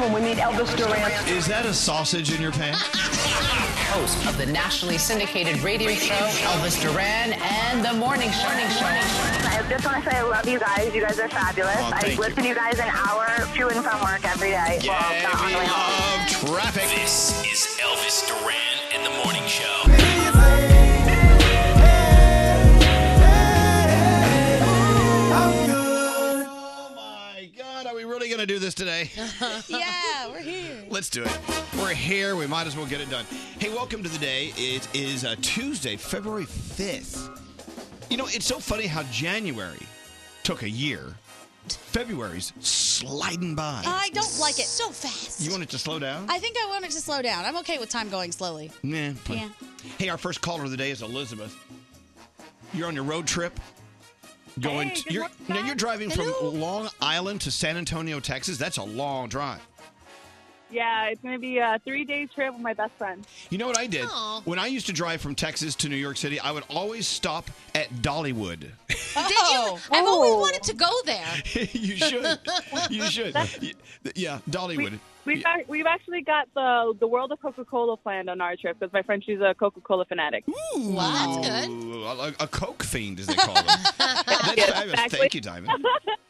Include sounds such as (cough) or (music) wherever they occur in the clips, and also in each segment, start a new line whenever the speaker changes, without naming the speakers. when we need Elvis Duran.
Is that a sausage in your pants?
Host of the nationally syndicated radio show Elvis Duran and the Morning Show. Morning Show.
I just want to say I love you guys. You guys are fabulous.
Oh,
I
thank
listen to you guys an hour to and from work every day.
Yay,
Well, not on
we
the way home.
love traffic.
This is Elvis Duran and the Morning Show.
Oh my God, are we really going to do this today? (laughs)
(laughs) Yeah, we're here.
Let's do it. We're here. We might as well get it done. Hey, welcome to the day. It is uh, Tuesday, February 5th. You know, it's so funny how January took a year. February's sliding by.
I don't like it. So fast.
you want it to slow down?
I think I want it to slow down. I'm okay with time going slowly.
Nah.
Yeah.
Hey, our first caller of the day is Elizabeth. You're on your road trip. Going
Hey,
to,
good
you're,
morning,
now
guys.
you're driving
Hello.
from Long Island to San Antonio, Texas. That's a long drive.
Yeah, it's gonna be a three day trip with my best friend.
You know what I did?
Aw.
When I used to drive from Texas to New York City, I would always stop at Dollywood.
Did you? I've always wanted to go there.
Oh. (laughs) you should. You
(laughs)
should. (laughs) Y- yeah, Dollywood.
We've ac- we've actually got the the world of Coca Cola planned on our trip because my friend she's a Coca Cola fanatic.
Ooh, A, a Coke fiend, as they
(laughs)
call them. That's fabulous. Thank you, Diamond.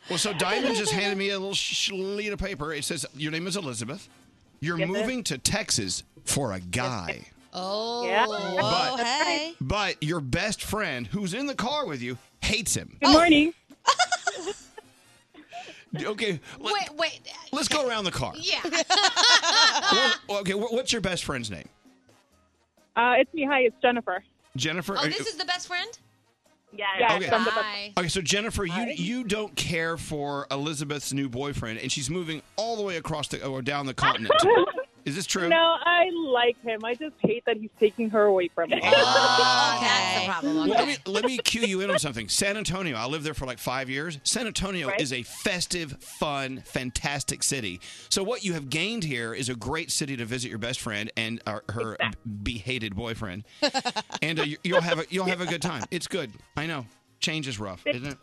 Well, so
(laughs)
Diamond just handed me a little sh- sheet of paper. It says, Your name is Elizabeth. You're
Yes, sir.
moving to Texas for a guy.
Oh,
Yeah.
But-
hey.
But your best friend, who's in the car with you, hates him.
(laughs) Good morning.
Okay, let,
Wait, wait.
us go around the car. (laughs)
Yeah.
Well, okay, wh- what's your best friend's name?
Uh, it's me. Hi, it's Jennifer.
Jennifer.
Oh,
Are-
this is the best friend?
Yeah, yeah.
uh, Okay.
from the-
Hi.
Okay, so Jennifer, you you don't care for Elizabeth's new boyfriend, and she's moving all the way across the or down the continent. Is this true?
no, I like him. I just hate that he's taking her away from me.
Ah,
(laughs)
That's the problem.
Well,
Okay.
let me let me cue you in on something. San Antonio. I lived there for like five years. San Antonio
Right.
is a festive, fun, fantastic city. So what you have gained here is a great city to visit your best friend and uh, her behated boyfriend, and uh, you, you'll have a, you'll have a good time. It's good. I know. Change is rough, isn't it?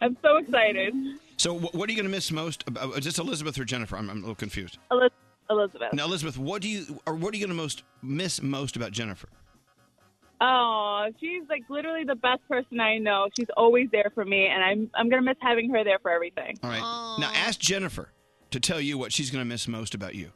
I'm so excited,
So wh- what are you going to miss most? Uh, Is this Elizabeth or Jennifer? I'm, I'm a little confused.
Eliz- Elizabeth.
Now, Elizabeth, what do you or what are you going to most miss most about Jennifer?
Oh, she's like literally the best person I know. She's always there for me, and I'm I'm gonna miss having her there for everything.
All right. Now, ask Jennifer to tell you what she's going to miss most about you.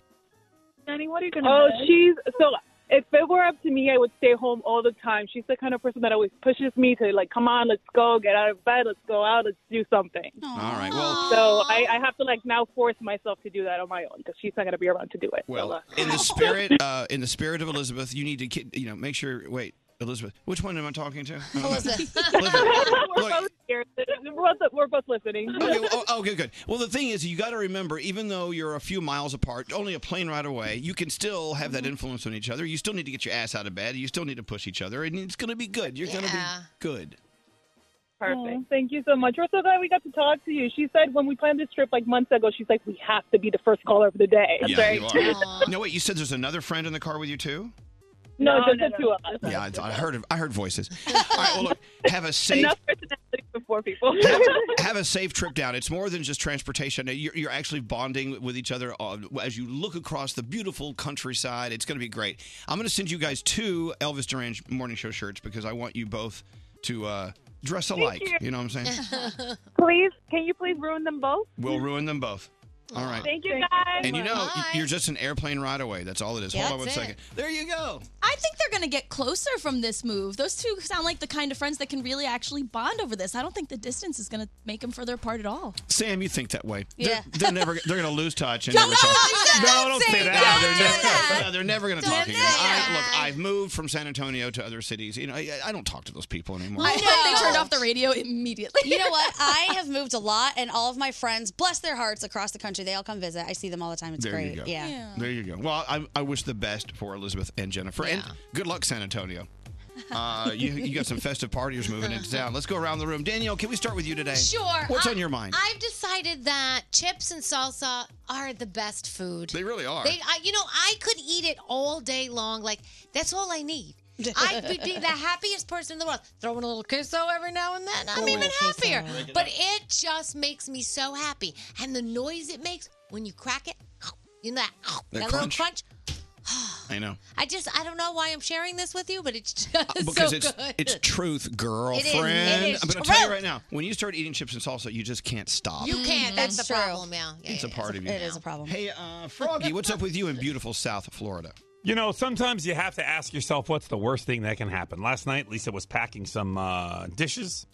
Danny, what are you gonna?
Oh,
miss?
she's so. If it were up to me, I would stay home all the time. She's the kind of person that always pushes me to like, come on, let's go, get out of bed, let's go out, let's do something.
All right. Well,
So I, I have to like now force myself to do that on my own because she's not gonna be around to do it. so,
well,
uh,
in the spirit uh, in the spirit of Elizabeth, you need to ki- you know make sure. Wait, Elizabeth, which one am I talking to? Oh,
Elizabeth.
(laughs) Elizabeth.
(laughs) we're
Look,
both here. We're both, we're both listening.
Okay, well, oh, okay, good. Well, the thing is, you got to remember, even though you're a few miles apart, only a plane ride away, you can still have
Mm-hmm.
that influence on each other. You still need to get your ass out of bed. You still need to push each other, and it's going to be good. You're going to be
Yeah.
good.
Perfect. Oh, Thank you so much. We're so glad we got to talk to you. She said when we planned this trip like months ago, she's like, we have to be the first caller of the day. That's
yeah,
right. (laughs)
you are. No, wait. You said there's another friend in the car with you too.
No,
No,
just
no,
the
no.
two of us.
Yeah, I, I heard. I heard voices.
(laughs)
All right. Well, look. Have a
(laughs)
safe.
Enough personality for four people. (laughs)
have, have a safe trip down. It's more than just transportation. You're, you're actually bonding with each other uh, as you look across the beautiful countryside. It's going to be great. I'm going to send you guys two Elvis Duran morning show shirts because I want you both to uh, dress alike. You.
you.
know what I'm saying?
(laughs)
please, can you please ruin them both?
we'll ruin them both. All right.
Thank you, guys.
And you know,
Bye.
you're just an airplane ride away. That's all it is.
Yeah,
Hold on one
that's it.
second. There you go.
I think they're going to get closer from this move. Those two sound like the kind of friends that can really actually bond over this. I don't think the distance is going to make them further apart at all.
Sam, you think that way.
Yeah.
They're, they're never. They're going to lose touch. And
Don't-
never talk.
don't-
No, don't say
say
that.
that.
They're never- No, they're never going to talk again.
that.
I, look, I've moved from San Antonio to other cities. You know, I, I don't talk to those people anymore.
I heard they
no.
turned off the radio immediately.
You know what? I have moved a lot, and all of my friends, bless their hearts, across the country, they all come visit. I see them all the time. It's
There you
great.
go.
Yeah.
There you go. Well, I, I wish the best for Elizabeth and Jennifer, and good luck, San Antonio. Uh, you, you got some festive partiers moving into town. Let's go around the room. Danielle, can we start with you today?
Sure.
What's
I-
on your mind?
I've decided that chips and salsa are the best food.
they really are.
They, I, you know, I could eat it all day long. Like that's all I need. I'd be,
(laughs)
be the happiest person in the world. Throw in a little queso every now and then. I'm even happier. But it just makes me so happy, and the noise it makes when you crack it. You know that,
That
that little
crunch.
crunch.
I know.
I just I don't know why I'm sharing this with you, but it's just
Uh,
(laughs)
because
so
it's
good.
it's truth, girlfriend.
It is
I'm going to tell you
truth.
right now. When you start eating chips and salsa, you just can't stop.
You can't. That's the
It's Mm, true.
problem, yeah. yeah
it's a part of you.
It is a problem.
Hey, uh, Froggy, what's up with you in beautiful South Florida?
You know, sometimes you have to ask yourself what's the worst thing that can happen. Last night, Lisa was packing some uh, dishes,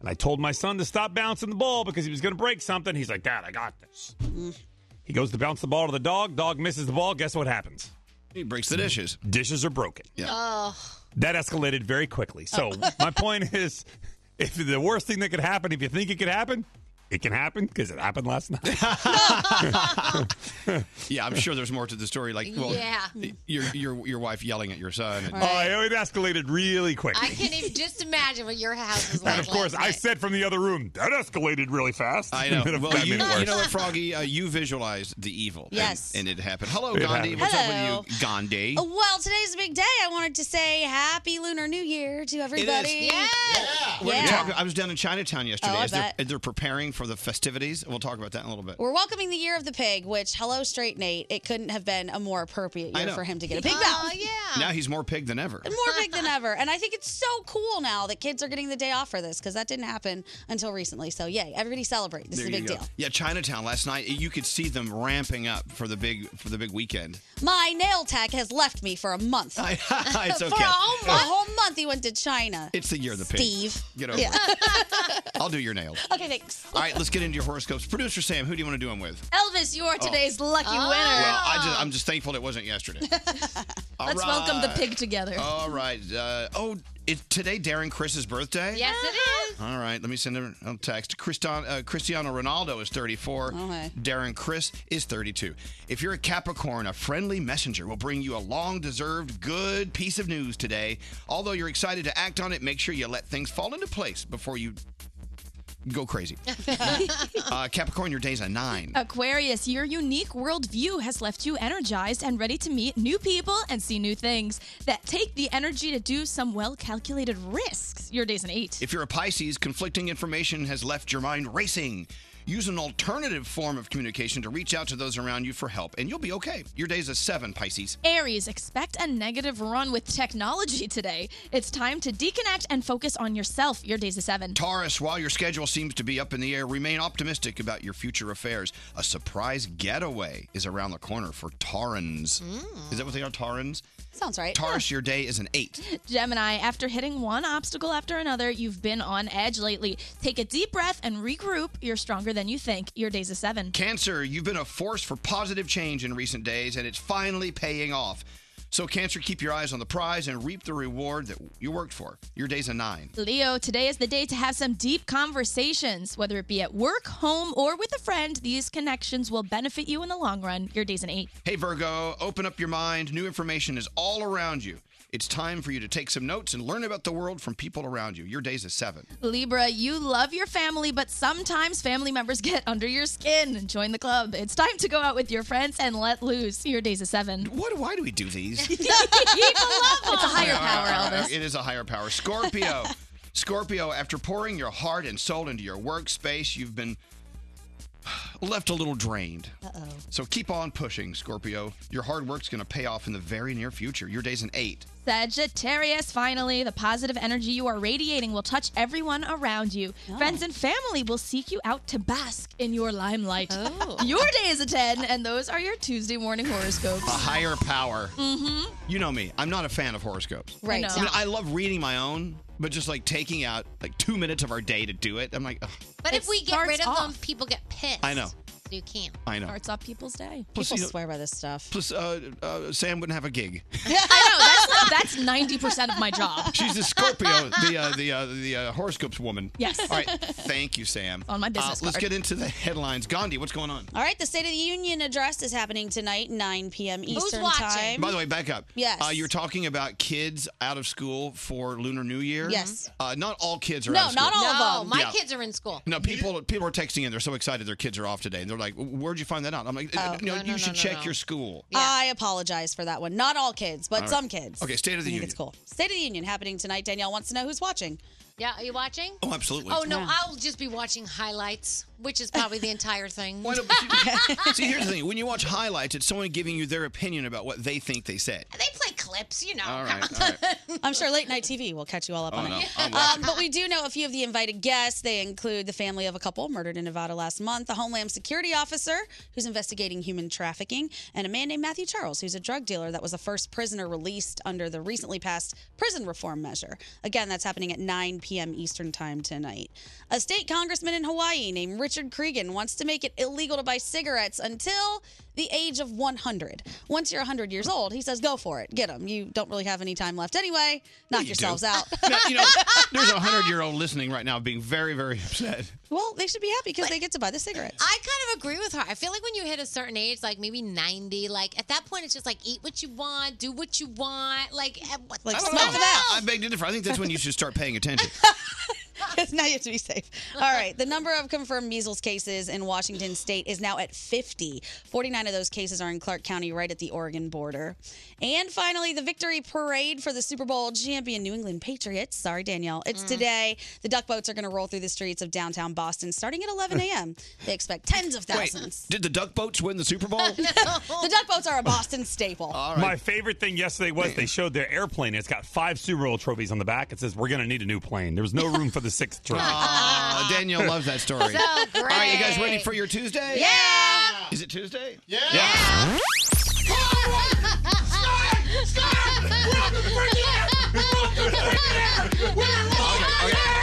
and I told my son to stop bouncing the ball because he was going to break something. He's like, Dad, I got this. He goes to bounce the ball to the dog. Dog misses the ball. Guess what happens?
He breaks the dishes.
Dishes are broken.
Yeah.
Oh,
That escalated very quickly. So,
(laughs)
my point is if the worst thing that could happen, if you think it could happen, it can happen because it happened last night.
(laughs)
(laughs)
Yeah, I'm sure there's more to the story. Like, well,
Yeah.
your your your wife yelling at your son. and-
Oh, it escalated really quickly.
I can't even just imagine what your house is like.
and of course,
last
I
night.
said from the other room, that escalated really fast. (laughs)
I know.
That
(laughs) Well,
made
you,
it
you
worse.
(laughs)
know what, Froggy? Uh, you visualized the evil. and-
Yes.
And, it happened. Hello,
It
Gandhi.
happened.
What's
Hello.
up with you, Gandhi?
Uh, Well, today's a big day. I wanted to say Happy Lunar New Year to everybody.
Yes.
We're gonna
yeah.
talk- I was down in Chinatown yesterday.
Oh, I
as, they're,
bet.
as they're preparing for the festivities, we'll talk about that in a little bit.
We're welcoming the year of the pig, which, hello, straight Nate, it couldn't have been a more appropriate
I
year
know.
for him to get a pig
Oh,
mouth.
yeah.
Now he's more pig than ever.
More pig
(laughs)
than ever. And I think it's so cool now that kids are getting the day off for this because that didn't happen until recently. So, yay, everybody celebrate. This
There
is a
you
big
go.
deal.
Yeah, Chinatown last night. You could see them ramping up for the big for the big weekend.
My nail tech has left me for a month.
(laughs) it's
(laughs) For
okay.
a whole month. A whole month he went to China.
It's the year of the pig.
Steve.
Get over it. I'll do your nails.
(laughs) Okay, thanks.
All right, let's get into your horoscopes. Producer Sam, who do you want to do them with?
Elvis, you are today's lucky winner.
Oh. Well, I just, I'm just thankful it wasn't
(laughs)
yesterday. All
Let's welcome the
right.
pig together.
All right. Uh, oh, is today Darren Chris's birthday?
Yes, it is.
All right, let me send him a text. Christian, uh, Cristiano Ronaldo is 34.
Oh,
Okay.
Darren Chris is 32. If you're a Capricorn, a friendly messenger will bring you a long deserved good piece of news today. Although you're excited to act on it, make sure you let things fall into place before you go crazy. (laughs) uh, Capricorn, your day's a nine.
(laughs) Aquarius, your unique worldview has left you energized and ready to meet new people and see new things that take the energy to do some well calculated risks. Your day's an eight.
If you're a Pisces, conflicting information has left your mind racing. Use an alternative form of communication to reach out to those around you for help, and you'll be okay. Your day's a seven, Pisces.
Aries, expect a negative run with technology today. It's time to deconnect and focus on yourself. Your day's a seven.
Taurus, while your schedule seems to be up in the air, remain optimistic about your future affairs. A surprise getaway is around the corner for Taurans. Is that what they are, Taurans?
Sounds right.
Taurus, your day is an eight.
Gemini, after hitting one obstacle after another, you've been on edge lately. Take a deep breath and regroup. You're stronger than you think. Your day's a seven.
Cancer, you've been a force for positive change in recent days, and it's finally paying off. So, Cancer, keep your eyes on the prize and reap the reward that you worked for. Your day's a nine.
Leo, today is the day to have some deep conversations, whether it be at work, home, or with a friend. These connections will benefit you in the long run. Your day's an eight.
Hey, Virgo, open up your mind. New information is all around you. It's time for you to take some notes and learn about the world from people around you. Your day's a seven.
Libra, you love your family, but sometimes family members (laughs) get under your skin. Join the club. It's time to go out with your friends and let loose. Your day's a seven.
What?
(laughs)
Why do we do these? (laughs)
It's a higher power, Elvis.
Uh, It is a higher power. Scorpio. (laughs) Scorpio, after pouring your heart and soul into your workspace, you've been left a little drained. Uh-oh. So keep on pushing, Scorpio. Your hard work's going to pay off in the very near future. Your day's an eight.
Sagittarius, finally, the positive energy you are radiating will touch everyone around you. Friends and family will seek you out to bask in your limelight. (laughs) Your day is a 10, and those are your Tuesday morning
A
horoscopes.
higher power. Mm-hmm. You know me. I'm not a fan of horoscopes.
Right.
I
I, mean,
know.
I love reading my own, but just like taking out like two minutes of our day to do it, I'm like, ugh,
But
It
if we get
starts
rid of them,
off.
people get pissed.
I know.
So you can't.
I know.
Starts off people's day.
Plus,
People
you know,
swear by this stuff.
plus uh, uh, Sam wouldn't have a gig.
I know, that's, that's 90% of my job.
She's the
(laughs)
Scorpio, the uh, the uh, the uh, horoscopes woman.
Yes.
All right. Thank you, Sam. Uh,
On my business
let's
card.
get into the headlines. Gandhi, what's going on?
All right, the State of the Union address is happening tonight, 9 p.m. Eastern
watching?
Time.
By the way, back up.
Yes.
Uh, you're talking about kids out of school for Lunar New Year.
Yes.
Uh, not all kids are
No,
out of school.
not all of
No,
them.
my
Yeah.
kids are in school.
No, people people are texting in. They're so excited their kids are off today. They're They're like, "Where'd you find that out?" I'm like, "Uh,
Oh.
"No,
No,
you
no,
should
no,
check
no.
your school."
I apologize for that one. Not all kids, but
All right.
some kids.
Okay, State of the
I
Union.
think It's cool. State of the Union happening tonight. Danielle wants to know who's watching.
Yeah, are you watching?
Oh, absolutely.
Oh no, I'll just be watching highlights, which is probably
(laughs)
the entire thing. (laughs)
See, here's the thing: when you watch highlights, it's someone giving you their opinion about what they think they said.
they play clips, you know.
All right,
(laughs)
all right.
I'm sure late night TV will catch you all up
Oh,
on
no,
it. (laughs)
I'm
Um, but we do know a few of the invited guests. They include the family of a couple murdered in Nevada last month, a Homeland Security officer who's investigating human trafficking, and a man named Matthew Charles, who's a drug dealer that was the first prisoner released under the recently passed prison reform measure. Again, that's happening at 9 p.m. Eastern Time tonight. A state congressman in Hawaii named Richard Cregan wants to make it illegal to buy cigarettes until the age of 100. Once you're 100 years old, he says, go for it. Get them. You don't really have any time left anyway. Knock
you
yourselves
do.
out.
No, you know,
(laughs)
there's a hundred-year-old listening right now, being very, very upset.
Well, they should be happy because they get to buy
(laughs)
the cigarettes.
I kind of agree with her. I feel like when you hit a certain age, like maybe 90, like at that point, it's just like eat what you want, do what you want. Like, at what
I don't know. I beg to differ. I think that's when you should start paying attention.
(laughs) now you have to be safe. All right. The number of confirmed measles cases in Washington state is now at 50. 49 of those cases are in Clark County, right at the Oregon border. And finally, the victory parade for the Super Bowl champion New England Patriots. Sorry, Danielle. It's
Mm.
today. The duck boats are going to roll through the streets of downtown Boston starting at 11 a.m. They expect tens of (laughs) thousands. (laughs)
Wait, did the duck boats win the Super Bowl?
the duck boats are a Boston staple.
My favorite thing yesterday was they showed their airplane. It's got five Super Bowl trophies on the back. It says, We're going to need a new plane. There was no room for the sixth trophy.
Aw, Danielle loves that story.
So
All right, you guys ready for your Tuesday? Yeah. Is it
(laughs)
Tuesday? Yeah. yeah.
(laughs)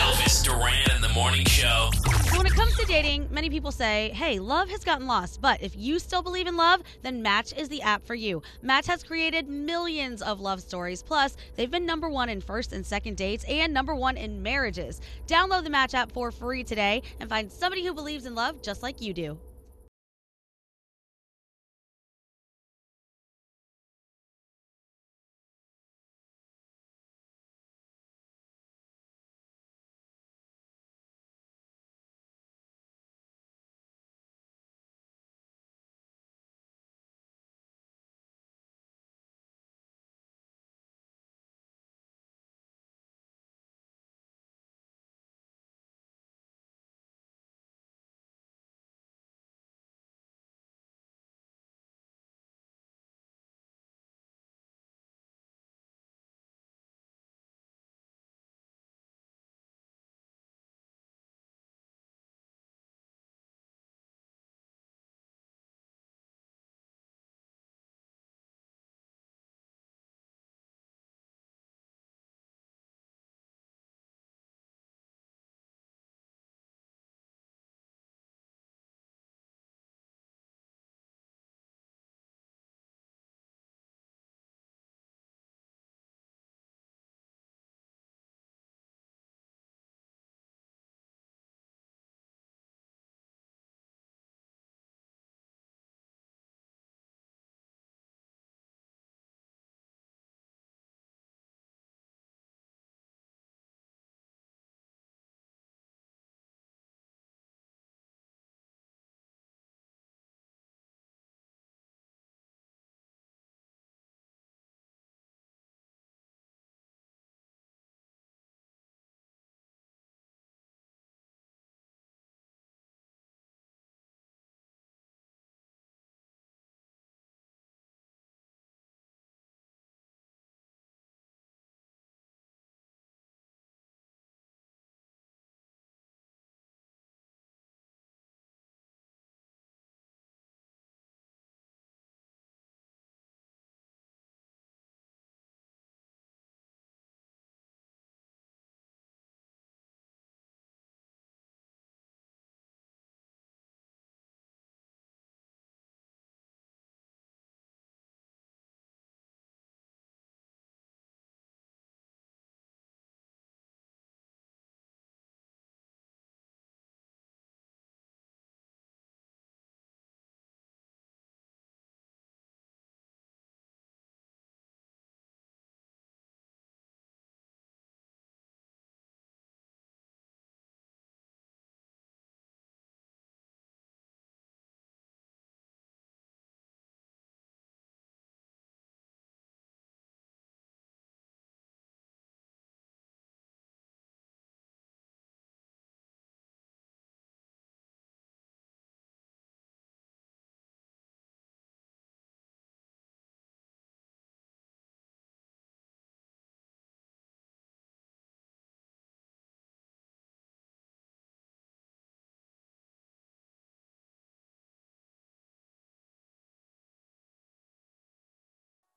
Elvis Duran in the morning show.
So when it comes to dating, many people say, hey, love has gotten lost. But if you still believe in love, then Match is the app for you. Match has created millions of love stories. Plus, they've been number one in first and second dates and number one in marriages. Download the Match app for free today and find somebody who believes in love just like you do.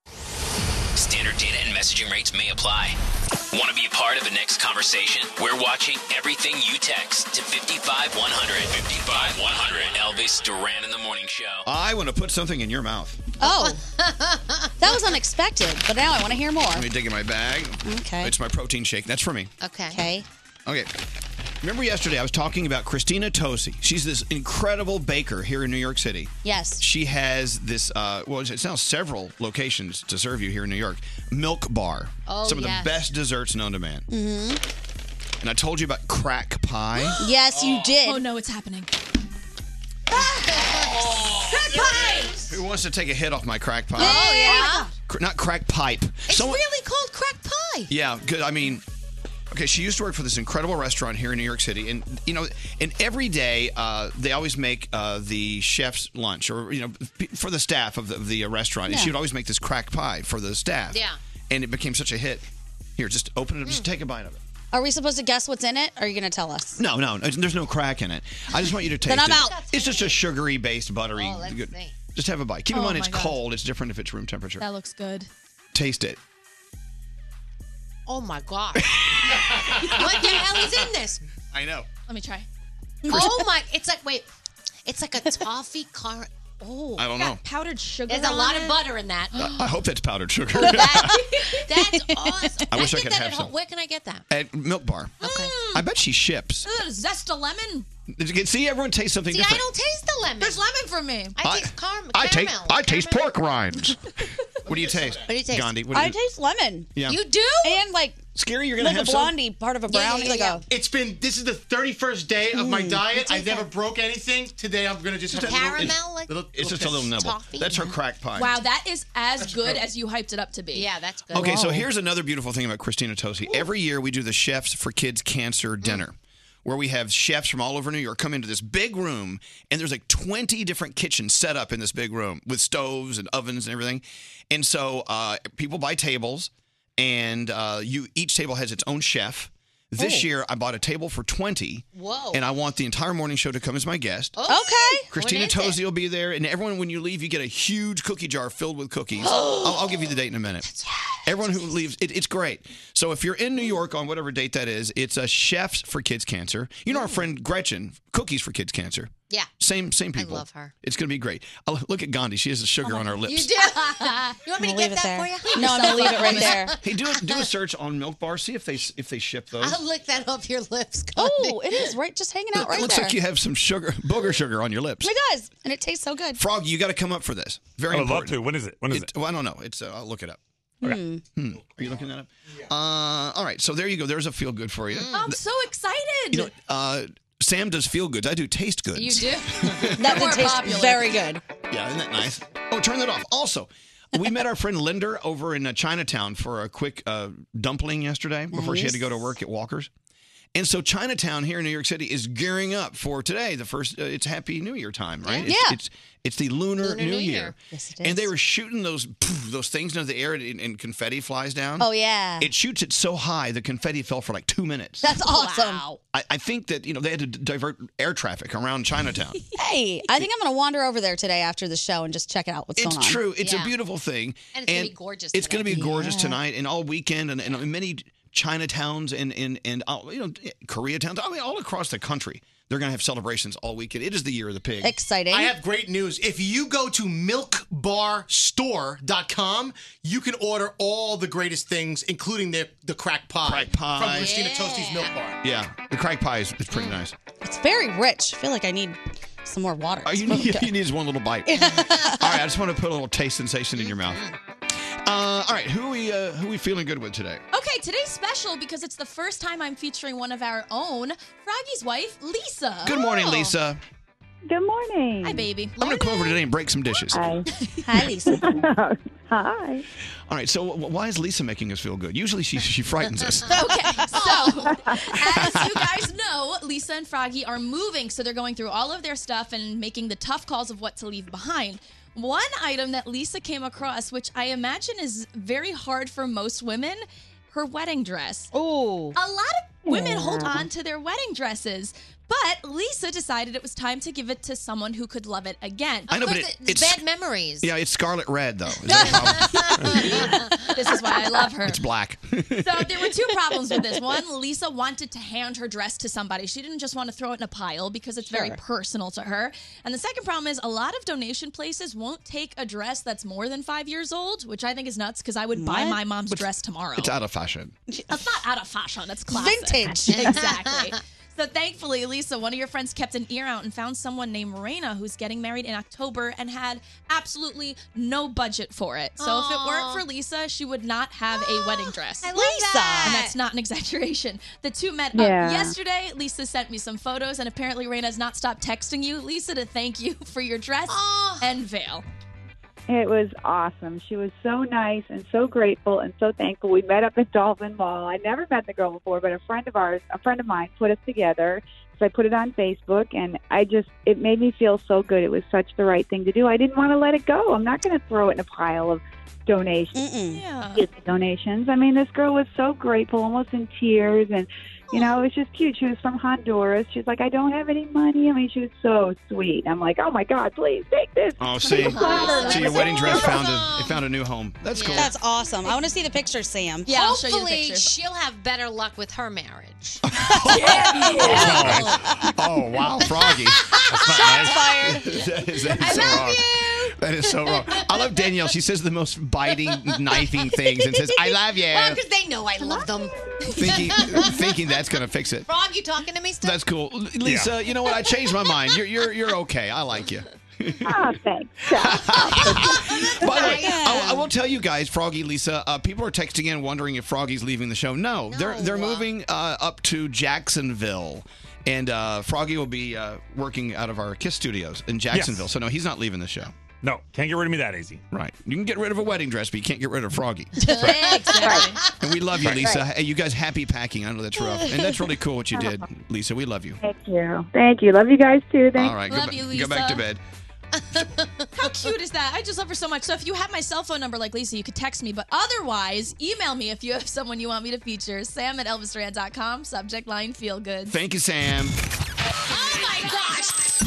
Standard data and messaging rates may apply. Want to be a part of the next conversation? We're watching everything you text to 55100. 55100. Elvis Duran in the Morning Show.
I want to put something in your mouth.
Oh, that was unexpected, but now I want to hear more.
Let me dig in my bag.
Okay.
It's my protein shake. That's for me.
Okay.
Okay.
Okay. Remember yesterday I was talking about Christina Tosi. She's this incredible baker here in New York City.
Yes.
She has this, uh, well, it's now several locations to serve you here in New York. Milk Bar.
Oh,
Some of
yes.
the best desserts known to man.
Mm-hmm.
And I told you about crack pie.
(gasps) Yes, you did.
Oh no, it's happening.
Who wants to take a hit off my crack pie?
Oh, yeah.
Cr- not crack pipe.
It's really called crack pie.
Yeah, good. I mean, okay. She used to work for this incredible restaurant here in New York City, and you know, and every day uh, they always make uh, the chef's lunch, or you know, p- for the staff of the, of the uh, restaurant. And she
Yeah.
would always make this crack pie for the staff.
Yeah.
And it became such a hit. Here, just open it up. Just take a bite of it.
Are we supposed to guess what's in it? Or are you going to tell us?
No, no, it's- there's no crack in it. I just want you to taste
Then I'm
it.
out.
It's just a sugary based, buttery.
Oh, let's
good-
see.
Just have a bite. Keep in
Oh,
mind,
my
it's
God.
cold. It's different if it's room temperature.
That looks good.
Taste it.
Oh my god. what the hell is in this?
I know.
Let me try.
Oh my! It's like wait, it's like a toffee car. Oh,
I don't know.
Powdered sugar.
There's a
on
lot
it.
of butter
(gasps)
in that.
I, I hope that's powdered sugar. (laughs)
That's awesome.
I
(laughs)
wish I
get
could
that
have
at home.
some.
Where can I get that?
At Milk Bar.
Mm.
Okay. I bet she ships.
Ugh, zest of lemon.
See, everyone tastes something
See, I
different.
don't
taste the lemon.
There's lemon for me.
I- I taste I taste pork rinds. what do you taste?
What do you taste?
Gandhi. What do
I
you,
taste lemon.
Yeah. You
do? And like
Scary, you're gonna
like
have
a
some?
blondie part of a
Yeah, yeah,
brown.
yeah,
like
yeah.
a
It's been this is the 31st day of my
Mm,
diet.
it's
I never broke anything. Today I'm gonna just have a little-
Caramel, like-
little-
It's just a little nibble.
Toffee?
That's her crack pie.
Wow, that is as good
good.
as you hyped it up to be. Yeah,
that's good.
Okay, so here's another beautiful thing about Christina Tosi. Every year we do the Chefs for Kids Cancer
Mm.
Dinner, where we have chefs from all over New York come into this big room, and there's like 20 different kitchens set up in this big room with stoves and ovens and everything. And so uh, people buy tables, and uh, you each table has its own chef. This
Oh.
year I bought a table for 20.
Whoa.
And I want the entire morning show to come as my guest.
Okay.
Christina Tozzi will be there, and everyone, when you leave, you get a huge cookie jar filled with cookies. I'll, I'll give you the date in a minute. Everyone who leaves, it, it's great. So if you're in New York on whatever date that is, it's a Chefs for Kids Cancer. You know our friend Gretchen, Cookies for Kids Cancer.
Yeah.
Same same people.
love her. Oh
It's gonna be great. I'll, look at Gandhi; she has a sugar on her lips.
You do. (laughs) you want me to
leave
get
it
that
there.
for you?
No, I'm gonna leave
(laughs)
it right there.
Hey, do a, do a search on Milk Bar. See if they if they ship those.
I'll lick that off your lips.
Oh, it is right just hanging out right
it looks
there.
like you have some sugar booger sugar on your lips.
It does, and it tastes so good.
Frog, you got to come up for this. Very
I would love
important.
to. When is it? When is
it? Well, I don't know. It's uh, I'll look it up. Hmm. Are you looking that up? Uh, all right. So there you go. There's a feel good for you.
I'm so excited.
You know, uh, Sam does feel goods. I do taste goods.
(laughs) that
More
did taste
popular.
very good.
Yeah, isn't that nice? Oh, turn that off. Also, we met our friend Linder over in uh, Chinatown for a quick uh, dumpling yesterday before she had to go to work at Walker's. And so Chinatown here in New York City is gearing up for today. The first, uh, it's Happy New Year time, right? It's,
Yeah.
It's, it's the Lunar,
Lunar
New,
New
Year.
Year. Yes, it
And they were shooting those poof, those things into the air, and, and confetti flies down.
Oh, yeah.
It shoots it so high, the confetti fell for like two minutes.
That's awesome.
I, I think that you know they had to d- divert air traffic around Chinatown.
Hey, I think I'm going to wander over there today after the show and just check out (laughs) what's
It's
going on.
true. It's a beautiful thing.
And it's gonna be gorgeous
It's going to
tonight.
be gorgeous
Yeah.
tonight and all weekend and, and many Chinatowns and and and all, you know Koreatowns. I mean, all across the country, they're going to have celebrations all weekend. It is the year of the pig.
Exciting.
I have great news. If you go to milkbarstore.com, you can order all the greatest things, including the, the crack pie.
pie.
From Christina Toasty's Milk Bar.
Yeah, the crack pie is, is pretty nice.
It's very rich. I feel like I need some more water.
All Oh, you need, (laughs) you need is one little
(laughs)
bite. all right, I just want to put a little taste sensation in your mouth. Uh, all right, who we uh, who we feeling good with today?
Okay, today's special because it's the first time I'm featuring one of our own, Froggy's wife, Lisa.
Good morning, Lisa.
Good morning. Hi, baby.
I'm going to come over today and break some dishes. Hi.
Hi, Lisa. Hi.
(laughs) All right, so wh- why is Lisa making us feel good? Usually she she frightens
(laughs)
us.
Okay, so (laughs) as you guys know, Lisa and Froggy are moving, so they're going through all of their stuff and making the tough calls of what to leave behind. One item that Lisa came across, which I imagine is very hard for most women, her wedding dress.
Oh.
A lot of Women hold
Yeah.
on to their wedding dresses. But Lisa decided it was time to give it to someone who could love it again.
I know, but it- it's-
bad memories.
(laughs) Yeah, it's scarlet red though. Is that a problem?
This is why I love her.
It's black.
So there were two problems with this. One, Lisa wanted to hand her dress to somebody. She didn't just want to throw it in a pile because it's very
Sure.
personal to her. And the second problem is a lot of donation places won't take a dress that's more than five years old, which I think is nuts because I would buy
What?
my mom's dress tomorrow.
It's out of fashion.
It's not out of fashion. It's classic.
vintage.
(laughs) exactly. So thankfully, Lisa, one of your friends kept an ear out and found someone named Raina who's getting married in October and had absolutely no budget for it. So if it weren't
Aw.
for Lisa, she would not have a wedding dress.
I love Lisa! that.
And that's not an exaggeration. The two met
Yeah.
up yesterday. Lisa sent me some photos, and apparently Raina has not stopped texting you, Lisa, to thank you (laughs) for your dress and veil.
It was awesome. She was so nice and so grateful and so thankful. We met up at Dolphin Mall. I never met the girl before, but a friend of ours, a friend of mine, put us together. So I put it on Facebook, and I just it made me feel so good. It was such the right thing to do. I didn't want to let it go. I'm not going to throw it in a pile of donations.
Yeah.
It's donations. I mean, this girl was so grateful, almost in tears, and you know, it was just cute. She was from Honduras. She's like, I don't have any money. I mean, she was so sweet. I'm like, oh my God, please take this.
Oh, see,
Aw.
see, your wedding dress found a it found a new home. That's cool.
That's awesome. I want to see the pictures, Sam.
Yeah, I'll show you the Hopefully pictures.
she'll have better luck with her marriage.
Oh wow, Froggy. That's not (laughs)
nice.
that is, that is so wrong. That is so wrong. I love Danielle. She says the most biting, knifing things and says, "I love you,"
Well, because they know I love them.
thinking thinking that's gonna fix it.
(laughs) Frog, you talking to me still?
That's cool, L- Lisa.
Yeah.
You know what? I changed my mind. You're you're you're okay. I like
(laughs)
you.
Ah,
(laughs)
thanks.
By the way, I, I will tell you guys, Froggy, Lisa. Uh, people are texting in wondering if Froggy's leaving the show. No, they're they're moving uh, up to Jacksonville, and uh, Froggy will be uh, working out of our Kiss studios in Jacksonville. So no, he's not leaving the show.
No, can't get rid of me that easy.
Right. You can get rid of a wedding dress, but you can't get rid of Froggy. And we love you,
Right.
Lisa.
Right.
Hey, you guys, happy packing. I know that's rough, and that's really cool what you
(laughs)
did, Lisa. We love you.
Thank you. Thank you. Love you guys too. Thank
All right,
Love
go, ba-
you,
go back
Lisa.
to bed.
How cute is that? I just love her so much. So if you have my cell phone number like Lisa, you could text me. But otherwise, email me if you have someone you want me to feature. Sam at ElvisRand.com. Subject line feel good.
Thank you, Sam.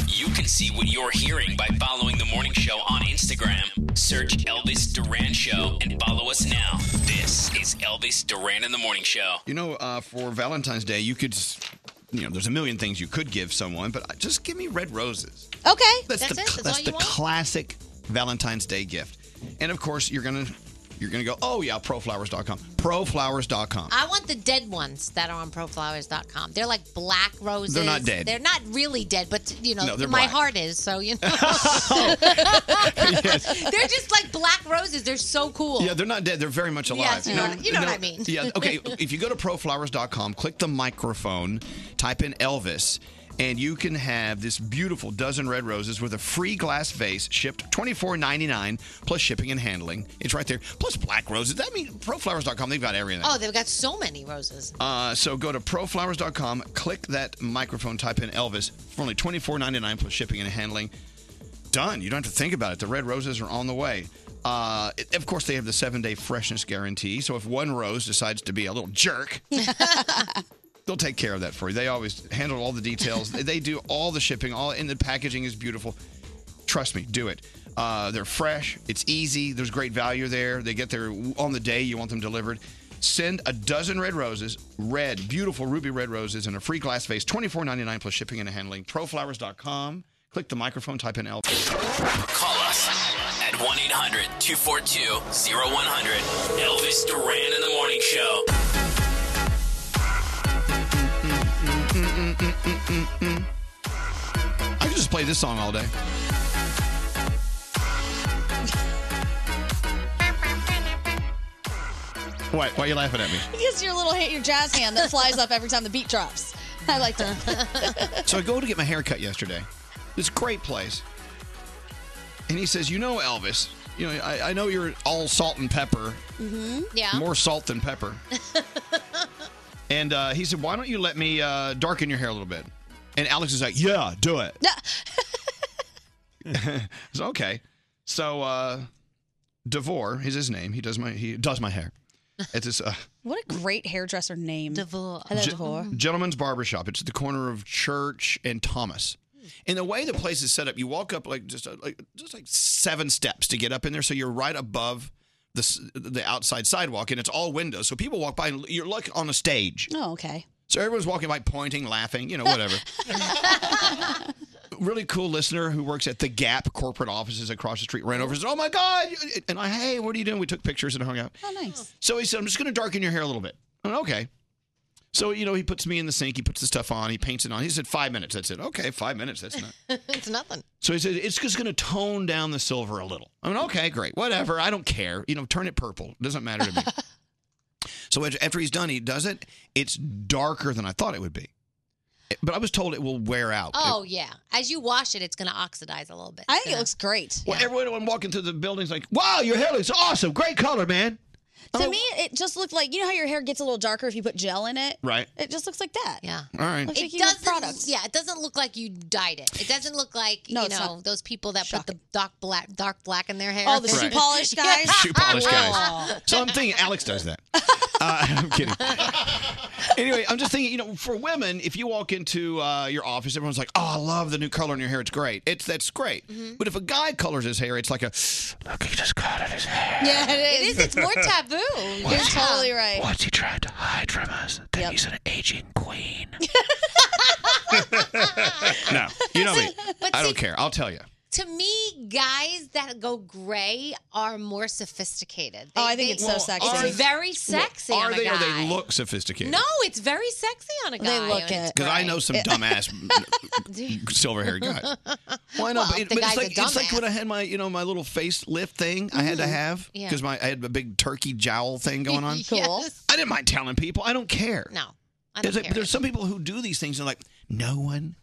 You can see what you're hearing by following the morning show on Instagram. Search Elvis Duran Show and follow us now. This is Elvis Duran in the Morning Show.
You know, uh, for Valentine's Day, you could, s- you know, there's a million things you could give someone, but I- just give me red roses.
Okay.
That's, the, cl- that's the classic Valentine's Day gift. And of course, you're gonna you're gonna go, oh yeah, proflowers.com, proflowers.com.
I want the dead ones that are on proflowers.com. They're like black roses.
They're not dead.
They're not really dead, but you know,
No, they're
my
black.
heart is, so you
(laughs)
know. They're just like black roses. They're so cool.
Yeah, they're not dead. They're very much alive.
Yes, you know- you know what I mean.
Yeah, okay. if you go to proflowers.com, click the microphone, type in Elvis, and you can have this beautiful dozen red roses with a free glass vase shipped $24.99 plus shipping and handling. It's right there. Plus black roses. That means proflowers.com, they've got everything.
Oh, they've got so many roses.
Uh, so go to proflowers.com, click that microphone, type in Elvis for only $24.99 plus shipping and handling. Done. You don't have to think about it. The red roses are on the way. Uh, it- of course, they have the seven day freshness guarantee. So if one rose decides to be a little jerk, they'll take care of that for you. They always handle all the details. They- they do all the shipping, all and the packaging is beautiful. Trust me, do it. Uh, they're fresh. It's easy. There's great value there. They get there on the day you want them delivered. Send a dozen red roses, red, beautiful ruby red roses, in a free glass vase, $24.99 plus shipping and handling. Proflowers.com. Click the microphone, type in L.
Call us at 1 800 242 0100. Elvis Duran in the Morning Show.
I could just play this song all day. What? Why are you laughing at me?
Because your little hand, your jazz hand that flies up every time the beat drops. I like that.
So I go to get my hair cut yesterday. This great place. And he says, You know, Elvis, you know, I, I know you're all salt and pepper.
Mm-hmm. Yeah.
More salt than pepper. and uh, he said, Why don't you let me uh, darken your hair a little bit? And Alex is like, Yeah, do it. (laughs) I said, okay. So uh Devore is his name. He does my he does my hair. at this uh,
(laughs) What a great hairdresser name. Devore. Hello,
Ge-
Devore.
Gentleman's Barbershop. It's at the corner of Church and Thomas. And the way the place is set up, you walk up like just uh, like just like seven steps to get up in there, so you're right above the s- the outside sidewalk, and it's all windows. So people walk by, and you're like on a stage.
Oh, (laughs) okay.
So everyone's walking by, pointing, laughing, you know, whatever. really cool listener who works at the Gap corporate offices across the street ran over and said, "Oh my god!" And I, hey, what are you doing? We took pictures and hung out.
Oh, nice.
So he said, I'm just going to darken your hair a little bit. I went, okay. So, you know, he puts me in the sink, he puts the stuff on, he paints it on. He said, five minutes. That's it. Okay, five minutes. That's
(laughs)
not.
(laughs) it's nothing.
So he said, it's just going to tone down the silver a little. I mean, okay, great. Whatever. I don't care. You know, turn it purple. It doesn't matter to me.
(laughs)
so after- after he's done, he does it. It's darker than I thought it would be. But I was told it will wear out.
Oh yeah. As you wash it, it's going to oxidize a little bit. I think it looks
great.
Well, everyone walking through the building's like, wow, your hair looks awesome. Great color, man.
To me, it just looked like you know how your hair gets a little darker if you put gel in it.
Right.
It just looks like that.
Yeah.
All right.
It doesn't. Yeah, it doesn't look like you dyed it. It doesn't look like
No,
you
it's
know
not.
those people that put the dark black dark black in their hair.
Oh, the shoe
(laughs)
Right. polish guys?
shoe polish
Aw.
guys. So I'm thinking Alex does that. Uh, (laughs) I'm kidding. Anyway, I'm just thinking, you know, for women, if you walk into uh, your office, everyone's like, "Oh, I love the new color in your hair. It's great. It's that's great."
Mm-hmm.
But if a guy colors his hair, it's like a look. He just colored his hair.
Yeah,
it is.
(laughs)
It's more taboo.
You're totally right.
What's he trying to hide from us? That
Yep.
he's an aging queen.
(laughs)
(laughs) no, you know me.
But
I
see-
don't care. I'll tell you.
To me, guys that go gray are more sophisticated. oh, I think
it's so Well, sexy. are-
It's very sexy
Are
on a
they or
guy.
they look sophisticated?
No, it's very sexy on a guy.
look it.
Because I know some dumbass (laughs)
(laughs)
silver haired guy. Why not?
Well,
but it-
the
but
guy's
it's
a
like it's like
dumbass. Mm-hmm.
when I had my you know my little facelift thing I had to have
Yeah.
because my I had a big turkey jowl
(laughs)
thing going on.
Cool. Yes.
I didn't mind telling people. I don't care.
(laughs) No, I don't
There's, like,
care.
there's some people who do these things and like no one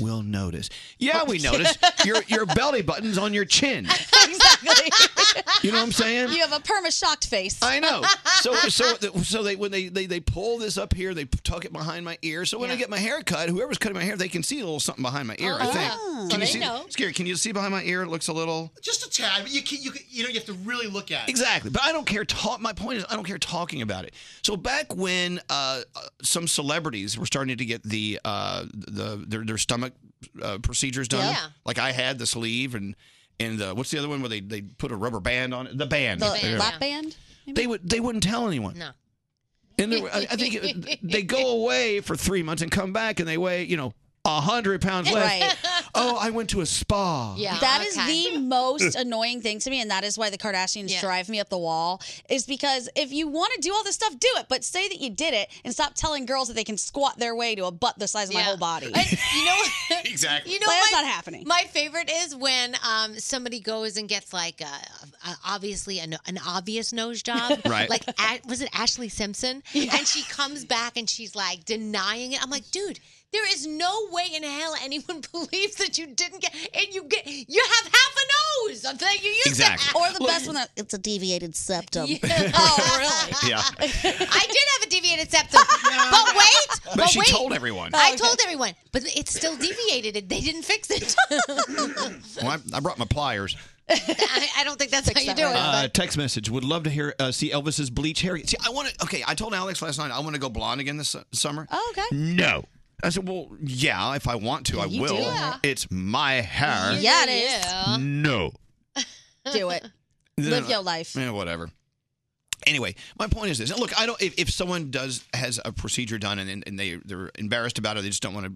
will notice. Yeah,
(laughs)
we notice your your belly button's on your chin.
(laughs)
(laughs)
exactly.
You know what I'm
(laughs)
saying?
You have a perma shocked face.
I know.
(laughs)
So so so they when they, they they pull this up here, they tuck it behind my ear. So when I get my hair cut, whoever's cutting my hair, they can see a little something behind my ear. I
Oh,
think.
yeah. So
Can you
they
see?
know.
Scary. Can you see behind my ear? It looks a little.
Just a tad. But you can, you can, you know you have to really look at it.
Exactly, but I don't care. Talk. My point is, I don't care talking about it. So back when uh, uh, some celebrities were starting to get the uh, the their, their stomach uh, procedures done,
Yeah.
like I had the sleeve and and the, what's the other one where they, they put a rubber band on it? The band.
The
There.
lap band.
They would they wouldn't tell anyone.
No.
And there, were- I I think it, they go away for three months and come back and they weigh, you know, a hundred pounds less.
Right.
Oh, I went to a spa.
That is
(laughs)
the most annoying thing to me, and that is why the Kardashians drive me up the wall. Is because if you want to do all this stuff, do it, but say that you did it and stop telling girls that they can squat their way to a butt the size of my
(laughs)
whole body.
(laughs)
you know,
exactly.
You know,
Like, that's
my,
not happening.
My favorite is when um, somebody goes and gets like a, a, obviously an, an obvious nose
(laughs)
job.
Right.
Like, a, was it Ashley Simpson? And she comes back and she's like denying it. I'm like, dude. There is no way in hell anyone (laughs) believes that you didn't get, and you get, you have half a nose of that you used to.
Exactly.
have.
Or the
(laughs)
best one that- it's a deviated septum. (laughs)
oh,
(laughs)
really? I did have a
(laughs)
deviated septum. But wait.
But she
wait.
told everyone.
I told everyone. But it's still deviated. It- They didn't fix it.
(laughs)
(laughs)
Well, I, I brought my pliers.
I, I don't think that's how you do it.
Uh, text message. Would love to hear uh, see Elvis's bleach hair. See, I want to. Okay, I told Alex last night I want to go blonde again this su- summer.
Oh, okay.
No. I said, well, yeah, if I want to, I
you
will.
do. Yeah.
It's my hair.
Yeah, it
No.
is.
(laughs)
Do it. Live your life.
Yeah, whatever. Anyway, my point is this. And Look, I don't. If, if someone does has a procedure done and, and they they're embarrassed about it, they just don't want to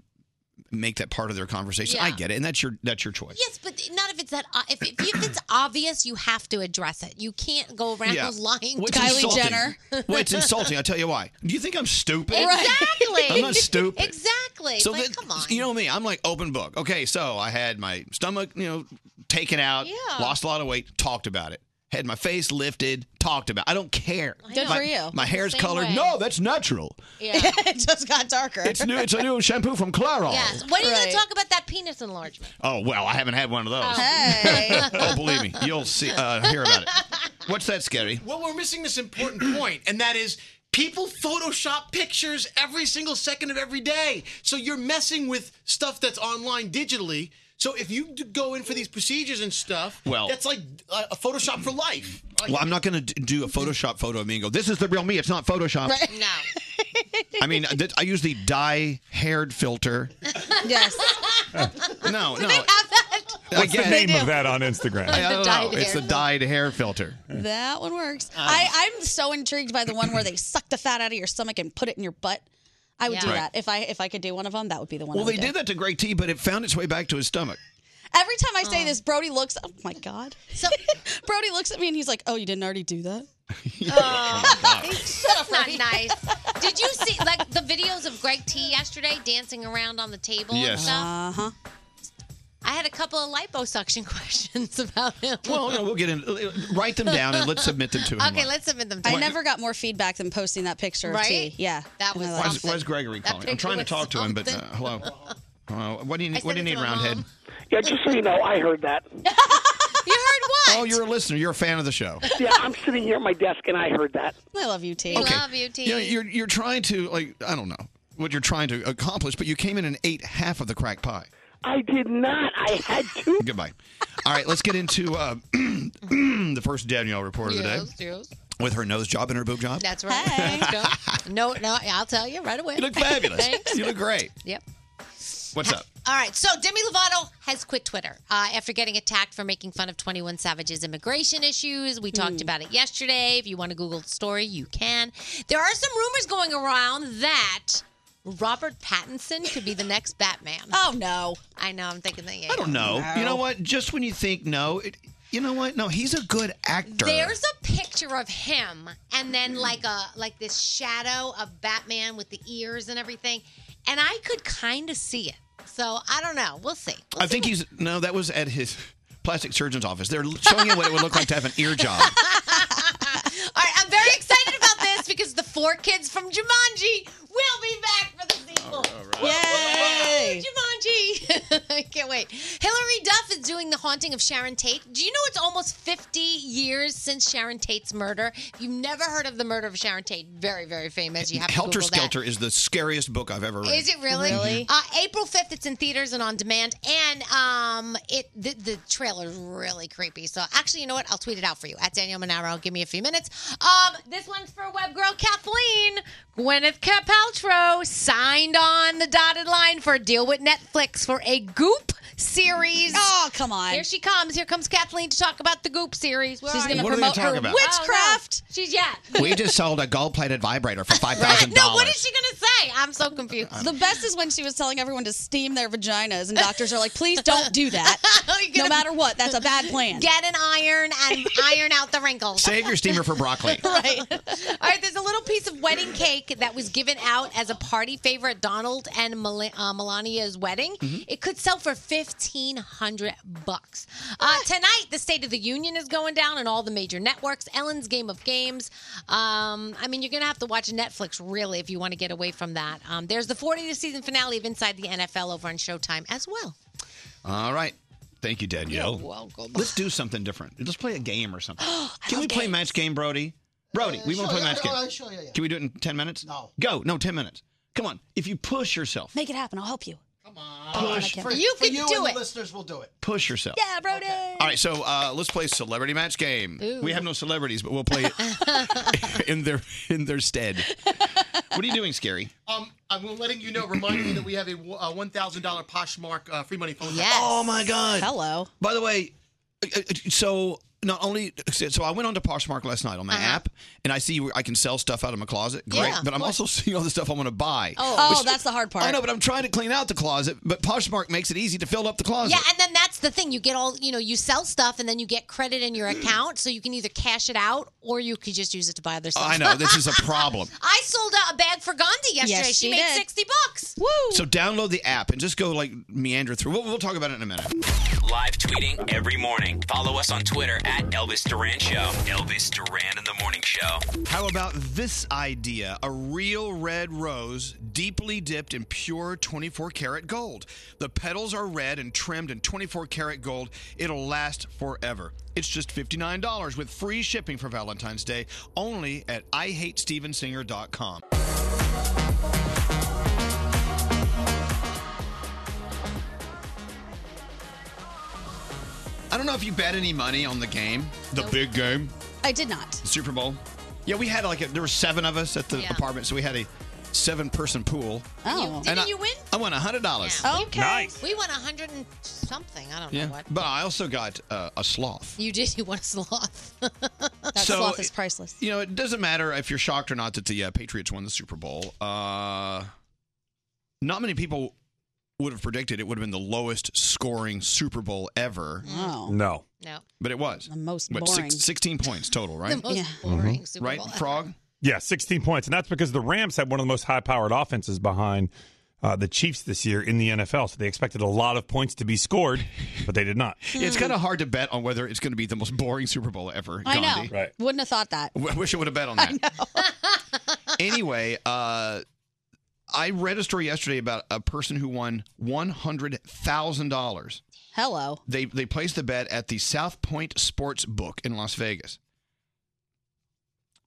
make that part of their conversation. I
Yeah.
get it, and that's your that's your choice.
Yes, but not if it's that. o- If, if, if it's obvious, you have to address it. You can't go around
Yeah.
lying.
Well,
to
it's insulting. (laughs) well, it's
(laughs)
insulting. I'll tell you why. Do you think I'm stupid?
Exactly.
I'm not
(laughs)
stupid.
Exactly.
So
like,
that-
come on.
You know me. I'm like open book. Okay, so I had my stomach, you know, taken out.
Yeah.
Lost a lot of weight. Talked about it. Had my face lifted. Talked about. It. I don't care.
I Good
my,
for you.
My hair's
Same
colored.
way.
No, that's natural.
Yeah.
(laughs) it just got darker.
It's new.
(laughs)
It's a new shampoo from Clairol.
Yes. When are you going
Right.
to talk about that penis enlargement?
Oh well, I haven't had one of those. (laughs) oh, believe me, you'll see. Uh, hear about it. What's that, scary?
Well, we're missing this important (clears throat) point, and that is people Photoshop pictures every single second of every day. So you're messing with stuff that's online digitally. So if you d- go in for these procedures and stuff,
Well-
that's like uh, a Photoshop for life. Like,
Well, I'm not going to do a Photoshop photo of me and go, this is the real me. It's not Photoshop.
No.
I mean, I did- I use the dye haired filter.
yes.
(laughs) No, no.
What's the
Again-
name of that on Instagram?
I, I
The
don't
dyed
know. It's
hair
the dyed hair filter.
That one works.
Oh.
I, I'm so intrigued by the one where they suck the fat out of your stomach and put it in your butt. I would
Yeah.
do
Right.
that if I if I could do one of them. That would be the one.
Well,
I would
they
do.
did that to Greg T, but it found its way back to his stomach.
Every time I say
Mm.
this, Brody looks. Oh my god!
(laughs)
Brody looks at me and he's like, "Oh, you didn't already
(laughs)
do that."
Oh,
Oh. (laughs) That's not nice. Did you see like the videos of Greg T yesterday dancing around on the table and
Yes.
stuff?
huh.
I had a couple of liposuction (laughs) questions about him.
Well, you know, we'll get in. uh, Write them down and let's submit them to him.
Okay, let's submit them. To
I
him.
never got more feedback than posting that picture of
Right?
T. Yeah,
That was
Why is, why is Gregory
That
calling? I'm
picture
trying to
was
talk to him, but uh,
something. (laughs)
hello. Hello. what do you
I
need? What
sent
do you need,
it to my
Roundhead?
mom.
Yeah, just so you know, I heard that.
Oh, you're a listener. You're a fan of the show.
Yeah, I'm sitting here at my desk and I heard that.
I love you, T.
Okay.
you,
You know, you're you're trying to like I don't know what you're trying to accomplish, but you came in and ate half of the crack pie.
I did not. I had to.
Goodbye. All right, let's get into uh, (clears throat) the first Danielle report of the day
Yes, yes.
with her nose job and her boob job.
That's right. Let's go. (laughs) No, no, I'll tell you right away.
You look fabulous.
Thanks.
you look great.
Yep.
What's up?
All right, so Demi Lovato has quit Twitter uh, after getting attacked for making fun of 21 Savage's immigration issues. We talked about it yesterday. If you want to Google the story, you can. There are some rumors going around that Robert Pattinson could be the next Batman.
Oh, no.
I know, I'm thinking that. Yeah,
I don't know. You know what? Just when you think no, it, you know what? No, he's a good actor.
There's a picture of him, and then like a like this shadow of Batman with the ears and everything, and I could kind of see it. So I don't know. We'll see.
I think he's no. That was at his plastic surgeon's office. They're showing him what it would look like to have an ear
(laughs)
job.
All right, I'm very excited about this because the four kids from Jumanji will be back for the sequel. Yay! Jumanji! (laughs) I can't wait. Hilary Duff is doing The Haunting of Sharon Tate. Do you know it's almost 50 years since Sharon Tate's murder? If you've never heard of the murder of Sharon Tate, very, very famous. You have to
Helter
Google that.
Skelter is the scariest book I've ever read.
Is it really? Uh, April 5th, it's in theaters and on demand. And um, it the, the trailer's really creepy. So actually, you know what? I'll tweet it out for you at Daniel Monaro. Give me a few minutes. Um, this one's for web girl Kathleen. Gwyneth Paltrow signed on the dotted line for a deal with Netflix for a Goop series.
Oh, come on.
Here she comes. Here comes Kathleen to talk about the Goop series. Where
She's
are
gonna
you?
What are they promote talking her about?
witchcraft. Oh, She's yeah.
(laughs) We just sold a gold-plated vibrator for five thousand
(laughs) No, what
dollars.
is she gonna say? I'm so confused.
The best is when she was telling everyone to steam their vaginas, and doctors are like, "Please don't
(laughs)
do that. no matter what, that's a bad plan."
Get an iron
(laughs)
and iron out the wrinkles.
Save your steamer for broccoli.
(laughs) right. All right. There's a little piece of wedding cake that was given out as a party favor at Donald and Mel- uh, Melania's wedding.
Mhm.
It could sell for fifteen hundred bucks. Uh, tonight, the State of the Union is going down on all the major networks. Ellen's Game of Games. Um, I mean, you're gonna have to watch Netflix really if you want to get away from that. Um, there's the 40th season finale of Inside the NFL over on Showtime as well.
All right. Thank you, Danielle.
You're welcome.
Let's do something different. Let's play a game or
(gasps)
something. Can
love
we play
games.
match game, Brody?
Uh,
Brody, we want to
sure,
play
yeah,
match
yeah,
game.
yeah, sure, yeah, yeah.
Can we do it in ten minutes? No. Go. No, ten minutes. Come on. If you push yourself,
Make it happen. I'll help you.
push,
For,
You
for
can
you
do
and
it.
The listeners will do it.
push yourself.
Yeah, Brody.
All right, so uh, let's play celebrity match game.
Ooh.
We have no celebrities, but we'll play it
(laughs)
in their in their stead. What are you doing, Scary?
Um, I'm letting you know, reminding you that we have a, uh, w- a $1,000 Poshmark uh, free money phone. tap.
Oh my God.
Hello.
By the way, uh, uh, so not only so I went on to Poshmark last night on my app, and I see where I can sell stuff out of my closet. Great,
Uh-huh. Yeah.
but I'm
What?
also (laughs) seeing all the stuff I want to buy.
Oh,
Which-
that's the hard part.
I know, but I'm trying to clean out the closet. But Poshmark makes it easy to fill up the closet.
Yeah, and then that's the thing. You get all, you know, you sell stuff and then you get credit
(clears throat)
in your account, so you can either cash it out or you could just use it to buy other stuff.
I know this is a
(laughs)
problem.
(laughs) I sold out a bag for Gandhi yesterday.
Yes,
she,
she
made
did.
60 bucks. Woo!
So download the app and just go like meander through. We'll, we'll talk about it in a minute.
Live tweeting every morning. Follow us on Twitter at Elvis Duran Show. Elvis Duran in the Morning Show.
How about this idea? A real red rose deeply dipped in pure 24 karat gold. The petals are red and trimmed in 24 karat gold. It'll last forever. It's just $59 with free shipping for Valentine's Day only at IHateStevensinger.com.
I don't know if you bet any money on the game.
The big game.
I did not.
The Super Bowl. Yeah, we had like a, there were seven of us at the
Yeah.
apartment, so we had a seven-person pool.
Oh. You-
and
didn't
I,
you win?
I won hundred dollars.
We won a hundred and something. I don't know
Yeah,
what.
but I also got uh, a sloth.
You did. You won
(laughs)
a sloth.
(laughs)
Oh, that
So- sloth is
(laughs)
priceless.
You know, it doesn't matter if you're shocked or not that the uh, Patriots won the Super Bowl. Uh, not many people would have predicted it would have been the lowest scoring Super Bowl ever.
Wow.
No,
No.
but it was
the most
But
boring.
Sixteen points total, right? Mm-hmm.
most Yeah.
boring Super
right,
Bowl
Frog.
Yeah, 16 points. And that's because the Rams had one of the most high powered offenses behind uh, the Chiefs this year in the NFL. So they expected a lot of points to be scored, but they did not.
(laughs) It's kind of hard to bet on whether it's going to be the most boring Super Bowl (clears throat) ever.
I know.
Gandhi.
Wouldn't have thought that.
I wish I would have bet on that.
(laughs)
anyway, uh, I read a story yesterday about a person who won one hundred thousand dollars.
Hello.
They they placed the bet at the South Point Sports Book in Las Vegas.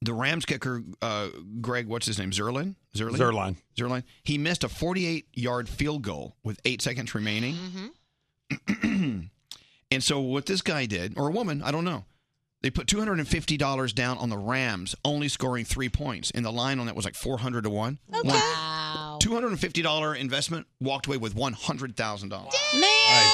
The Rams kicker, uh, Greg, what's his name? Zerline? Zerline?
Zerline.
Zerline. He missed a 48 yard field goal with eight seconds remaining.
Mm-hmm.
(clears throat) and so, what this guy did, or a woman, I don't know, they put $250 down on the Rams, only scoring three points. And the line on that was like 400 to 1. Okay.
Wow.
$250 investment walked away with $100,000.
Man,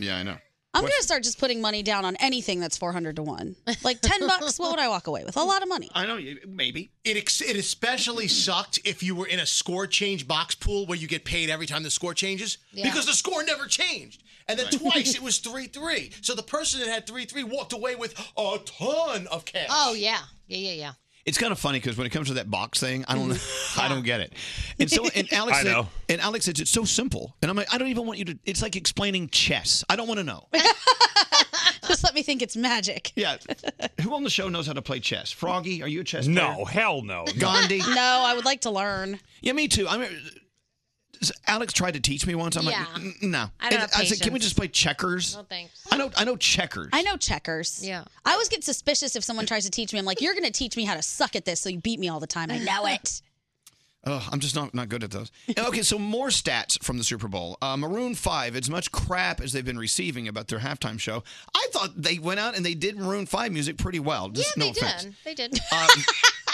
Yeah, I know.
I'm
What-
gonna start just putting money down on anything that's 400 to one. Like (laughs)
(laughs)
10 bucks. What would I walk away with? A lot (laughs) of money.
I know, maybe.
It, ex- it especially sucked if you were in a score change box pool where you get paid every time the score changes
Yeah.
because the score never changed. And then
Right. (laughs)
twice it was 3 3. So the person that had 3 3 walked away with a ton of cash.
Oh yeah, yeah, yeah, yeah.
It's kind of funny because when it comes to that box thing, I don't, I don't get it. And so, and
(laughs)
Alex,
I
said,
know.
and Alex says it's so simple, and I'm like, I don't even want you to. It's like explaining chess. I don't want to know.
Just let me think it's magic.
Yeah, who on the show knows how to play chess? Froggy, are you a chess?
No,
player?
hell no.
Gandhi.
(laughs) no, I would like to learn.
Yeah, me too. I mean, Alex tried to teach me once. I'm
Yeah.
like, "N- no.
I
And
don't have
I said, can we
patience."
just play checkers?
No, thanks.
I know, I know checkers.
I know checkers. Yeah. I always get suspicious if someone tries to teach me. I'm like, you're going to teach me how to suck at this, so you beat me all the time.
(laughs)
I know it.
Ugh, I'm just not, not good at those.
(laughs)
okay, so more stats from the Super Bowl. Uh, Maroon 5, as much crap as they've been receiving about their halftime show, I thought they went out and they did Maroon 5 music pretty well. Just no
they (laughs)
offense.
did. They did.
Uh,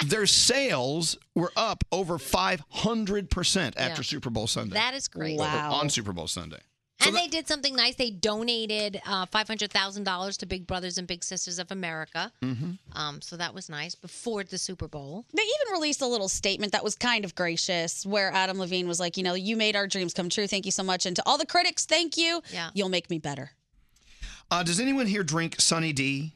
their sales were up over 500% after
Yeah.
Super Bowl Sunday.
That is great.
Or
Wow.
On Super Bowl Sunday.
and they did something nice. They donated uh, five hundred thousand dollars to Big Brothers and Big Sisters of America.
Mm-hmm.
Um, so that was nice before the Super Bowl.
They even released a little statement that was kind of gracious where Adam Levine was like, you know, you made our dreams come true. Thank you so much. And to all the critics, thank you. Yeah. You'll make me better.
Uh, does anyone here drink Sunny D?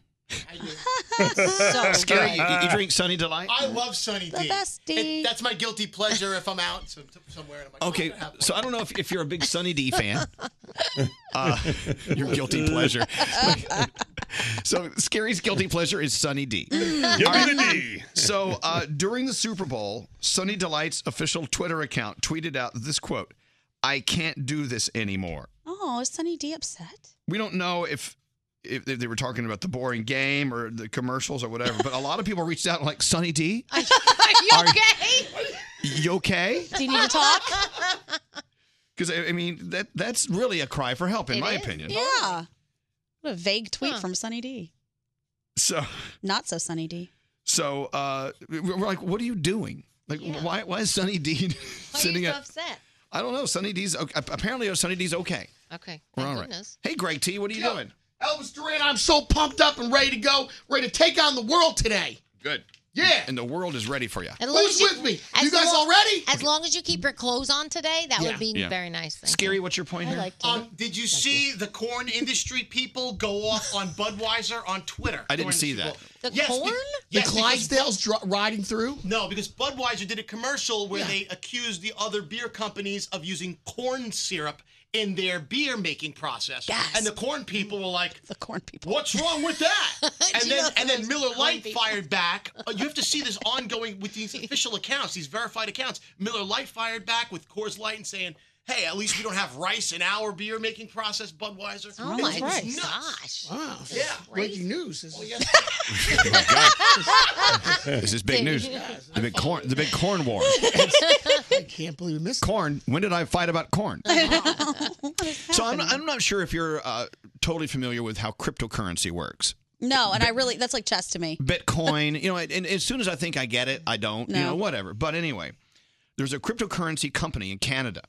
(laughs)
So
Scary.
good.
You, you drink Sunny Delight?
I love Sunny
The
D.
best D.
It- that's my guilty pleasure if I'm out some,
(laughs)
somewhere and I'm like,
Okay, so I don't know if, if you're a big Sunny D fan. (laughs) Uh, your guilty pleasure. (laughs) so Scary's guilty pleasure is Sunny D.
Mm.
All
Give me the
So uh, during the Super Bowl, Sunny Delight's official Twitter account tweeted out this quote: "I can't do this anymore."
Oh, is Sunny D upset?
We don't know if. If if they were talking about the boring game or the commercials or whatever, but a lot of people reached out and like, Sunny
(laughs)
D,
Are
you okay? you okay?
Do you need
(laughs)
to talk?
Because I I mean, that that's really a cry for help, in
It
my
is.
opinion.
Yeah. Oh. What a vague tweet from Sunny D.
So,
Not so Sunny D.
so uh, we're we're like, what are you doing? Like, why why is Sunny D (laughs) sitting up?
upset?
I don't know. Sunny D's okay. apparently Sunny D's okay.
Okay.
We're
thank
all right.
goodness.
Hey, Greg T, what are you doing?
Elvis Duran, I'm so pumped up and ready to go, ready to take on the world today.
Good. Yeah. And the world is ready for you.
As long as you-
with me?
as
You guys
long-
all ready?
As long as you keep your clothes on today, that
Yeah.
would be
Yeah.
very nice. Thing.
Scary. What's your
(laughs)
point here?
Um, did you see the corn industry people go off on Budweiser on Twitter?
I didn't
during
see
Super
that.
Bowl?
The
be-
corn?
The
Clydesdales riding through? No, because Budweiser did a commercial where they accused the other beer companies of using corn syrup in their beer making process. And the corn people were like,
"The corn people,
what's wrong with that?" and then and then Miller Lite
people.
fired back. Uh, You have to see this ongoing with these official accounts, these verified accounts. Miller Lite fired back with Coors Light and saying. Hey, at least we don't have rice in our beer making process, Budweiser.
Oh
It
my
was
Christ.
nuts.
Wow.
Yeah.
Breaking
news. Is
(laughs)
(laughs)
This is big
(laughs)
news.
Yes,
The big corn. The big corn war.
(laughs)
(laughs)
I can't believe we missed (laughs)
Corn. When did I fight about corn?
it.
So I'm, I'm not sure if you're uh, totally familiar with how cryptocurrency works.
No, and I really, that's like chess
(laughs)
to me.
Bitcoin, you know, and, and as soon as I think I get it, I don't, you
No.
know, whatever. But anyway, there's a cryptocurrency company in Canada.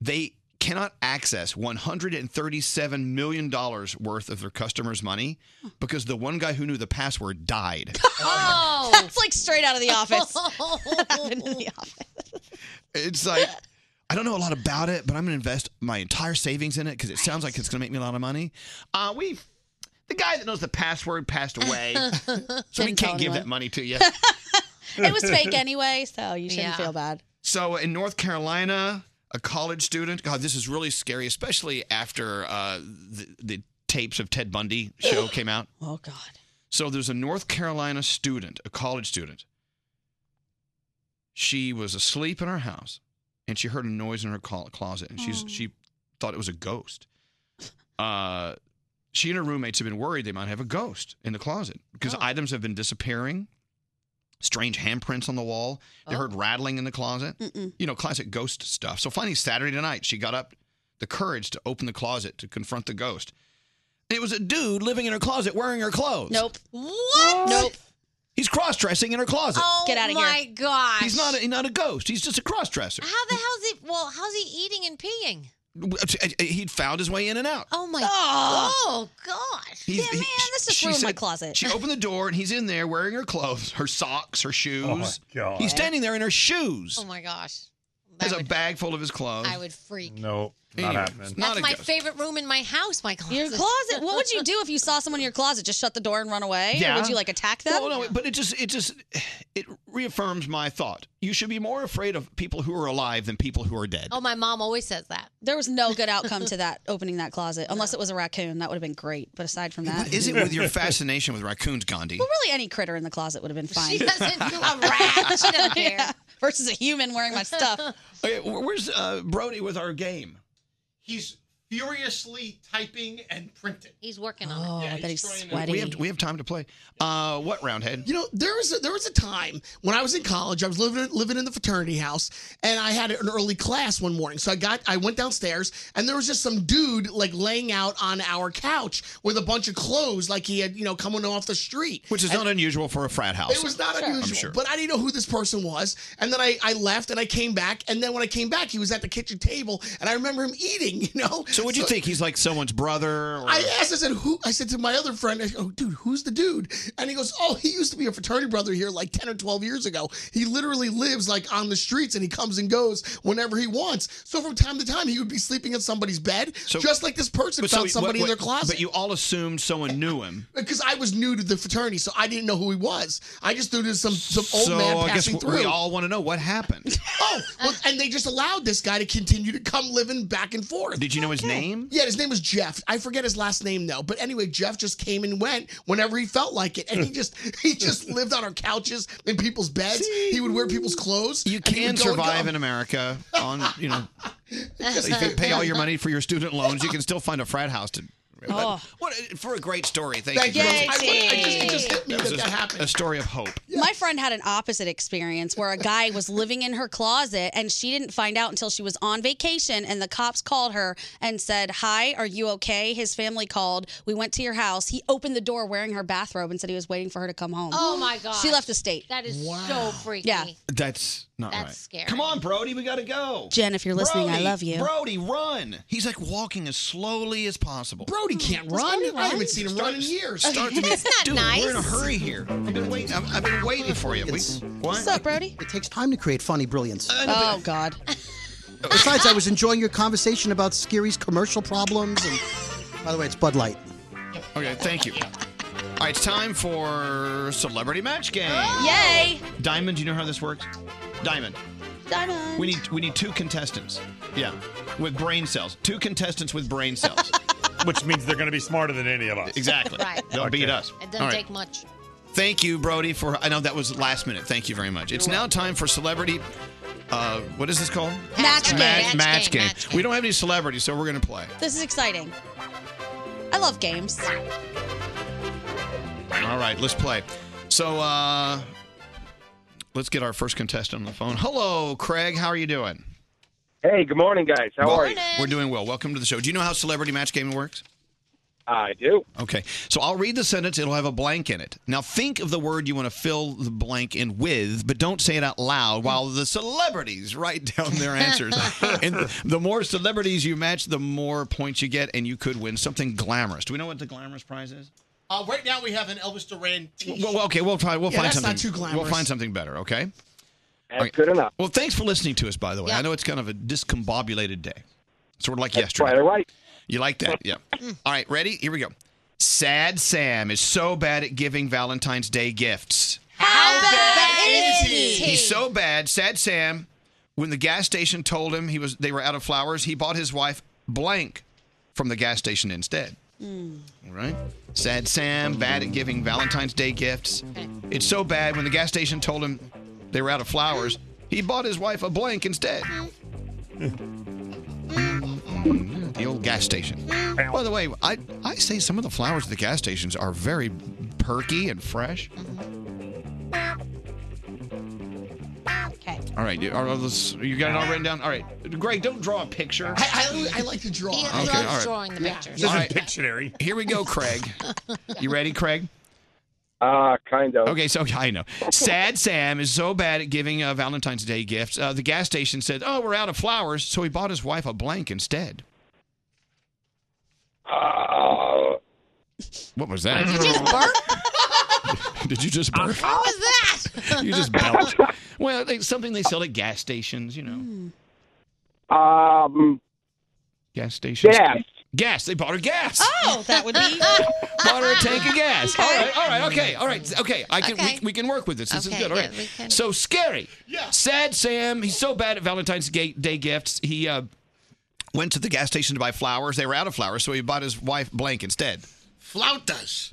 They cannot access $137 million worth of their customers' money because the one guy who knew the password
(laughs)
died.
Oh. That's like straight out of the office. That happened in the
(laughs)
(laughs)
office.
It's like I don't know a lot about it, but I'm gonna invest my entire savings in it because it sounds like it's gonna make me a lot of money. Uh, we, the guy that knows the password passed
(laughs)
away, so we
Didn't tell
can't give
anyone.
that money to
(laughs)
you.
It was fake anyway, so you shouldn't
Yeah.
feel bad.
So in North Carolina, a college student. God, this is really scary, especially after uh, the, the tapes of Ted Bundy
(laughs)
show came out.
Oh God.
So there's a North Carolina student, a college student. She was asleep in her house, and she heard a noise in her clo- closet, and she's
Oh.
she thought it was a
(laughs)
ghost. Uh, she and her roommates have been worried they might have a ghost in the closet
Oh.
because items have been disappearing. Strange handprints on the wall.
Oh.
They heard rattling in the closet. You know, classic ghost stuff. So finally, Saturday night, she got up the courage to open the closet to confront the ghost. It was a dude living in her closet wearing her clothes.
Nope.
What?
Nope. He's cross dressing in her closet.
Oh, Get outta here. my gosh.
He's not a, he's not a ghost. He's just a cross dresser.
How the hell's he? Well, how's he eating and peeing?
He'd found his way in and out.
Oh my!
Oh.
Oh, gosh.
He's,
yeah, man,
this
she said- She opened the door and he's in there wearing her clothes, her socks, her shoes.
Oh, my
God.
He's standing there in her shoes.
Oh my gosh!
has a bag full of his clothes.
I would freak.
No,
not happening.
That's my favorite room in my house. My closet.
Your closet. What would you do if you saw someone in your closet? Just shut the door and run away? Or would you like attack them?
Well, no, but it just it just it reaffirms my thought. You should be more afraid of people who are alive than people who are dead.
Oh,
my mom always says that.
There was no good outcome to that opening that closet, unless it was a raccoon. That would have been great. But aside from that,
What is it with (laughs)
(laughs)
your fascination with raccoons, Gandhi?
Well, really, any critter in the closet would have been fine.
She (laughs) doesn't-
a rat. She
(laughs)
doesn't care.
Versus a human wearing my stuff.
Okay, wh- where's uh, Brody with our game?
He's furiously typing and printing.
He's working
on it.
Oh, I bet he's
We have we have time to play. Uh, what roundhead?
You know, there was a, there was a time when I was in college. I was living living in the fraternity house, and I had an early class one morning. So I got I went downstairs, and there was just some dude like laying out on our couch with a bunch of clothes, like he had you know coming off the street,
Which is
And-
not unusual for a frat house.
It was not
I'm
unusual,
sure.
but I didn't know who this person was. And then I, I left and I came back. And then when I came back, he was at the kitchen table, and I remember him eating. (laughs) You know.
so what'd you think? He's like someone's brother? Or...
I asked, I said, who? I said to my other friend, I said, oh, dude, who's the dude? And he goes, oh, he used to be a fraternity brother here like 10 or 12 years ago. He literally lives like on the streets and he comes and goes whenever he wants. So from time to time, he would be sleeping in somebody's bed, just like this person
But so
found
he-
somebody
what-
in their
what-
closet.
But you all assumed someone knew him.
because I was new to the fraternity, so I didn't know who he was. I just knew there was some, some old
so
man
I guess
passing
w-
through.
we all want to know what happened.
oh, well, and they just allowed this guy to continue to come living back and forth.
Did you know his name?
(laughs) Yeah, his name was Jeff. I forget his last name though. But anyway, Jeff just came and went whenever he felt like it, and he just (laughs)
(laughs)
he just lived on our couches in people's beds. He would wear people's clothes. You
Can survive in America on you know. (laughs) if you pay all your
(laughs)
money for your student loans, you can still find a frat house to.
Oh.
What a, for a great story! Thank,
Thank
you.
you. Yay, I- I just- it just hit me
was
that
a-
that happened.
A story of hope.
My friend had an opposite experience where a guy was living in her closet and she didn't find out until she was on vacation and the cops called her and said, "Hi, are you okay?" His family called. We went to your house. He opened the door wearing her bathrobe and said he was waiting for her to come home.
Oh my gosh.
She left the state.
That is so freaky.
Yeah.
That's not
That's
right.
scary.
Come on, Brody, we gotta go.
Jen, if you're listening, I
Brody,
love you.
Brody, run! He's like walking as slowly as possible.
Hmm.
Brody can't run. I haven't seen him run in years.
Start to
(laughs)
be- Dude, We're in a hurry here. I've been waiting. I've, I've been waiting for you. We, what? Uh,
What's up, Brody?
It takes time to create funny brilliance.
Oh
(laughs)
God.
Besides, I was enjoying your conversation about Scary's commercial problems. And by the way, it's Bud Light.
Okay, thank you. All right, it's time for celebrity match game.
Yay!
Diamond, do you know how this works? Diamond.
Diamond.
We need we need two contestants. Yeah, with brain cells. Two contestants with brain cells.
Which means they're going to be smarter than any of us.
Exactly.
Right.
They'll beat us.
It
All
doesn't
right.
take much.
Thank you, Brody, for I know that was last minute. Thank you very much. It's now time for celebrity. Uh, what is this called?
Match
Match,
game. Match
match
game,
game.
match
We don't have any celebrities, so we're gonna play.
This is exciting. I love games.
All right, let's play. So uh, let's get our first contestant on the phone. Hello, Craig. How are you doing?
Hey, good morning, guys. How are you?
We're doing well. Welcome to the show. Do you know how celebrity match game works?
I do.
Okay. So I'll read the sentence. It'll have a blank in it. Now think of the word you want to fill the blank in with, but don't say it out loud while the celebrities write down their
(laughs)
answers. and the more celebrities you match, the more points you get, and you could win something glamorous. Do we know what the glamorous prize is?
Uh, right now, we have an Elvis Duran t
Well, well, okay, we'll try. We'll
Yeah,
find
that's
something.
not too glamorous.
We'll find something better. Okay. That's
good enough.
Well, thanks for listening to us. By the way, I know it's kind of a discombobulated day, sort of like yesterday.
quite all right. Hmm.
You like that?
(laughs)
Yeah. all right, ready? Here we go. Sad Sam is so bad at giving Valentine's Day gifts. He's so bad. Sad Sam. When the gas station told him he was they were out of flowers, he bought his wife blank from the gas station instead. All right. Sad Sam, bad at giving Valentine's Day gifts. It's so bad when the gas station told him they were out of flowers, he bought his wife a blank instead. Mm, the old gas station. By the way, I, I say some of the flowers at the gas stations are very perky and fresh.
Okay.
All right, you, are those- you got it all written down? All right. Greg, don't draw a picture.
I, I, I like to draw.
Okay, loves all right. drawing
the pictures.
All right.
Dictionary.
Here we go, Craig. You ready, Craig?
Uh, kind of.
Okay, so I know. Sad Sam is so bad at giving uh, Valentine's Day gifts. Uh, the gas station said, "Oh, we're out of flowers," so he bought his wife a blank instead.
Uh,
What was that? Did you just burp? (laughs) Did you just burp?
Uh-huh.
What was that?
You just belched. Well, they, something they sell at gas stations, you know.
Um,
gas station.
Gas.
Gas. They bought her gas.
Oh, that would be.
(laughs) Bought her a tank of gas. All right, all right, okay, all right, okay. I can We, we can work with this. This
Okay,
is good. All
yeah,
right.
we can-
So scary. Yeah. Sad Sam. He's so bad at Valentine's Ga- Day gifts. He uh, went to the gas station to buy flowers. They were out of flowers, so he bought his wife blank instead.
flautas.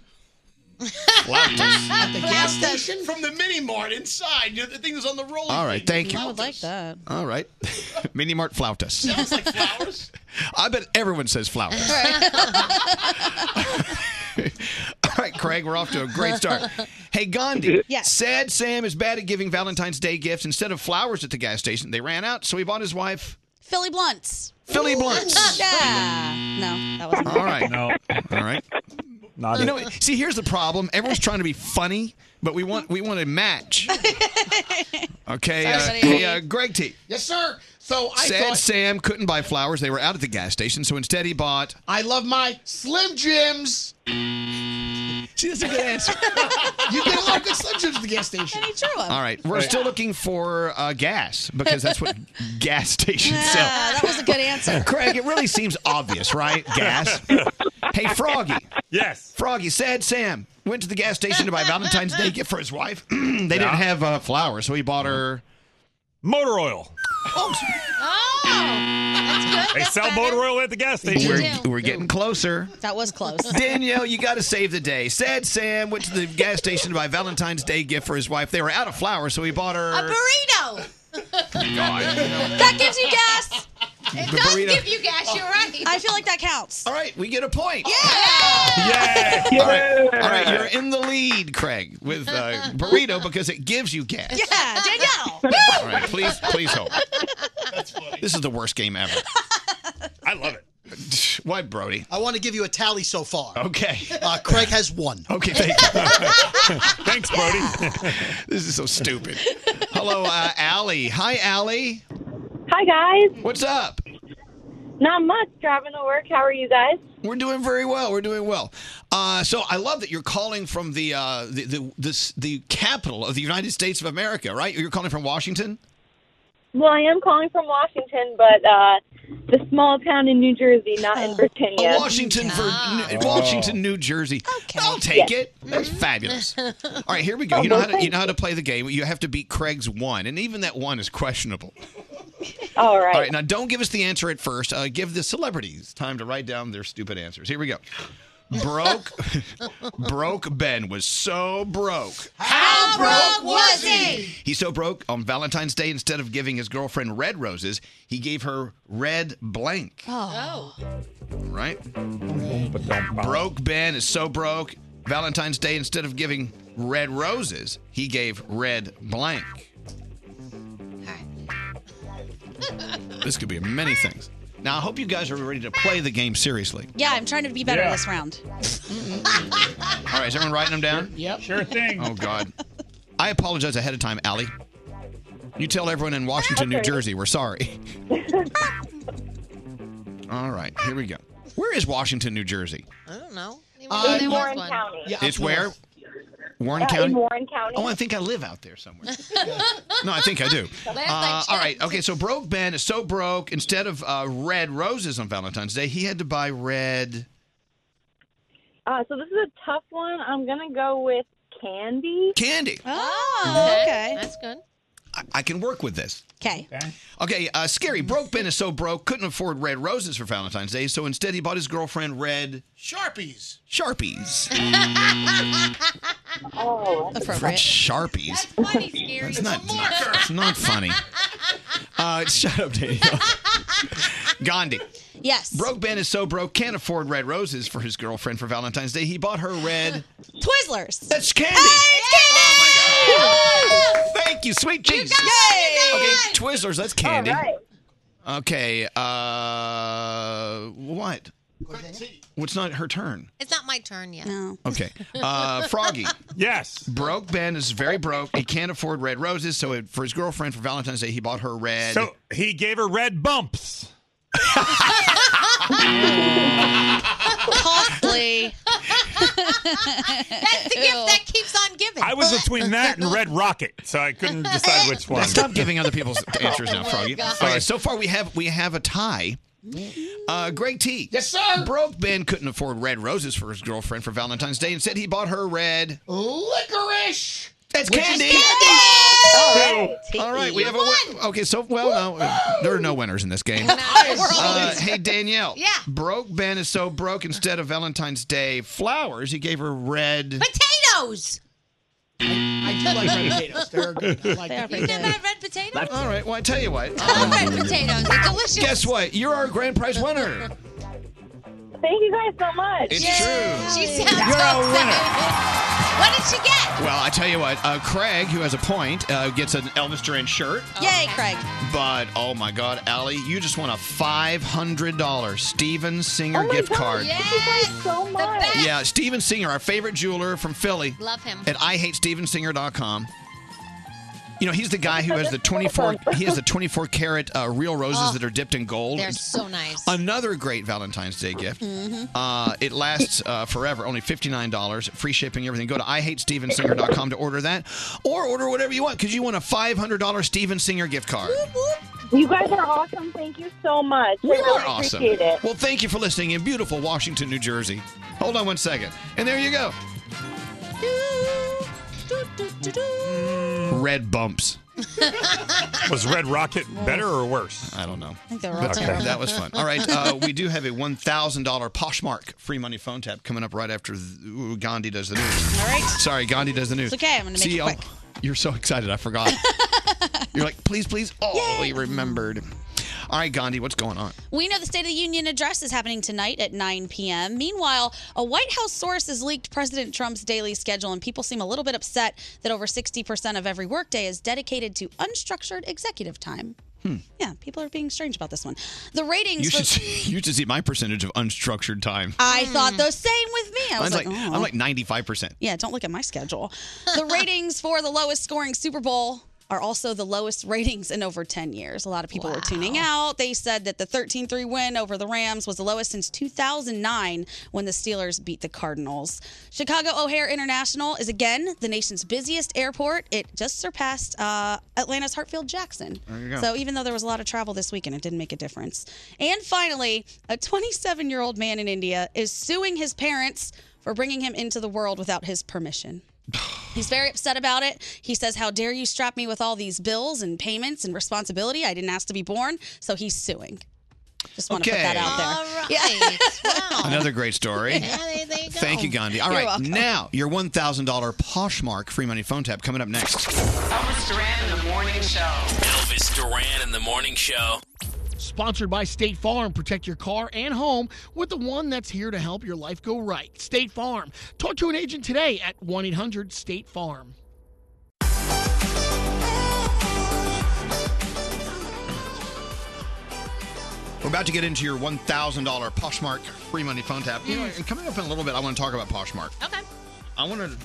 Flautas.
At the gas station? From the mini mart inside. You know, the thing was on the roller.
All right, thank you. I would
like that.
All right. (laughs) Mini Mart flautas. Sounds like flowers. (laughs) I bet everyone says flowers. (laughs) All right, Craig, we're off to a great start. Hey,
(laughs)
Gandhi.
Yes.
Sad Sam is bad at giving Valentine's Day gifts. Instead of flowers at the gas station, they ran out, so he bought his wife.
(laughs) Philly Blunts.
Philly Blunts.
(laughs) yeah. No, that wasn't.
All right. No. All right. you know, see, here's the problem. Everyone's trying to be funny, but we want we want to
(laughs)
match. Okay, uh,
Sorry, buddy.
hey, uh, Greg T.
Yes, sir. So I
Sad
thought
Sam couldn't buy flowers. They were out at the gas station, so instead he bought.
I love my Slim Jims.
See, that's a good answer.
(laughs) you get a lot of good Slim Jims at the gas station.
And he drew
All right, we're still looking for uh, gas because that's
(laughs)
what gas stations
Yeah,
sell.
that was a good answer.
(laughs) Craig, it really seems obvious, right? Gas. Hey, Froggy.
Yes.
Froggy, sad Sam went to the gas station to buy Valentine's Day gift for his wife. they didn't
Yeah.
have uh, flowers, so he bought her
(clears throat) motor oil. They sell motor oil at the gas station.
We're, we're getting closer.
That was close.
Danielle, you got to save the day. Sad Sam went to the gas station to buy Valentine's Day gift for his wife. They were out of flowers, so he bought her
(laughs) A burrito.
That gives you gas.
It
The
does
burrito.
give you gas. You're right.
I feel like that counts. All
right, we get a point.
Yeah.
All right. All right, you're in the lead, Craig, with uh, burrito because it gives you gas.
Yeah, Danielle.
(laughs) All right, please, please hold. This is the worst game ever. (laughs)
I love
it. Why, Brody?
I want to give you a tally so far.
Okay.
Uh, Craig has one.
Okay, thank
(laughs)
you. Thanks, Brody. this is so stupid. (laughs) Hello, uh, Allie. Hi, Allie.
Hi, guys.
What's up?
Not much. Driving to work. How are you guys?
We're doing very well. We're doing well. Uh, so I love that you're calling from the, uh, the the this the capital of the United States of America, right? You're calling from Washington. Oh,
Well, I am calling from Washington, but uh, the small town in New Jersey, not in Virginia.
Oh, Washington, Vir- N- Washington, New Jersey. I'll take it. That's
Mm-hmm.
fabulous. All right, here we go.
Oh,
You know
well,
how to, you know how to play the game. You have to beat Craig's one, and even that one is questionable.
All right.
All right, now don't give us the answer at first. Uh, give the celebrities time to write down their stupid answers. Here we go. Broke, (laughs) broke. Ben was so broke.
How broke
was he? He's so broke on Valentine's Day. Instead of giving his girlfriend red roses, he gave her red blank.
Oh.
right? Broke Ben is so broke. Valentine's Day, instead of giving red roses, he gave red blank. This could be many things. Now, I hope you guys are ready to play the game seriously.
Yeah, I'm trying to be better
Yeah.
this round.
All right, is everyone writing them down? Yep. Sure thing. Oh, God. I apologize ahead of time, Allie. You tell everyone in Washington, New
Okay.
Jersey, we're sorry. All right, here we go. Where is Washington, New Jersey?
I don't know.
Uh,
There was
Warren
one.
County.
it's where? Warren
Uh,
Yeah, in
County?
Warren County.
Oh, I think I live out there
Oh.
somewhere. No, I think I do.
Last I
Uh, all
checked.
right. Okay. So broke Ben is so broke. Instead of uh, red roses on Valentine's Day, he had to buy red.
Uh, so this is a tough one. I'm gonna go with candy.
Candy.
Oh, okay.
That's good.
I, I can work with this.
Okay.
Okay. Uh, scary. Broke Ben is so broke, couldn't afford red roses for Valentine's Day, so instead he bought his girlfriend red
Sharpies.
sharpies.
Oh,
Red sharpies. That's
funny,
scary. It's not, it's not funny. Uh, shut up, Daniel. (laughs) Gandhi.
Yes.
Broke Ben is so broke, can't afford red roses for his girlfriend for Valentine's Day. He bought her red.
Twizzlers.
That's candy. (gasps) Oh, Thank you, sweet Jesus. Okay, Twizzlers, that's candy. Okay, uh, what? What's not her turn?
It's not my turn yet.
No.
(laughs)
Okay.
(laughs)
Uh, Froggy.
Yes.
Broke Ben is very broke. He can't afford red roses, so it, for his girlfriend for Valentine's Day, he bought her red.
So he gave her red bumps.
(laughs)
Costly.
That's the gift that keeps on giving.
I was between that and Red Rocket, so I couldn't decide
(laughs)
which one.
Stop giving other people's answers now,
(laughs) Oh my
Froggy.
God.
Okay, so far we have we have a tie. Uh, Greg T. Yes,
sir.
Broke Ben couldn't afford red roses for his girlfriend for Valentine's Day. Instead, he bought her red.
Licorice.
That's
Which is
candy.
candy.
All
Yay!
right. All right, we
You
have a win. Okay, so well, no, there are no winners in this game.
No.
Uh, hey Danielle.
Yeah.
Broke Ben is so broke. Instead of Valentine's Day flowers, he gave her red.
Potatoes.
I do like red potatoes. They're good. I like
You've
them.
never had red potatoes?
All right. Well, I tell you what.
I love red potatoes. They're delicious.
Guess what? You're our grand prize winner.
Thank you guys so much.
It's true.
She sounds
You're a
so excited. What did she get?
Well, I tell you what, uh, Craig, who has a point, uh, gets an Elvis Duran shirt.
Yay, Craig.
But oh my God, Allie, you just won a five hundred dollar Steven Singer gift card.
Oh Yes. so much.
Yeah, Steven Singer, our favorite jeweler from Philly.
Love him.
At IHateStevenSinger.com. You know, he's the guy who has the
(laughs)
24 he has the 24 karat uh, real roses
Oh,
that are dipped in gold.
They're so nice.
Another great Valentine's Day gift.
Mm-hmm. (laughs)
Mhm.
Uh, it lasts uh, forever, only $59, free shipping, everything. Go to IHateStevenSinger.com to order that or order whatever you want because you want a $500 Steven Singer gift card.
You guys are awesome. Thank you so much. I
You
really
are awesome.
appreciate it.
Well, thank you for listening in beautiful Washington, New Jersey. Hold on one second. And there you go. Red bumps.
Was Red Rocket better or worse?
I don't know. I
think
they
they're
But That was fun. All right, uh, we do have a one thousand dollar Poshmark free money phone tap coming up right after th- Gandhi does the news. All
right.
Sorry, Gandhi does the news.
It's okay, I'm gonna make it
See, oh,
quick.
You're so excited. I
(laughs)
forgot. you're like, please, please. Oh, we remembered. All right, Gandhi, what's going on?
We know the State of the Union address is happening tonight at 9 p.m. Meanwhile, a White House source has leaked President Trump's daily schedule, and people seem a little bit upset that over 60% of every workday is dedicated to unstructured executive time. Yeah, people are being strange about this one. The ratings.
Hmm. You
for-
should
(laughs)
see- (laughs) you should see my percentage of unstructured time.
I thought the same with me. I was
Mine's like,
oh.
I'm like ninety five
(laughs)
percent.
Yeah, don't look at my schedule. The ratings for the lowest scoring Super Bowl are also the lowest ratings in over 10 years. A lot of people were tuning out. They said that the 13 3 win over the Rams was the lowest since 2009 when the Steelers beat the Cardinals. Chicago O'Hare International is again the nation's busiest airport. It just surpassed uh, Atlanta's Hartfield Jackson.
There you go.
So even though there was a lot of travel this weekend, it didn't make a difference. And finally, a 27 year old man in India is suing his parents for bringing him into the world without his
(sighs)
permission. He's very upset about it. He says, How dare you strap me with all these bills and payments and responsibility? I didn't ask to be born. So he's suing. Just want to put that
Okay.
out there. Oh.
Another great
(laughs)
story. Thank you, Gandhi. All
You're
right,
welcome.
now your one thousand dollar Poshmark free money phone tap coming up next.
Elvis Duran in the morning show. Elvis Duran in the morning show.
Sponsored by State Farm. Protect your car and home with the one that's here to help your life go right. State Farm. Talk to an agent today at 1 800 State Farm.
We're about to get into your $1,000 Poshmark free money phone tap. You know,
Mm.
and coming up in a little bit, I want to talk about Poshmark.
Okay.
I want to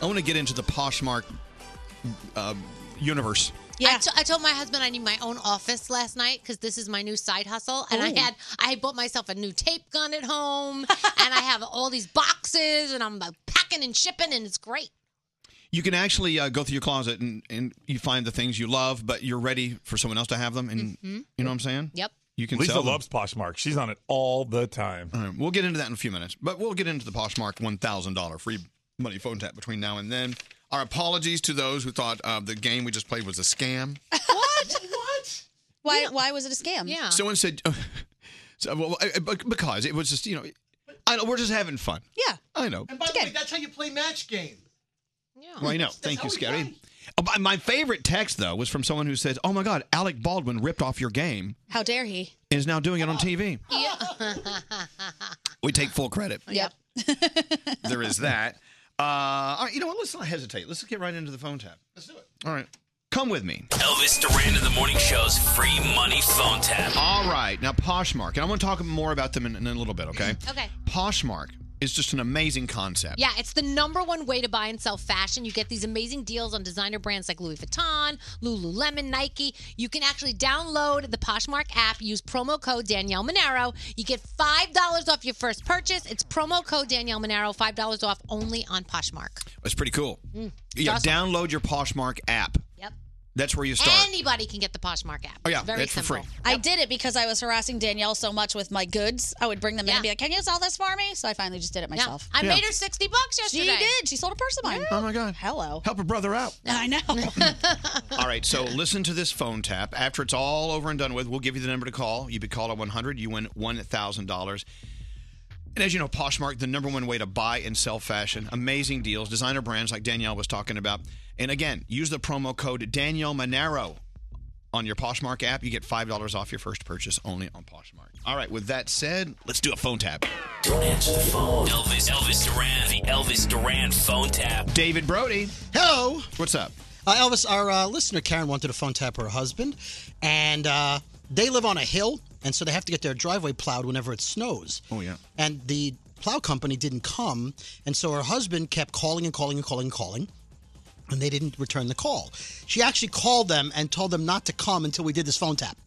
I want to get into the Poshmark uh, universe.
Yeah. I, t- I told my husband I need my own office last night because this is my new side hustle, and
Ooh.
I had I had bought myself a new tape gun at home, (laughs) and I have all these boxes, and I'm uh, packing and shipping, and it's great.
You can actually uh, go through your closet and, and you find the things you love, but you're ready for someone else to have them. And
Mm-hmm.
Mhm.
you know what I'm saying?
Yep.
You can
Lisa
sell them.
loves Poshmark. She's on it all the time.
All right, we'll get into that in a few minutes, but we'll get into the Poshmark $1,000 free money phone tap between now and then. Our apologies to those who thought uh, the game we just played was a scam.
(laughs) What? what? Why? Why was it a scam? Yeah.
Someone said, (laughs) so, well, I- I- because it was just, you know, I know, we're just having fun.
Yeah.
I know.
And by the way, that's how you play match game. Yeah.
Well, I know. Thank you, Scary. Oh, my- My favorite text, though, was from someone who said, Oh my God, Alec Baldwin ripped off your game
How dare he?
and is now doing it on TV.
(laughs)
Yeah.
We take full credit.
yep.
There is that. Uh, all right, you know what? Let's not hesitate. Let's get right into the phone tap. Let's do it. All right. Come with me.
Elvis Duran in the Morning Show's free money phone tap.
All right. Now, Poshmark. And I want to talk more about them in, in a little bit, okay?
Okay.
Poshmark is just an amazing concept.
Yeah, it's the number one way to buy and sell fashion. You get these amazing deals on designer brands like Louis Vuitton, Lululemon, Nike. You can actually download the Poshmark app, use promo code Danielle Monero. You get $5 off your first purchase. It's promo code Danielle Monero, $5 off only on Poshmark.
It's pretty cool.
Mm, it's
Yeah,
awesome.
download your Poshmark app.
Yep.
That's where you start.
Anybody can get the Poshmark app.
Oh, yeah,
It's very
that's for
simple.
free.
I did it because I was harassing Danielle so much with my goods. I would bring them in and be like, "Can you sell this for me?" So I finally just did it myself.
I made her 60 bucks
She
yesterday.
did. She sold a purse of mine.
Oh my god.
Hello.
Help a brother out.
(laughs) I know.
All right, so listen to this phone tap. After it's all over and done with, we'll give you the number to call. You be called at 100, you win $1,000. And as you know, Poshmark, the number one way to buy and sell fashion, amazing deals, designer brands like Danielle was talking about. And again, use the promo code Danielle Monero on your Poshmark app. You get $5 off your first purchase only on Poshmark. All right, with that said, let's do a phone tap.
Don't answer the phone. Elvis, Elvis Duran, the Elvis Duran phone tap.
David Brody.
Hello.
What's up?
Uh, Elvis, our uh, listener Karen wanted to phone tap her husband, and uh, they live on a hill, and so they have to get their driveway plowed whenever it snows.
Oh, yeah.
And the plow company didn't come, and so her husband kept calling and calling and calling and calling, and they didn't return the call. She actually called them and told them not to come until we did this phone tap.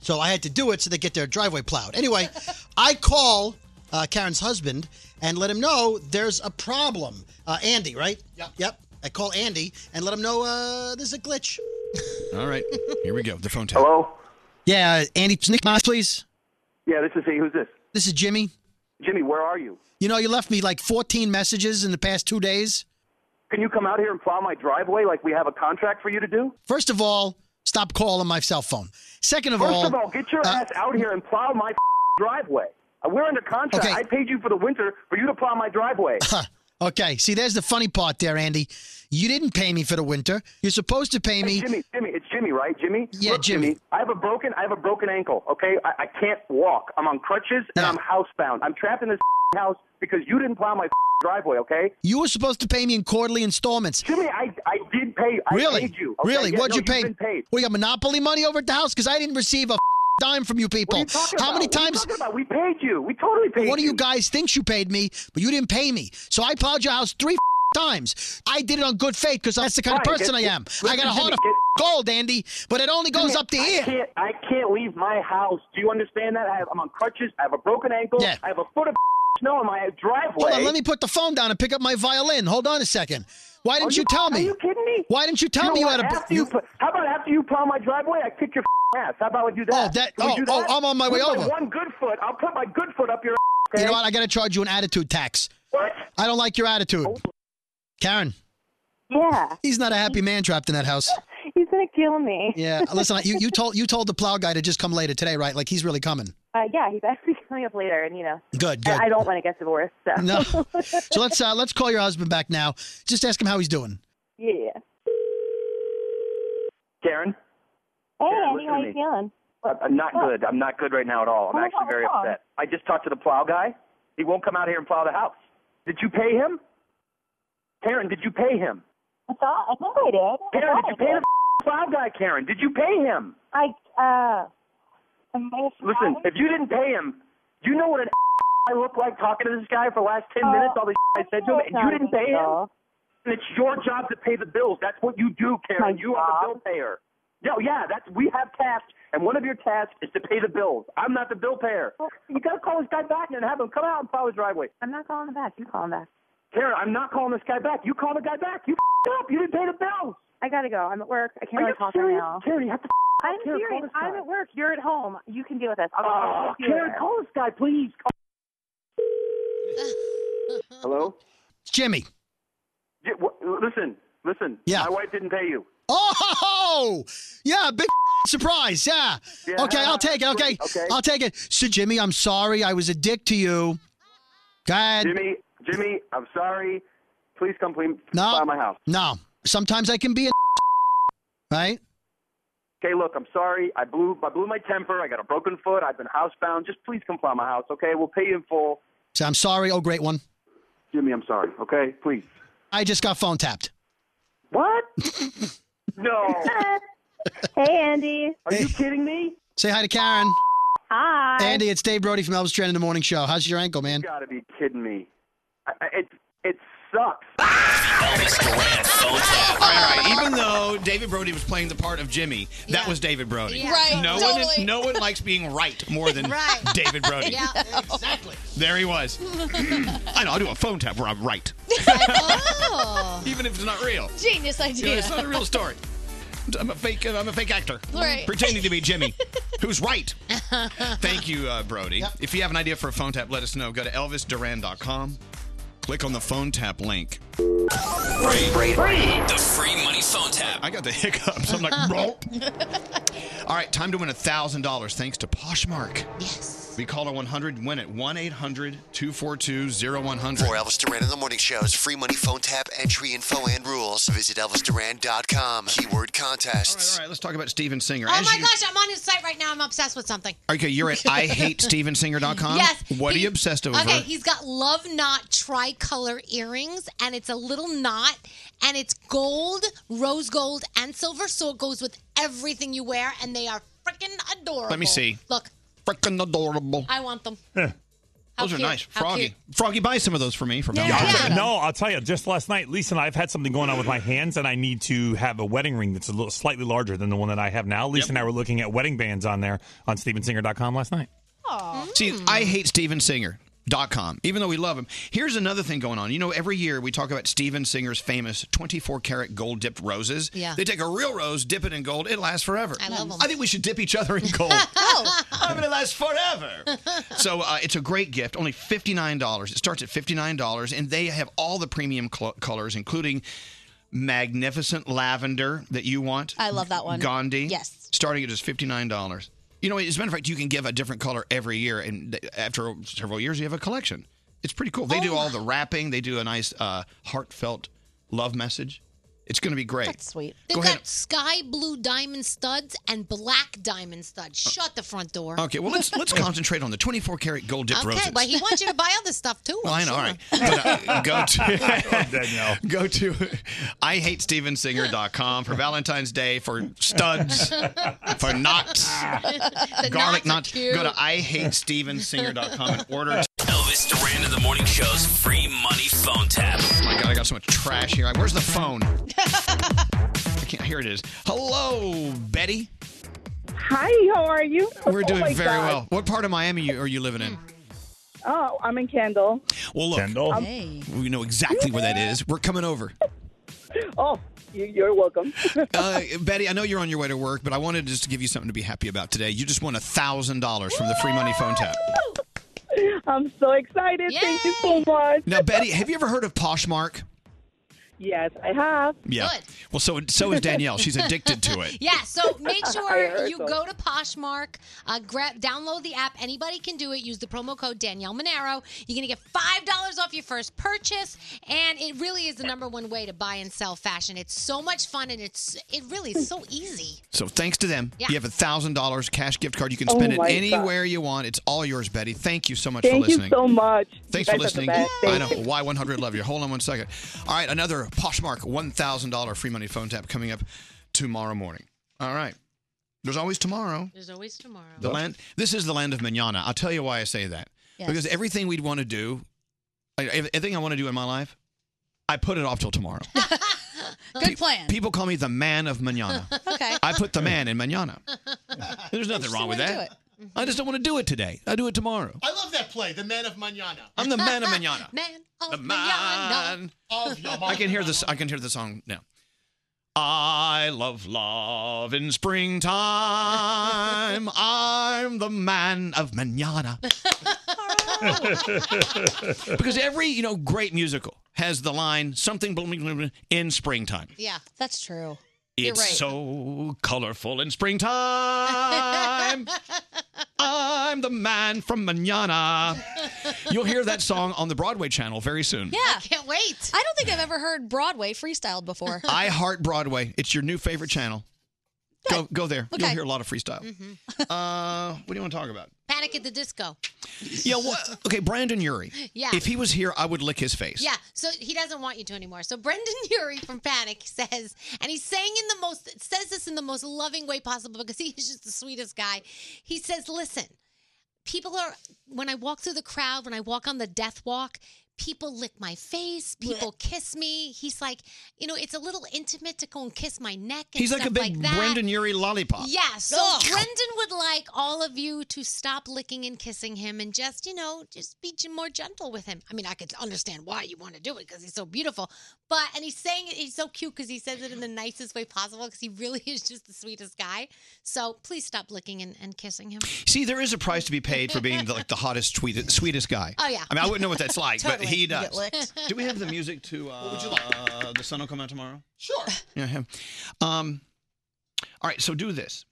So I had to do it so they get their driveway plowed. Anyway, I call uh, Karen's husband and let him know there's a problem. Uh, Andy, right? Yep. Yep. I call Andy and let him know uh, there's a glitch.
All right, here we go. The phone tap.
Hello? Yeah, uh, Andy, Nick Moss, please.
Yeah, this is he. Who's this?
This is Jimmy.
Jimmy, where are you?
You know, you left me like 14 messages in the past two days.
Can you come out here and plow my driveway like we have a contract for you to do?
First of all, stop calling my cell phone. Second of
First
all, uh,
of all, get your ass out here and plow my (laughs) driveway. Uh, We're under contract. I paid you for the winter for you to plow my driveway.
Uh-huh. okay, see, there's the funny part there, Andy. You didn't pay me for the winter. You're supposed to pay me.
Hey, Jimmy, Jimmy, it's Jimmy, right? Jimmy.
Yeah,
Look,
Jimmy.
I have a broken, I have a broken ankle. Okay, I, I can't walk. I'm on crutches and I'm housebound. I'm trapped in this (laughs) house because you didn't plow my (laughs) driveway. Okay.
You were supposed to pay me in quarterly installments.
Jimmy, I, I did pay. I
really?
paid you, okay?
Really?
Yeah,
What'd
no,
you pay?
you've been paid.
We got monopoly money over at the house because I didn't receive a dime from you people.
What are you talking
How many
about? What are you
times?
talking about? We paid you. We totally paid
One of
you.
you guys thinks you paid me, but you didn't pay me. So I plowed your house three times. I did it on good faith because that's the kind of
Fine,
person
get-
I am.
listen,
I got a heart of
Jimmy,
gold, Andy, but it only goes
Jimmy,
up to
I
here.
Can't, I can't leave my house. Do you understand that? I have, I'm on crutches. I have a broken ankle. I have a foot of (laughs) snow in my driveway.
Hold on, let me put the phone down and pick up my violin. Hold on a second. Why didn't
Are
you,
you-
tell me?
are you kidding me?
Why didn't you tell
know
me you
what?
had a?
After you pl- how about after you plow my driveway, I kick your (laughs) ass. How about we do that?
Oh, that-
Can we
oh,
do
oh,
that?
I'm on my way
With
over.
My one good foot. I'll put my good foot up your. (laughs) Okay?
You know what? I gotta charge you an attitude tax.
What? Oh.
I don't like your attitude, Karen.
Yeah.
He's not a happy man trapped in that house.
(laughs) He's gonna kill me.
Yeah. Listen, you, you told you told the plow guy to just come later today, right? Like he's really coming.
(laughs) Uh, yeah, he's actually (laughs) coming up later, and you know,
Good. Good.
I, I don't want to get divorced. So.
No. so let's uh, let's call your husband back now. Just ask him how he's doing.
(laughs) yeah.
Karen,
Hey,
Karen,
Andy,
listen to
how you
me. Uh,
feeling?
I'm not good. I'm not good right now at all. I'm
Oh,
actually very
God.
upset. I just talked to the plow guy. He won't come out here and plow the house. Did you pay him? Karen, did you pay him?
I thought I think I did. I
Karen,
thought
did you
I
pay the plow guy, Karen? Did you pay him?
I uh,
Listen, if you didn't pay him, you know what an (laughs) I look like talking to this guy for the last 10 minutes, all the (laughs) I said to him, and you didn't pay him? And it's your job to pay the bills. That's what you do, Karen.
My
you are the bill
job?
payer. No, yeah, that's we have tasks, and one of your tasks is to pay the bills. I'm not the bill payer. You gotta call this guy back and have him come out and plow his driveway.
I'm not calling him back. You call him back.
Karen, I'm not calling this guy back. You call the guy back. You (laughs) up. You didn't pay the bills.
I gotta go. I'm at work. I can't
Are
really
you
talk
serious?
right now.
Karen, you
(laughs)
have to
I'm
Karen, call
serious.
this
I'm
guy.
at work. You're at home. You can deal with this. I'll
Oh,
I'll see you
Karen,
later.
call this guy, please. Hello?
Jimmy.
Yeah, wh- listen, listen.
Yeah.
My wife didn't pay you.
Oh, yeah, big (laughs) surprise. Yeah.
Yeah.
Okay, I'll take it. Okay.
Okay.
I'll take it. So, Jimmy, I'm sorry. I was a dick to you. God.
Jimmy, Jimmy, I'm sorry. Please come clean
No.
by my house.
No. Sometimes I can be a (laughs) right?
Okay, look, I'm sorry. I blew I blew my temper. I got a broken foot. I've been housebound. Just please come by my house, okay? We'll pay you in full.
So I'm sorry. Oh, great one.
Jimmy, I'm sorry, okay? Please.
I just got phone tapped.
(laughs)
What? no.
hey, Andy.
Are you kidding me?
Say hi to Karen.
Hi.
Andy, it's Dave Brody from Elvis Duran in the Morning Show. How's your
(laughs)
ankle, man?
You gotta be kidding me. I, I, it it sucks.
All right, all right. Even though David Brody was playing the part of Jimmy, that was David Brody.
Yeah. Right,
No
totally.
one, no one likes being right more
(laughs)
than David Brody.
(laughs) Yeah, exactly.
There he was. I know. I'll do a phone tap where I'm right,
Oh.
even if it's not real.
(laughs) Genius
You know,
idea.
it's not a real story. I'm a fake. uh, I'm a fake actor,
Right.
pretending to be Jimmy, who's right. Thank you, uh, Brody.
Yep.
If you have an idea for a phone tap, let us know. Go to ElvisDuran.com, click on the phone tap link. Free, free,
The free money phone tap.
I got the hiccups. I'm
(laughs)
like, roll. All right, time to win thousand dollars thanks to Poshmark. Yes. We call our 100 and win it. 1 800 242 0100.
For Elvis Duran in the Morning Show's free money phone tap entry info and rules, visit ElvisDuran.com. Keyword contests.
All right, let's talk about Steven Singer.
Oh
As
my
you-
gosh, I'm on his site right now. I'm obsessed with something.
Okay, you're
(laughs)
at IHateStevenSinger.com.
Yes,
What are
he-
you obsessed over?
Okay, he's got love knot tricolor earrings, and it's a little knot, and it's gold, rose gold, and silver, so it goes with everything you wear, and they are freaking adorable.
Let me see.
Look,
Freaking adorable.
I want them.
Yeah.
How
Those are
cute.
nice.
How
Froggy. Froggy, buy some of those for me from
Yeah,
Valentine's Day.
No, I'll tell you. Just last night, Lisa and I have had something going on with my hands, and I need to have a wedding ring that's a little slightly larger than the one that I have now. Lisa and I were looking at wedding bands on there on StevenSinger.com last night.
See, I hate Steven Singer. Dot com, even though we love him. Here's another thing going on. You know, every year we talk about Steven Singer's famous 24 karat gold dipped roses.
Yeah.
They take a real rose, dip it in gold, it lasts forever.
I love 'em.
I think we should dip each other in
(laughs)
gold.
Oh.
(laughs)
I'm going to last forever. so uh, it's a great gift, only $59. It starts at $59, and they have all the premium cl- colors, including magnificent lavender that you want.
I love that one.
Gandhi.
Yes.
Starting at just $59. You know, as a matter of fact, you can give a different color every year, and th- after several years, you have a collection. It's pretty cool. They
Oh.
do all the wrapping, they do a nice, uh, heartfelt love message. It's going to be great. That's
sweet.
They've
Go
got
ahead.
sky blue diamond studs and black diamond studs. Shut the front door.
Uh, Okay, well, let's
(laughs)
(laughs)
let's concentrate on the 24 karat gold dipped
Okay,
roses.
but he wants you to buy other stuff too.
(laughs) Well,
I'm
I know.
sure.
All right. But, uh, go to (laughs) Go to IHateStevenSinger.com for Valentine's Day for studs for knots.
The
garlic
knots are
knots.
cute.
Go to IHateStevenSinger.com and order.
Elvis Duran in the Morning Show's free money phone tap.
Oh my god, I got so much trash here. Like, Where's the phone? I can't. Here it is. Hello, Betty.
Hi, how are you?
We're
Oh
doing
my
very
God.
well. What part of Miami you- are you living in?
Oh, I'm in Kendall. Um,
Well, look,
Kendall. Hey.
we know exactly where that is. We're coming over.
Oh, you, you're welcome. (laughs)
uh, Betty, I know you're on your way to work, but I wanted just to give you something to be happy about today. You just won thousand dollars from the free money phone tap.
I'm so excited. Thank you so much.
Now, Betty, have you ever heard of Poshmark?
Yes, I have.
Yeah. Well, so so is Danielle. She's addicted to it.
Yeah, so
(laughs)
make
I
sure
heard
you
so.
go to Poshmark, uh, grab, download the app. Anybody can do it. Use the promo code Danielle Monero. You're going to get $5 off your first purchase, and it really is the number one way to buy and sell fashion. It's so much fun, and it's it really is so easy.
So thanks to them,
Yeah.
you have a thousand dollars cash gift card. You can
Oh
spend
my
it
God.
anywhere you want. It's all yours, Betty. Thank you so much
Thank
for
you
listening.
so much.
Thanks
You
for
guys are the
listening.
best.
I
Thank
know.
you.
Y100 love you. Hold on one second. All right, another Poshmark $1,000 free money phone tap coming up tomorrow morning. All right. There's always tomorrow.
There's always tomorrow.
The
(laughs)
land. This is the land of manana. I'll tell you why I say that.
Yes.
Because everything we'd want to do, like, ev- everything I want to do in my life, I put it off till tomorrow.
Good plan.
People call me the man of
(laughs)
manana.
(laughs) Okay.
I put the man in manana. There's nothing
just
wrong with
don't wanna
that. I just don't want to do it today. I do it tomorrow.
(laughs) I love that play, The Man of Manana.
I'm the man of manana.
Man
The man.
Of
I can hear this. I can hear the song now. I love love in springtime. I'm the man of manana. because every you know great musical has the line something blooming blooming in springtime.
Yeah,
that's true.
It's
(laughs)
so colorful in
(laughs)
springtime. I'm the man from manana. You'll hear that song on the Broadway channel very soon.
Yeah. I
can't wait.
I don't think I've ever heard Broadway freestyled before.
I Heart Broadway. It's your new favorite channel. Go go there. You'll
Okay.
hear a lot of freestyle.
Mm.
Uh, what do you want to talk about?
Mm-hmm. Panic at the Disco.
Yeah.
(laughs)
What, okay, Brandon Urie.
Yeah.
If he was here, I would lick his face.
Yeah, so he doesn't want you to anymore. So Brendan (laughs) Urie from Panic says, and he's saying in the most says this in the most loving way possible because he is just the sweetest guy. He says, "Listen, people are when I walk through the crowd, when I walk on the death walk." People lick my face. People kiss me. He's like, you know, it's a little intimate to go and kiss my neck. And
He's like a
stuff
big
that.
Brandon Urie lollipop.
Yeah, so
Ugh.
Brendan would like all of you to stop licking and kissing him and just, you know, just be j- more gentle with him. I mean, I could understand why you want to do it because he's so beautiful. But, and he's saying it, he's so cute because he says it in the nicest way possible because he really is just the sweetest guy. So please stop licking and, and kissing him.
See, there is a price to be paid for being the, like the hottest, tweet, sweetest guy.
Oh, yeah.
I mean, I wouldn't know what that's like, but
Totally.
he
You
does.
get licked.
Do we have the music to uh,
would you
uh, the sun will come out tomorrow? Sure. Yeah. him. Um. All right. So do this.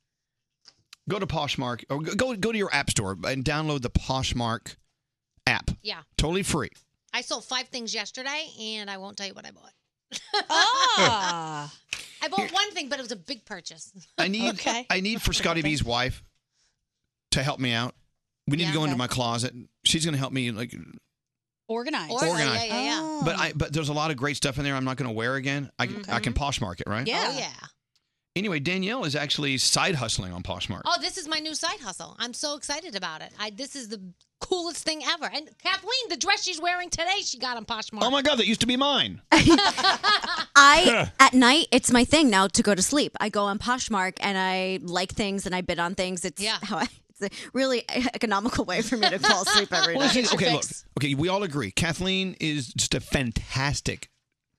Go to Poshmark or go- go go to your app store and download the Poshmark app.
Yeah.
Totally free.
I sold five things yesterday and I won't tell you what I bought. (laughs)
Ah.
I bought one thing, but it was a big purchase. (laughs)
I need I need for Scotty B's wife to help me out. We need to
Yeah,
go into
okay.
my closet. She's going to help me like
Organized. Oh.
Organized.
Yeah, yeah, yeah.
But
(laughs)
I but there's a lot of great stuff in there I'm not going to wear again. I can I
Mm-hmm.
can Poshmark it, right?
Yeah. Oh, yeah.
Anyway, Danielle is actually side hustling on Poshmark.
Oh, this is my new side hustle. I'm so excited about it. I this is the coolest thing ever. And Kathleen, the dress she's wearing today, she got on Poshmark.
Oh my god, that used to be mine. (laughs)
I at night it's my thing now to go to sleep. I go on Poshmark and I like things and I bid on things. It's how I, it's a really (laughs) economical way for me to fall asleep every
Well,
night.
she's- okay, look. Okay, we all agree. Kathleen is just a fantastic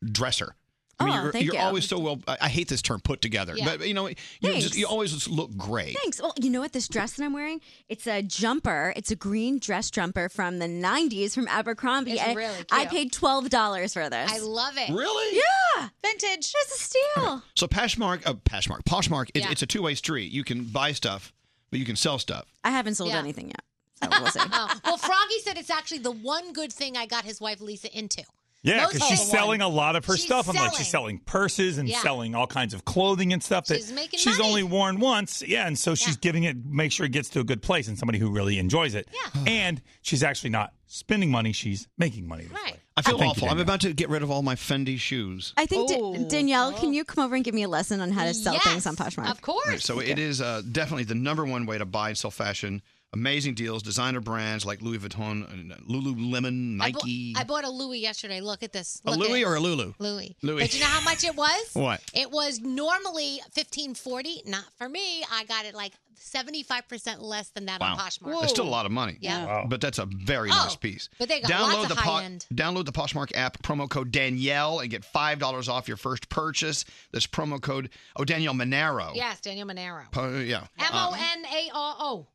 dresser. I mean,
Oh,
you're,
thank
you're
you.
always so well. I I hate this term put together,
Yeah.
but you know, you just
Thanks.
you always just look great.
(laughs) Thanks. Well, you know what? This dress that I'm wearing, it's a jumper. It's a green dress jumper from the 90s from Abercrombie.
It's
and
really
I
cute.
paid $12 for this.
I love it.
Really?
Yeah.
Vintage.
That's a
(laughs)
steal.
So Poshmark, uh, Poshmark, Poshmark. It,
Yeah.
It's a two way street. You can buy stuff, but you can sell stuff.
I haven't sold
Yeah.
anything yet. So we'll see.
(laughs) Oh, well, Froggy said it's actually the one good thing I got his wife Lisa into.
(laughs) Yeah,
Those
because she's
people-
selling a lot of her
She's
stuff. I'm like, she's
selling.
selling purses and
Yeah.
selling all kinds of clothing and stuff that
She's making money.
only worn once. Yeah, and so she's giving it, make sure it gets to a good place and somebody who really enjoys it. Yeah. And she's actually not spending money, she's making money. Right.
I feel awful. I'm about to get rid of all my Fendi (laughs) shoes.
I think, Da- Danielle, can you come over and give me a lesson on how to sell
Oh. Yes,
things on Poshmark?
Of course.
Right, so it is uh, definitely the number one way to buy and sell fashion. Amazing deals, designer brands like Louis Vuitton, and Lululemon,
I bought-
Nike.
I bought a Louis yesterday. Look at this.
A
Look
Louis
at-
or a Lulu?
Louis.
Louis.
But you know how much it was?
(laughs) What?
It was normally fifteen forty. Not for me. I got it like seventy five percent less than that
wow,
on Poshmark.
that's still a lot of money.
Yeah. Wow.
but that's a very
Oh,
nice piece.
but they got
download
lots of
the Po-
high-end.
download the Poshmark app. Promo code Danielle and get five dollars off your first purchase. This promo code oh Danielle Monero.
Yes, Daniel Monero.
Po- yeah.
M
Uh,
O N A R O.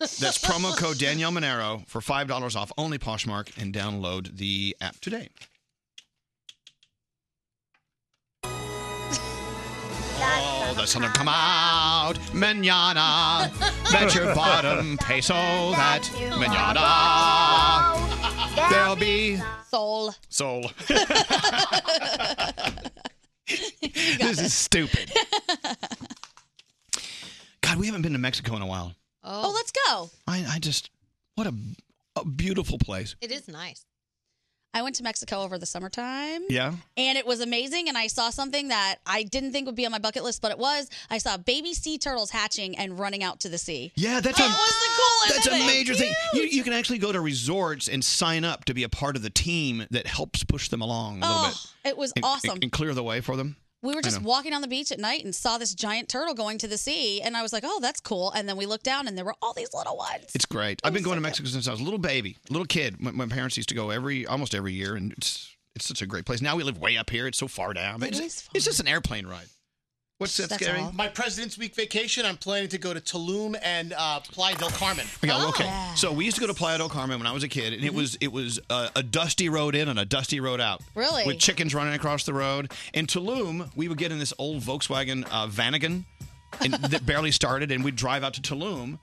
That's promo code Danielle Monero for five dollars off only Poshmark and download the app today. Oh, the sun will come out, manana. Bet your bottom peso that manana. There'll be
Soul.
soul. this is stupid. God, we haven't been to Mexico in a while.
Oh. let's go.
I, I just, what a, a beautiful place.
It is nice.
I went to Mexico over the summertime.
Yeah.
And it was amazing. And I saw something that I didn't think would be on my bucket list, but it was. I saw baby sea turtles hatching and running out to the sea.
Yeah, that's
it
a-
was the coolest
That's a
thing.
major thing. You, you can actually go to resorts and sign up to be a part of the team that helps push them along a little
Oh,
bit.
it was
And-
awesome.
And, and clear the way for them.
We
I
were just
know.
walking on the beach at night and saw this giant turtle going to the sea. And I was like, oh, that's cool. And then we looked down and there were all these little ones.
It's great. I've been going to Mexico since I was a little baby, little kid. My, my parents used to go every almost every year, and it's it's such a great place. Now we live way up here; it's so far down.
It
it's,
is
it's just an airplane ride. What's that scary?
My President's Week vacation, I'm planning to go to Tulum and uh, Playa del Carmen.
Yeah, well, okay. So we used to go to Playa del Carmen when I was a kid, and it was it was uh, a dusty road in and a dusty road out.
Really?
With chickens running across the road. In Tulum, we would get in this old Volkswagen uh, Vanagon, and that barely started, and we'd drive out to Tulum.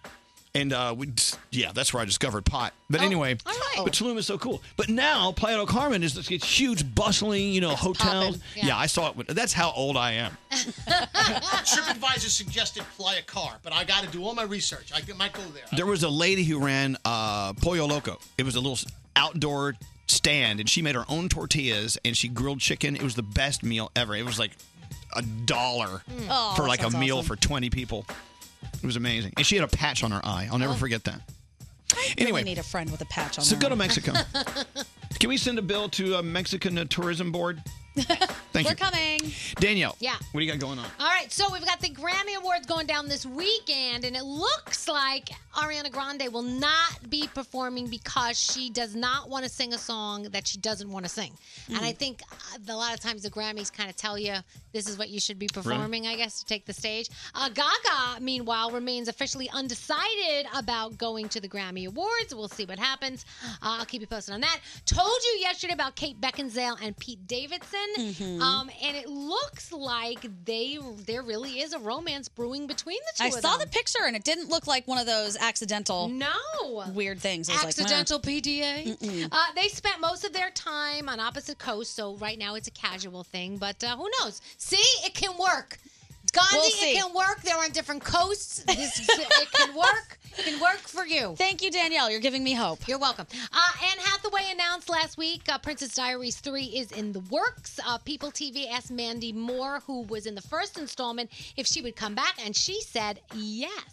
And uh, we, yeah, that's where I discovered pot. But anyway, but Tulum is so cool. But now Playa del Carmen is this huge, bustling, you know, hotel.
poppin', yeah.
I saw it. when- That's how old I am.
(laughs) TripAdvisor suggested Playa Car, but I got to do all my research. I might go there.
There was a lady who ran uh, Pollo Loco. It was a little outdoor stand, and she made her own tortillas and she grilled chicken. It was the best meal ever. It was like a dollar
Mm. Oh,
for
that
like a
sounds
meal
awesome.
for 20 people. It was amazing. And she had a patch on her eye. I'll never
Oh.
forget that.
I
Anyway,
need a friend with a patch on
So
their
go to
eye. (laughs)
Mexico. can we send a bill to a Mexican uh, tourism board? Thank
We're
you.
coming.
Danielle.
Yeah.
What do you got going on?
All right, so we've got the Grammy Awards going down this weekend, and it looks like Ariana Grande will not be performing because she does not want to sing a song that she doesn't want to sing. And
Mm.
I think uh, a lot of times the Grammys kind of tell you this is what you should be performing, I guess, to take the stage. Uh, Gaga, meanwhile, remains officially undecided about going to the Grammy Awards. We'll see what happens. Uh, I'll keep you posted on that. Told you yesterday about Kate Beckinsale and Pete Davidson.
Mhm.
Um, and it looks like they there really is a romance brewing between the two.
I
of
saw the
them.
picture and it didn't look like one of those accidental
no
weird things. It was like,
accidental
"Meh."
PDA.
Mm-mm.
Uh, they spent most of their time on opposite coasts, so right now it's a casual thing. But uh, who knows? See, it can work. Gandhi,
We'll see.
it can work. They're on different coasts. This, it can work. It can work for you.
Thank you, Danielle. You're giving me hope.
You're welcome. Uh, Anne Hathaway announced last week uh, Princess Diaries 3 is in the works. Uh, People TV asked Mandy Moore, who was in the first installment, if she would come back, and she said yes.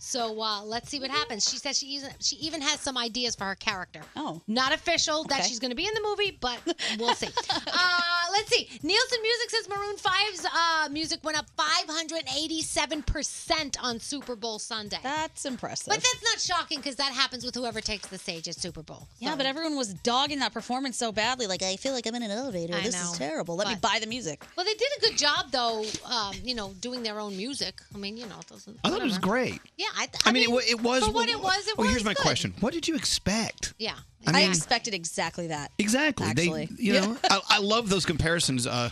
So uh, let's see what happens. She says she even, she even has some ideas for her character.
Oh.
Not official that
Okay.
she's going to be in the movie,
(laughs)
but we'll see. uh, let's see. Nielsen Music says Maroon 5's uh, music went up 587% on Super Bowl Sunday.
That's impressive.
But that's not shocking because that happens with whoever takes the stage at Super Bowl.
yeah, but everyone was dogging that performance so badly. Like, I feel like I'm in an elevator.
I
this
know.
is terrible. Let me buy the music.
Well, they did a good job though. Um, you know, doing their own music. I mean, you know, it doesn't.
I thought it was
whatever.
great.
Yeah, I. th-
I, mean, it, wa- it was.
For what it was, it
well,
was
here's my
good.
question. What did you expect?
Yeah,
I mean-
expected exactly that.
(laughs)
Exactly.
Actually.
They, you know, I, I love those comparisons uh,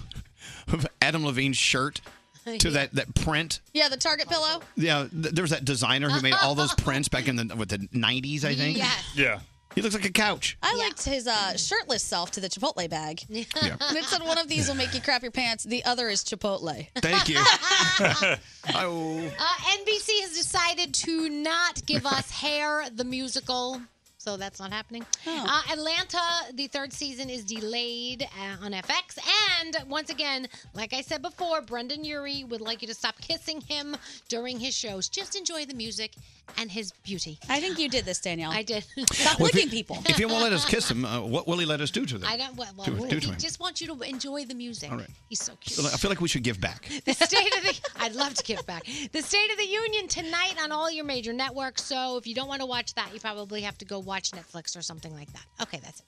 of Adam Levine's shirt to
Yeah.
that, that print.
Yeah, the
Oh,
Target pillow.
Yeah, th- there was that designer who made all those prints back in the what the nineties, I think.
Yes.
Yeah. He looks like a couch.
I liked his
Mm-hmm.
uh, shirtless self to the Chipotle
(laughs)
bag. Yeah. And it said one of these will make you crap your pants. The other is Chipotle.
(laughs) Thank
(laughs)
you. oh.
Uh, NBC has decided to not give us (laughs) Hair the musical. So that's not happening.
Oh.
Uh, Atlanta, the third season is delayed uh, on FX. And once again, like I said before, Brendan Urie would like you to stop kissing him during his shows. Just enjoy the music and his beauty.
I think you did this, Danielle.
I did.
(laughs) Stop
Well, if
licking
he-
people.
If you won't let us kiss him, uh, what will he let us do to them?
I don't. Well, well,
Do it, do it
he
to him.
just wants you to enjoy the music.
All right.
He's so cute.
I feel like we should give back.
The state of the I'd love to give back. The State of the Union tonight on all your major networks. So if you don't want to watch that, you probably have to go watch Netflix or something like that. Okay, that's it.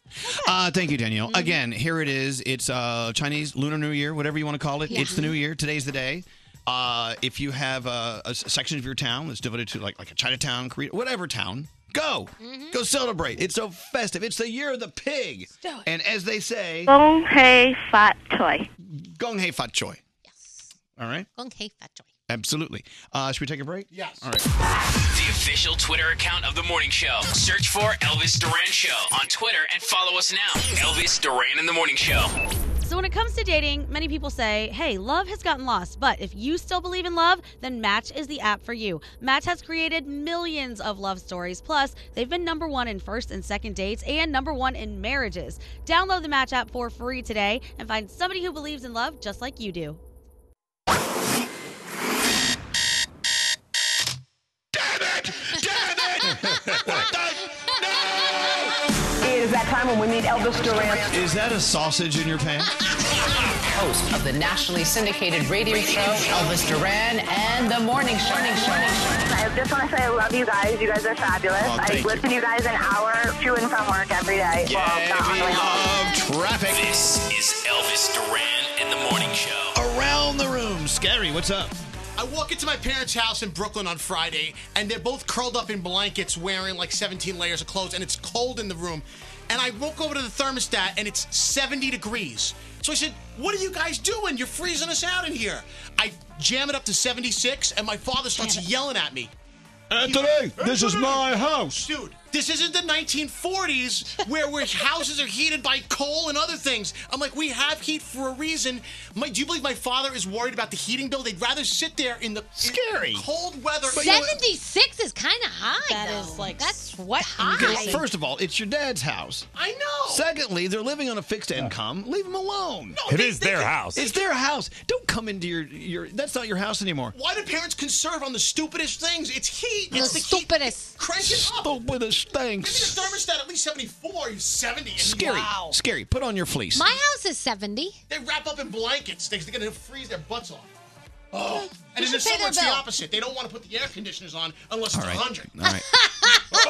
Uh, thank you, Danielle. Again, here it is. It's uh, Chinese Lunar New Year, whatever you want to call it.
Yeah.
It's the New Year. Today's the day. Uh, if you have uh, a s- section of your town that's devoted to like like a Chinatown, Korea, whatever town, go go celebrate. It's so festive. It's the year of the pig. And as they say,
Gong Hei Oh, Fat Toy.
Gong Hei Fat Choi. Yes. All right.
Gong Hei Fat Choi.
Absolutely. Uh, should we take a break? Yes. All right.
The official Twitter account of the morning show. Search for Elvis Duran Show on Twitter and follow us now. Elvis Duran in the Morning Show.
So, when it comes to dating, many people say, hey, love has gotten lost. But if you still believe in love, then Match is the app for you. Match has created millions of love stories. Plus, they've been number one in first and second dates and number one in marriages. Download the Match app for free today and find somebody who believes in love just like you do.
It is that time when we meet Elvis Duran.
Is that a sausage in your pants?
Host of the nationally syndicated radio show, Elvis Duran and The Morning Show. I just want to say I love you guys. You guys are fabulous.
Oh,
I
thank
listen to you guys an hour to and from work every day.
Yeah, we love traffic.
This is Elvis Duran and the Morning Show.
Around the room. Scary, what's up?
I walk into my parents' house in Brooklyn on Friday, and they're both curled up in blankets wearing like 17 layers of clothes, and it's cold in the room. And I walk over to the thermostat, and it's 70 degrees. So I said, What are you guys doing? You're freezing us out in here. I jam it up to 76, and my father starts yelling at me.
Anthony, this is my house.
Dude, this isn't the 1940s where (laughs) where houses are heated by coal and other things. I'm like, we have heat for a reason. My, do you believe my father is worried about the heating bill? They'd rather sit there in the scary cold weather.
Seventy-six is kind of high. That is like that's
what
Okay, First of all, it's your dad's house.
I know.
Secondly, they're living on a fixed income. Leave them alone.
No, It they- is they their can- house.
It's their house. Don't come into your your. That's not your house anymore.
Why do parents conserve on the stupidest things? It's heat.
The
it's the stupidest. Heat. Crank it up.
Stupidest things.
Maybe the thermostat at least 74, you 70. and-
Scary, scary. Put on your fleece.
house is 70. They wrap up in blankets. They- They're going to freeze their butts off. Oh. And
You
then
should pay their
someone's the
bill.
opposite. They don't want to put the air conditioners on unless
All
it's
right.
100.
All right.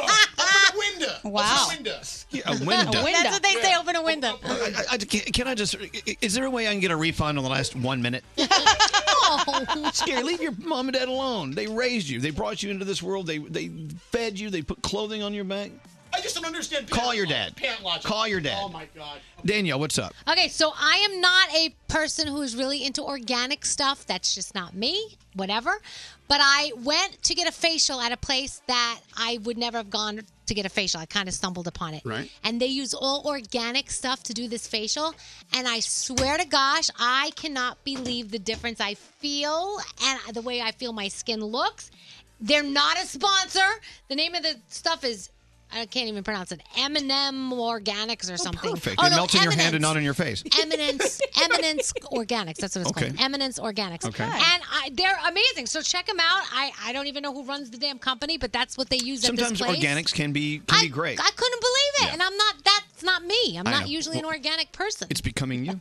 Open a window.
Wow.
Open a window.
Yeah, a window.
That's what they say. Open a window.
I, I- I- can, can I just? Is there a way I can get a refund on the last one
(laughs)
minute? (laughs) Scary, leave your mom and dad alone. They raised you. They brought you into this world. They they fed you. They put clothing on your back.
I just don't understand.
Call
parent
your
logic.
dad.
Parent logic.
Call your dad.
Oh, my God.
Danielle, what's up?
Okay, so I am not a person who's really into organic stuff. That's just not me, whatever. But I went to get a facial at a place that I would never have gone to get a facial. I kind of stumbled upon it.
Right.
And they use all organic stuff to do this facial. And I swear to gosh, I cannot believe the difference I feel and the way I feel my skin looks. They're not a sponsor. The name of the stuff is. I can't even pronounce it. M&M Organics or something.
Perfect.
Oh,
it
no,
melts in your hand and
Eminence.
not in your face. (laughs)
Eminence, Eminence Organics. That's what it's
Okay.
called. Eminence Organics.
Okay.
And I, they're amazing. So check them out. I, I don't even know who runs the damn company, but that's what they use at
Sometimes
this place.
organics can be can be great.
I couldn't believe it, and I'm not. That's not me. I'm
I
not
know.
usually an organic person.
it's becoming
(laughs)
you.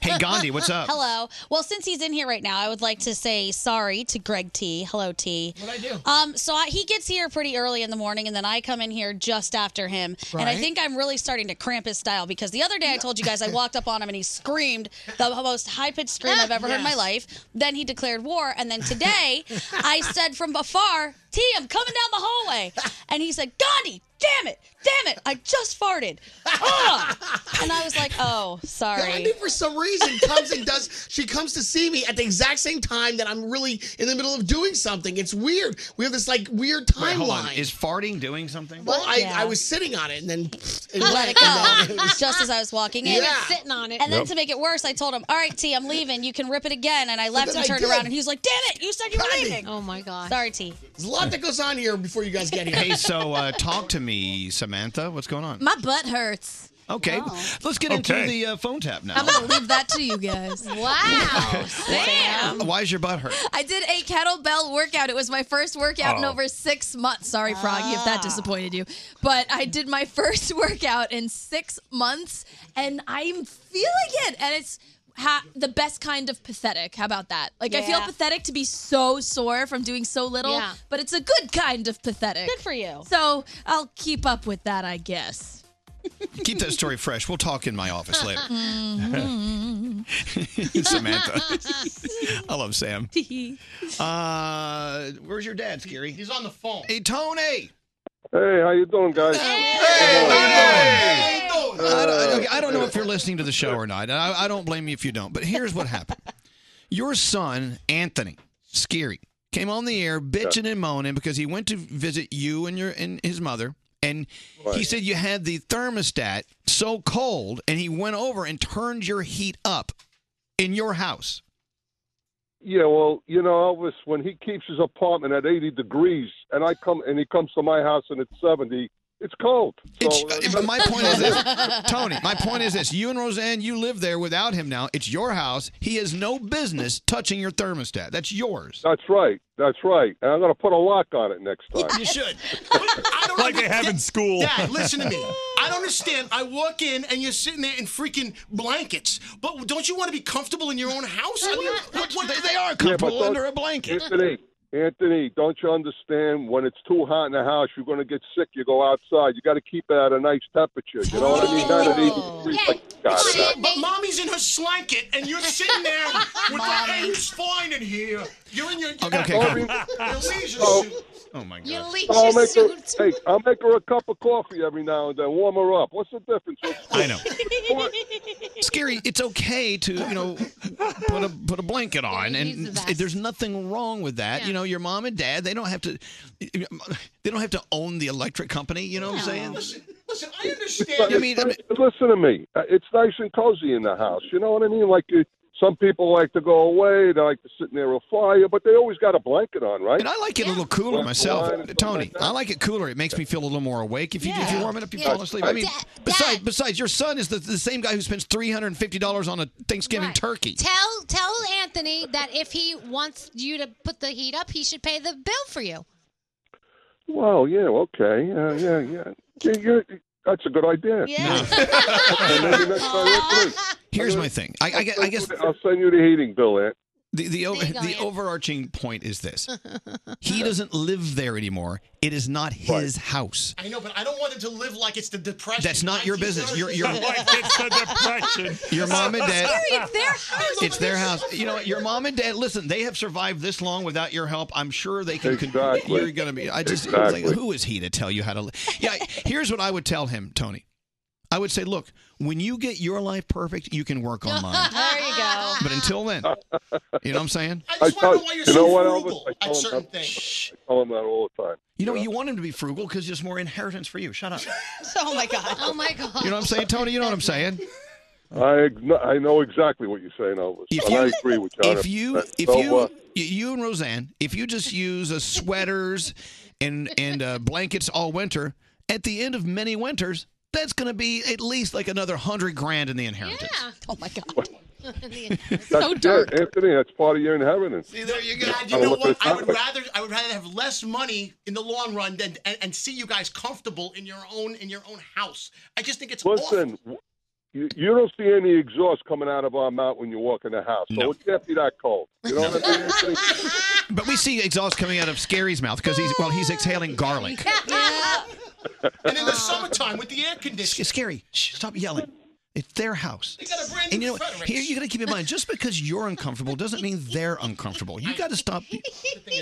hey, Gandhi, what's up?
Hello. Well, since he's in here right now, I would like to say sorry to Greg T. Hello, T.
What'd I do?
Um, so I, he gets here pretty early in the morning, and then I come in here just after him. And I
Right.
think I'm really starting to cramp his style because the other day I told you guys I walked up on him and he screamed the most high pitched scream I've ever heard in my
Yes.
life. Then he declared war, and
(laughs)
then today I said from afar, "T, I'm coming down the hallway," and he said, "Gandhi, damn it, damn it, I just farted." Ugh. And I was like, "Oh, sorry."
Gandhi, for some reason, comes and (laughs) does. She comes to see me at the exact same time that I'm really in the middle of doing something. It's weird. We have this like weird
Wait, hold on.
timeline.
Is farting doing something?
well, I,
Yeah.
I was sitting on it and then pfft, it went,
let it
and
go.
then it was-
just as I was walking in.
You were Yeah.
sitting on it.
And then
Yep.
to make it worse, I told him, "All right, T, I'm leaving. You can rip it again." And I left
then
and
I
turned
did.
around, and he was like, "Damn it! (laughs)
(laughs)
You said you were leaving."
Oh my god.
Sorry, T.
There's a lot that goes on here before you guys get here.
Hey, so uh, talk to me, Samantha. What's going on?
My butt hurts.
Okay, let's get
Okay.
into the uh, phone tap now.
I'm gonna leave that to you guys.
wow,
Why is your butt hurt?
(laughs) I did a kettlebell workout. It was my first workout in
Oh.
over six months. Sorry, Froggy, if
Ah.
that disappointed you. But I did my (laughs) first workout in six months, and I'm feeling it. And it's ha- the best kind of pathetic. How about that? Like, I feel
Yeah.
pathetic to be so sore from doing so little,
Yeah.
but it's a good kind of pathetic.
Good for you.
So I'll keep up with that, I guess.
Keep that story fresh. We'll talk in my office
(laughs)
later. (laughs)
(laughs)
Mm-hmm. (laughs)
Samantha. I love Sam. Uh, where's your dad, Scary? He's
on the phone.
Hey, Tony.
Hey, how you doing, guys?
I don't, okay, I don't know if you're listening to the show or not, and I, I don't blame you if you don't. But here's what happened: your son Anthony Scary came on the air bitching and moaning because he went to visit you and your and his mother And he said you had the thermostat so cold, and he went over and turned your heat up in your house.
Yeah, well, you know, Elvis, when he keeps his apartment at 80 degrees, and I come and he comes to my house and it's 70, it's cold. So uh,
But my point is this, Tony. My point is this: you and Roseanne, you live there without him now. It's your house. He has no business touching your thermostat. That's yours.
That's right. That's right. And I'm going to put a lock on it next time.
You (laughs) should.
like they have in school.
Dad,
(laughs)
(laughs)
listen to me. I don't understand. I walk in and you're sitting there in freaking blankets. But don't you want to be comfortable in your own house? I mean, what, what,
they are
Yeah, but don't- Anthony, Anthony, don't you understand? When it's too hot in the house, you're going to get sick. You go outside. You got to keep it at a nice temperature. You know what I mean? Not at 80 degrees. Like, God, that-
But mommy's in her slanket and you're sitting there with like, hey, it's fine in here. You're in your,
Okay, okay,
your
calm (laughs)
leisure
Oh.
suit.
Oh my
god. Your
I'll make her, hey, I'll make her a cup of coffee every now and then, warm her up. What's the difference?
(laughs) I
(laughs)
know. Scary. It's okay to you know put a put a blanket on, and there's nothing wrong with that. You know, your mom and dad they don't have to they don't have to own the electric company. You know what I'm saying?
Listen, listen, I
But
understand.
it's nice- listen to me. Uh, It's nice and cozy in the house. You know what I mean? Like you, some people like to go away. They like to sit near a fire, but they always got a blanket on, right?
And I like it a little cooler myself, Tony. I like it cooler. It makes me feel a little more awake. If you if you warm it up, you
Yeah.
fall asleep. I mean, besides besides, your son is the, the same guy who spends three hundred and fifty dollars on a Thanksgiving turkey.
Tell tell Anthony that if he wants you to put the heat up, he should pay the bill for you.
Well, yeah, okay, uh, yeah, yeah. yeah you're, that's a good idea. Yeah. maybe next time you're free.
Here's my thing. I, I, gu- I guess
I'll send you the heating bill, eh? Ant.
the the, over,
There you go,
the
Ant.
overarching point is this:
(laughs)
he doesn't live there anymore. It is not his house. (laughs)
I know, but I don't want it to live like it's the depression.
That's not your business. Your your
(laughs)
(laughs) Your mom and dad.
(laughs)
It's their house. You know, what? your mom and dad. Listen, they have survived this long without your help. I'm sure they can. con-
Exactly.
You're gonna be. I just it's
Exactly.
like, who is he to tell you how to? li- Yeah. Here's what I would tell him, Tony. I would say, look, when you get your life perfect, you can work
Oh,
on mine.
There you go.
But until
(laughs)
then, you know what I'm saying?
I just wanna know why you're so frugal
I
at
tell him
certain
that-
things.
I tell him that all the time.
You know, you want him to be frugal because there's more inheritance for you. Shut up.
(laughs)
Oh my god. Oh
my god.
You know what I'm saying, Tony? You know what I'm saying?
I ign- I know exactly what you're saying, Elvis. Oh, and I agree with you.
If you,
100%.
if
So,
you,
uh,
y- you and Roseanne, if you just use uh, sweaters and and uh, blankets all winter, at the end of many winters, that's going to be at least like another hundred grand in the inheritance.
Oh my god.
that's it, Anthony. That's part of your inheritance.
See, there you
go.
I
you
don't
know
look
what?
at
I would
that.
rather I would rather have less money in the long run than and, and see you guys comfortable in your own in your own house. I just think it's awful.
Listen, w- you, you don't see any exhaust coming out of our mouth when you walk in the house, so it can't be that cold. You know what I mean? Anthony?
But we see exhaust coming out of Scary's mouth because he's well, he's exhaling garlic.
and in the summertime with the air conditioning.
Scary. Shh, stop yelling. It's their house.
They got a brand
And you
new
know what?
Fredericks.
Here, you got to keep in mind, just because you're uncomfortable doesn't mean they're uncomfortable. You got to stop.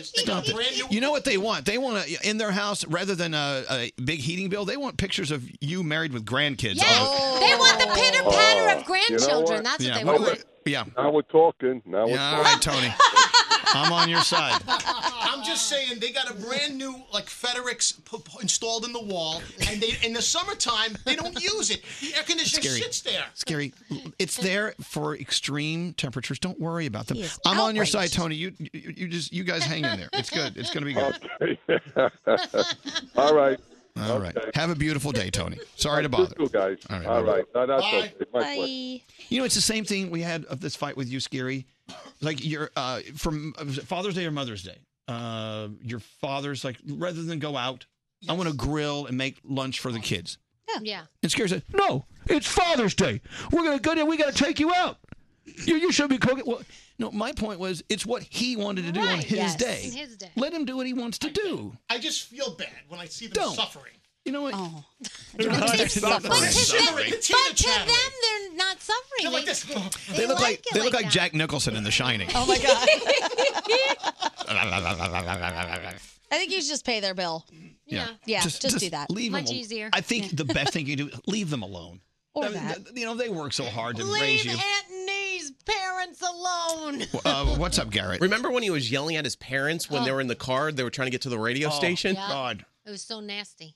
Stop it. You know what they want? They want to in their house rather than a, a big heating bill. They want pictures of you married with grandkids.
Yeah, they want the pitter patter
Oh,
of grandchildren. That's
Oh. yeah,
what they
well,
want.
(laughs) Yeah.
Now we're talking. Now we're
Yeah, all right, Tony. I'm on your side.
(laughs) I'm just saying they got a brand new like Fedex p- p- installed in the wall, and they in the summertime they don't use it. The air conditioner
Scary.
sits there.
Scary. It's there for extreme temperatures. Don't worry about them.
He is
I'm on your
outraged.
side, Tony. You, you you just you guys hang in there. It's good. It's gonna be good.
talking. (laughs) all right.
All right. Have a beautiful day, Tony. Sorry to bother.
You guys.
All right.
All
bye-bye.
right. No, that's okay. My pleasure.
You know, it's the same thing we had of this fight with you, Scary. Like your uh, from uh, was it Father's Day or Mother's Day. Uh, your father's like rather than go out, I want to grill and make lunch for the kids.
Yeah.
And Scary said, "No, it's Father's Day. We're gonna go there. We gotta take you out. You you should be cooking." Well, no, my point was it's what he wanted to do on
Right,
his
yes.
day.
On his day.
Let him do what he wants to do.
I just feel bad when I see them
Don't.
suffering.
You know what?
But to them, they're not suffering. They,
They, look like,
it (laughs)
they look like Jack Nicholson in The Shining.
Oh my god.
yeah.
I think you should just pay their bill. Yeah, just, do that.
Leave them al- I think the best thing you do leave them alone.
Or
I mean,
that.
th- you know they work so hard to raise
Leave
you.
Anthony's parents alone.
Uh, what's up, Garrett?
Remember when he was yelling at his parents when they
Oh,
Oh.
were in the car? They were trying to get to the radio
Oh,
station.
yeah. It was so nasty.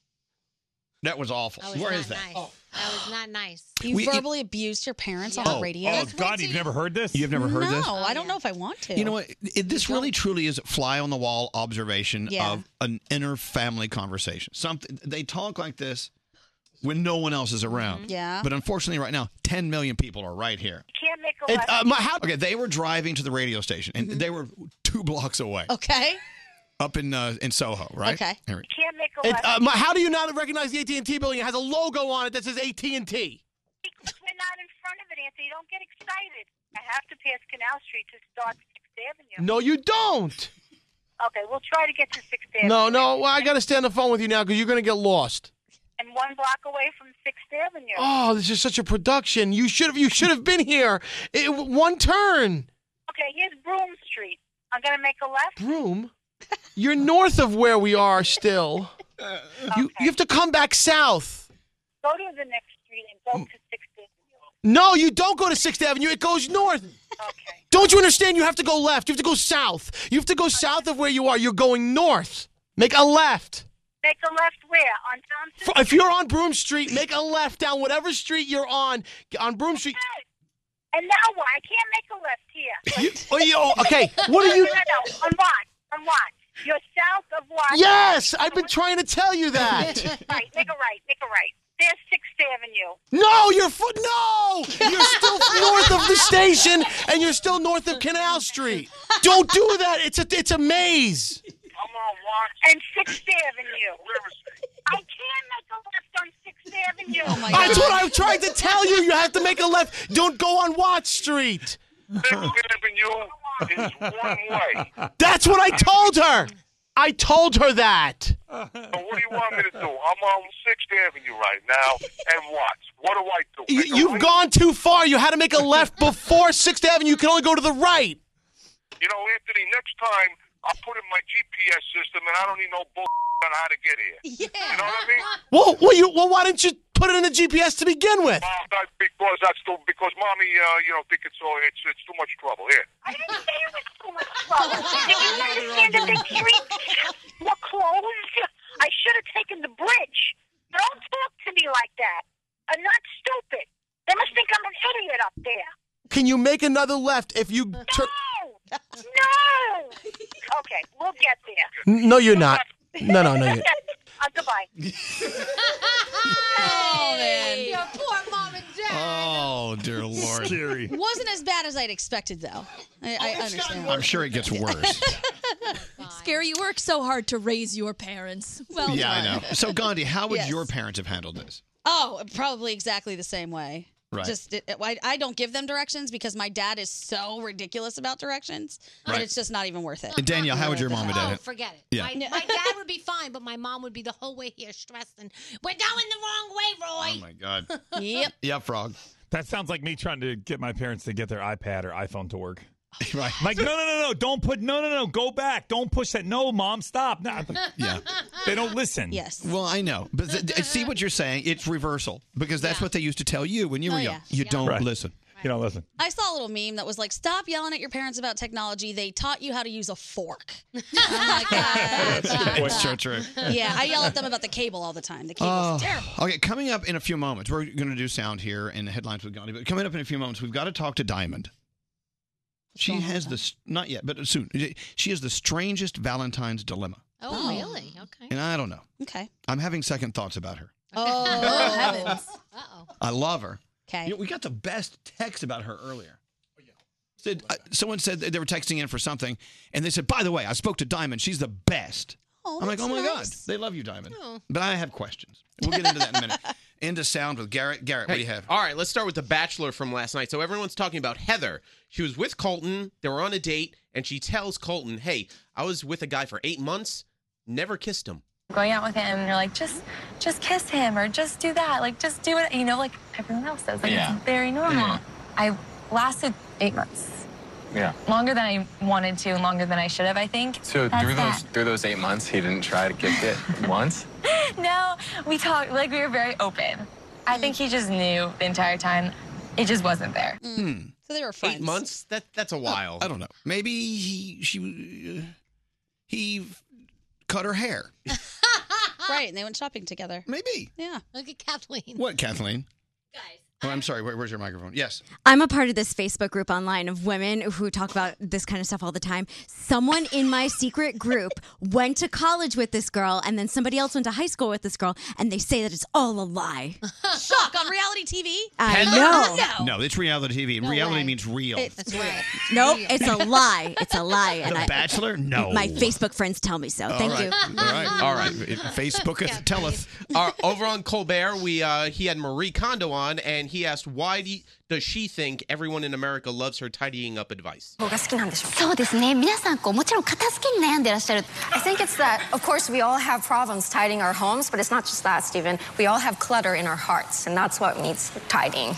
That was awful.
Oh, That was
Where
not
is that?
nice. That was not nice.
You verbally abused your parents on the radio.
Oh, God, you've never heard this? You've never heard
no,
this?
I don't know if I want to.
You know what? It, this really truly is a fly on the wall observation
Yeah.
of an inner family conversation. Something they talk like this when no one else is around.
Mm-hmm.
Mm-hmm.
Mhm. Yeah.
But unfortunately, right now, 10 million people are right here.
Can't make a
It,
left.
uh, my house. Okay, they were driving to the radio station, and they were two blocks away,
Oh.
Okay.
up in uh, in Soho, right?
Okay.
Here we-
Can't make a
It-
left.
uh, my-
how do you not recognize the AT&T building? It has a logo on it that says AT&T.
We're not in front of it, Anthony. Don't get excited. I have to pass Canal Street to start Sixth Avenue.
No, you don't.
Okay, we'll try to get to Sixth Avenue.
No, no. Well, I got to stay on the phone with you now because you're going to get lost.
And one block away from Sixth Avenue.
Oh, this is such a production. You should have. You should have been here. It, one turn.
Okay, here's Broom Street. I'm gonna make a left.
Broom. You're north of where we are still. You you have to come back south.
Go to the next street and go to Sixth Avenue.
No, you don't go to Sixth Avenue. It goes north. Don't you understand? You have to go left. You have to go south. You have to go south of where you are. You're going north. Make a left.
Make a left where? On Thompson.
F- If you're on Broom Street, make a left down whatever street you're on. On Broom Street.
And now what? I can't make a left here.
You, oh, you- oh, okay. What are you?
No, no, no. On what? On what? You're south of what?
Yes, I've been trying to tell you that.
right, make a right, make a right. There's Sixth Avenue.
No, you're foot. No, you're still north of the station, and you're still north of Canal Street. Don't do that. It's a it's a maze.
I'm on one. And Sixth Avenue. I can't make a left on Sixth Avenue. Oh my
That's what I'm trying to tell you. You have to make a left. Don't go on Watch Street.
Avenue is one way.
That's what I told her. I told her that.
So what do you want me to do? I'm on Sixth Avenue right now, and watch. What do I do?
You, you've gone too far. You had to make a left before Sixth Avenue. You can only go to the right.
You know, Anthony, next time I'll put in my GPS system, and I don't need no bull on how to get here. You know what I mean?
Well, well, you, well, why didn't you put it in the GPS to begin with?
Well, that- because that's too, because mommy, uh, you know, think it's all it's it's too much trouble. Here.
I didn't say it was too much trouble. Did you understand the big streets (laughs) were closed? I should have taken the bridge. Don't talk to me like that. I'm not stupid. They must think I'm an idiot up there.
Can you make another left if you? Tur-
No. Okay, we'll get there.
N- no, you're not. No, no, no, you're.
(laughs) Uh, goodbye.
Oh, man.
Your poor mom and dad.
Oh dear lord!
Uh, Wasn't as bad as I'd expected, though. I, I understand.
I'm sure it gets worse.
Scary, you worked so hard to raise your parents. Well,
yeah, I
(laughs)
know. So Gandhi, how would
Yes.
your parents have handled this?
Oh, probably exactly the same way.
Right.
Just it, I, I don't give them directions because my dad is so ridiculous about directions
Right.
that it's just not even worth it.
And Danielle, how would your mom and dad?
(laughs) Oh,
have-
forget it.
Yeah.
My, my dad would be fine, but my mom would be the whole way here stressed and we're going the wrong way,
Oh
Roy.
my God.
(laughs) Yep.
(laughs) Yeah, frog.
That sounds like me trying to get my parents to get their iPad or iPhone to work.
(laughs) Right.
I'm like, no, no, no, no. Don't put, no, no, no. Go back. Don't push that. No, mom, stop. No. I'm like,
(laughs) Yeah.
(laughs) They don't listen.
(laughs)
Yes.
Well, I know, but th- th- see what you're saying. It's reversal because that's what they used to tell you when you
Oh,
were young.
yeah.
You
Yeah.
don't
Right.
listen.
You don't listen.
I saw a little meme that was like, "Stop yelling at your parents about technology. They taught you how to use a fork."
It's so
(laughs)
true.
yeah, I yell at them about the cable all the time. The cable's
Oh,
terrible.
(laughs) okay, coming up in a few moments, we're going to do sound here and the headlines with Gandhi. But coming up in a few moments, we've got to talk to Diamond. She has this not yet, but soon. She has the strangest Valentine's dilemma,
Oh, really? Okay.
and I don't know.
Okay.
I'm having second thoughts about her.
Oh,
heavens.
I love her.
Okay.
we got the best text about her earlier. Said, uh, someone said that they were texting in for something, and they said, "By the way, I spoke to Diamond. She's the best."
Oh,
I'm like, "Oh
that's
my God,
nice.
they love you, Diamond."
Oh.
But I have questions. We'll get into that in a minute. (laughs)
(laughs)
Into sound with Garrett. Garrett, what do you have?
All right, let's start with The Bachelor from last night. So everyone's talking about Heather. She was with Colton, they were on a date, and she tells Colton, hey, I was with a guy for eight months, never kissed him.
going out with him and you're like just just kiss him or just do that like just do it you know like everyone else does like
Yeah.
it's very normal
Mm.
i lasted eight months
Yeah.
longer than i wanted to and longer than i should have i think
So
That's
through
that.
those through those eight months, he didn't try to kick it (laughs) once.
(laughs) no we talked like we were very open i think he just knew the entire time it just wasn't there
so they were
Eight months? That that's a while.
Hmm. I don't know. Maybe he she uh, he cut her hair.
Right, and they went shopping together.
Maybe.
Yeah.
Look at Kathleen.
What, (laughs) Kathleen? Guys. Oh, I'm sorry. Wait, where's your microphone? Yes.
I'm a part of this Facebook group online of women who talk about this kind of stuff all the time. Someone in my secret group went to college with this girl, and then somebody else went to high school with this girl, and they say that it's all a lie.
Shock on reality TV.
I
No.
know.
it's reality TV, and
Oh. No
reality
way.
means real.
That's right.
Nope, it's a lie. It's a lie.
the
I-
Bachelor? No.
My Facebook friends tell me so.
All
Thank
right.
you.
All right. All
(laughs)
right.
(laughs)
Facebook telleth.
(laughs) Uh, over on Colbert, we uh, he had Marie Kondo on, and he asked why do does she think everyone in America loves her tidying up advice?
方が好きなんでしょうそうですね皆さんこうもちろん片付けに悩んでらっしゃる I think it's that of course we all have problems tidying our homes but it's not just that Stephen we all have clutter in our hearts and that's what needs tidying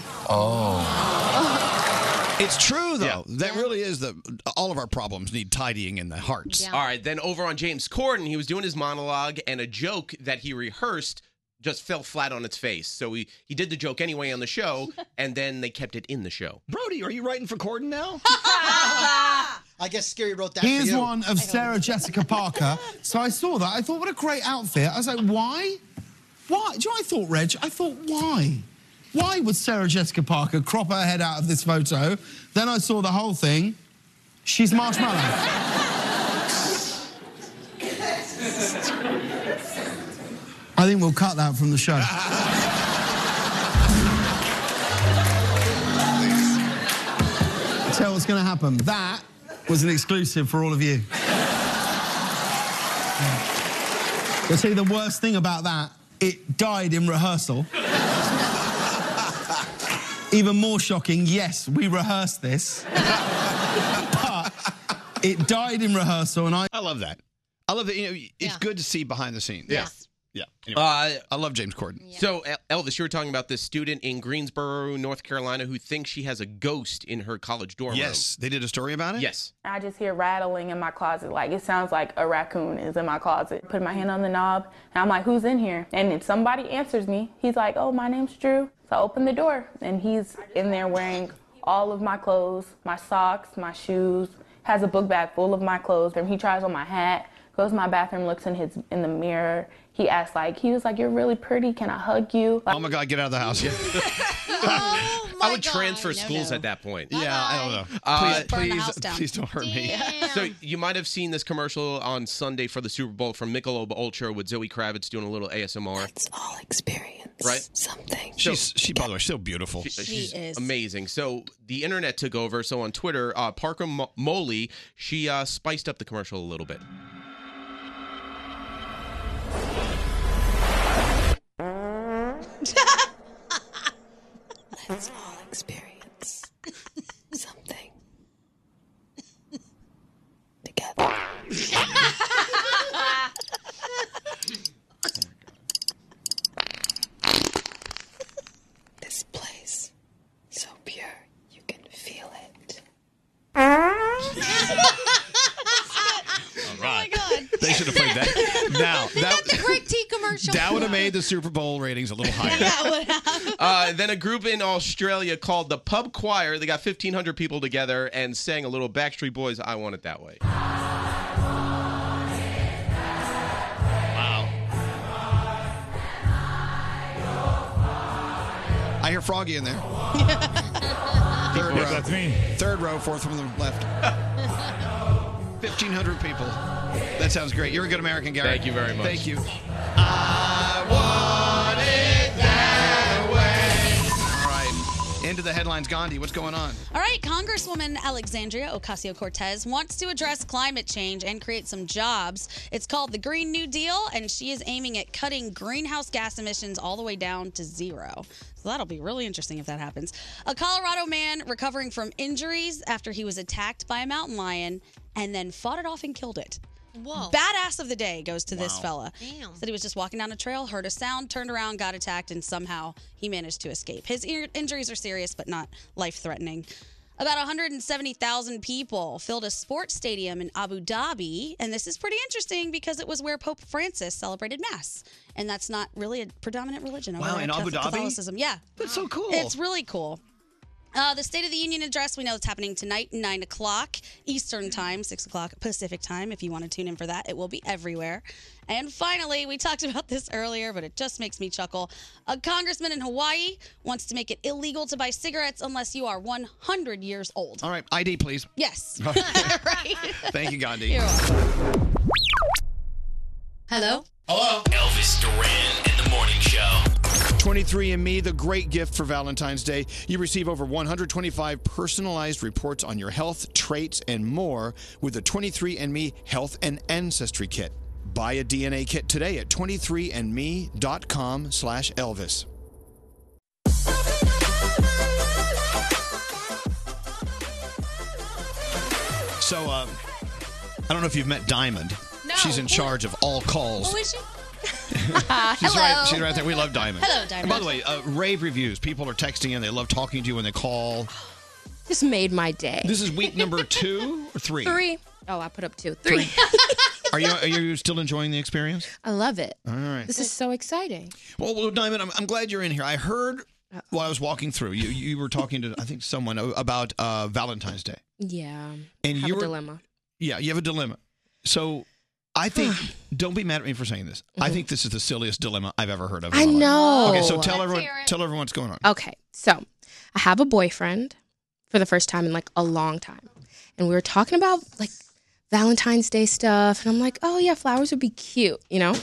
Oh. It's true though. That really is the all of our problems need tidying in the hearts.
All right. Then over on James Corden, he was doing his monologue, and a joke that he rehearsed just fell flat on its face. So he he did the joke anyway on the show, and then they kept it in the show.
Brody, are you writing for Corden now?
(laughs) I guess Scary wrote that.
Here's
for you.
one of Sarah Jessica Parker. so I saw that. I thought, what a great outfit. I was like, why? Why? Do you know what I thought, Reg? I thought, why? Why would Sarah Jessica Parker crop her head out of this photo? Then I saw the whole thing. She's marshmallow. I think we'll cut that from the show. (laughs) Tell you what's going to happen. That was an exclusive for all of you. You see, the worst thing about that, it died in rehearsal. (laughs) Even more shocking, yes, we rehearsed this. (laughs) but it died in rehearsal, and I.
I love that. I love that. You know, it's good to see behind the scenes. Yeah. Yeah. Anyway, I love James Corden.
Uh, So El- Elvis, you were talking about this student in Greensboro, North Carolina, who thinks she has a ghost in her college dorm room.
Yes, they did a story about it.
Yes.
I just hear rattling in my closet like it sounds like a raccoon is in my closet put my hand on the knob and I'm like who's in here and if somebody answers me he's like oh my name's Drew so I open the door and he's in there wearing all of my clothes my socks my shoes has a book bag full of my clothes and he tries on my hat goes to my bathroom looks in his in the mirror he asks like he was like you're really pretty can I hug you
Oh my God, get out of the house.
(laughs) I would transfer schools at that point.
Yeah, I don't know. Please,
Uh,
please, (laughs) please don't hurt me.
Mm.
(laughs)
So you might have seen this commercial on Sunday for the Super Bowl from Michelob Ultra with Zoe Kravitz doing a little ASMR. Let's all experience right? something.
She's she by the way, so beautiful.
She, she's amazing. So the internet took over. So on Twitter, uh, Parker Mo- Moley, she uh, spiced up the commercial a little bit.
let's all experience something
This place, so pure, you can feel it.
All right. They should have played
(laughs)
that. Now that,
Great tea commercial.
that would have made the Super Bowl ratings a little higher.
Uh, then a group in Australia called the Pub Choir. They got 1,500 people together and sang a little Backstreet Boys, I Want It That Way.
Wow. I hear Froggy in there. Third row. That's me. Third row, fourth from the left. (laughs) 1,500 people. That sounds great. You're a good American, Gary. Thank you very much. Thank you. All right. Into the headlines. Gandhi, what's going on?
All right, Congresswoman Alexandria Ocasio Cortez wants to address climate change and create some jobs. It's called the Green New Deal, and she is aiming at cutting greenhouse gas emissions all the way down to zero. So that'll be really interesting if that happens. A Colorado man recovering from injuries after he was attacked by a mountain lion and then fought it off and killed it.
Whoa.
Badass of the day goes to this
Wow.
fella.
Damn.
Said he was just walking down a trail, heard a sound, turned around, got attacked, and somehow he managed to escape. His ear- injuries are serious, but not life threatening. About 170,000 people filled a sports stadium in Abu Dhabi, and this is pretty interesting because it was where Pope Francis celebrated Mass, and that's not really a predominant religion. over
Wow,
there,
in Abu
Catholic-
Dhabi?
Catholicism, yeah,
that's so cool.
It's really cool. Uh, the State of the Union address, we know it's happening tonight, 9 o'clock Eastern Time, 6 o'clock Pacific Time. If you want to tune in for that, it will be everywhere. And finally, we talked about this earlier, but it just makes me chuckle. A congressman in Hawaii wants to make it illegal to buy cigarettes unless you are 100 years old.
All right, ID, please. (laughs)
Yes. (laughs)
right. Thank you, Gandhi.
Hello?
Hello? Elvis Duran and the Morning Show.
23andMe, the great gift for Valentine's Day. You receive over 125 personalized reports on your health, traits, and more with the 23andMe Health and Ancestry Kit. Buy a DNA kit today at 23andme.com slash Elvis. So, uh, I don't know if you've met Diamond.
No.
She's in charge of all calls.
Who is she?
(laughs)
Uh,
She's right. She's right there. We love Diamond.
Hello, Diamond.
And by the way, uh, rave reviews. People are texting in. They love talking to you when they call.
This made my day.
This is week number two or three.
Three. Oh, I put up two. Three.
Are you are you still enjoying the experience?
I love it.
All right.
This is so exciting.
well, well, Diamond. I'm, I'm glad you're in here. I heard while I was walking through, you you were talking to I think someone about uh, Valentine's Day,
Yeah.
and
Have
you
a
were
dilemma.
yeah you have a dilemma. So I
(sighs)
think don't be mad at me for saying this. I think this is the silliest dilemma I've ever heard of. in
Mm-hmm.
my
I
life.
know.
Okay, so tell
Let's
everyone
hear
tell everyone what's going on.
Okay. So I have a boyfriend for the first time in like a long time. And we were talking about like Valentine's Day stuff. And I'm like, oh, yeah, flowers would be cute, you know?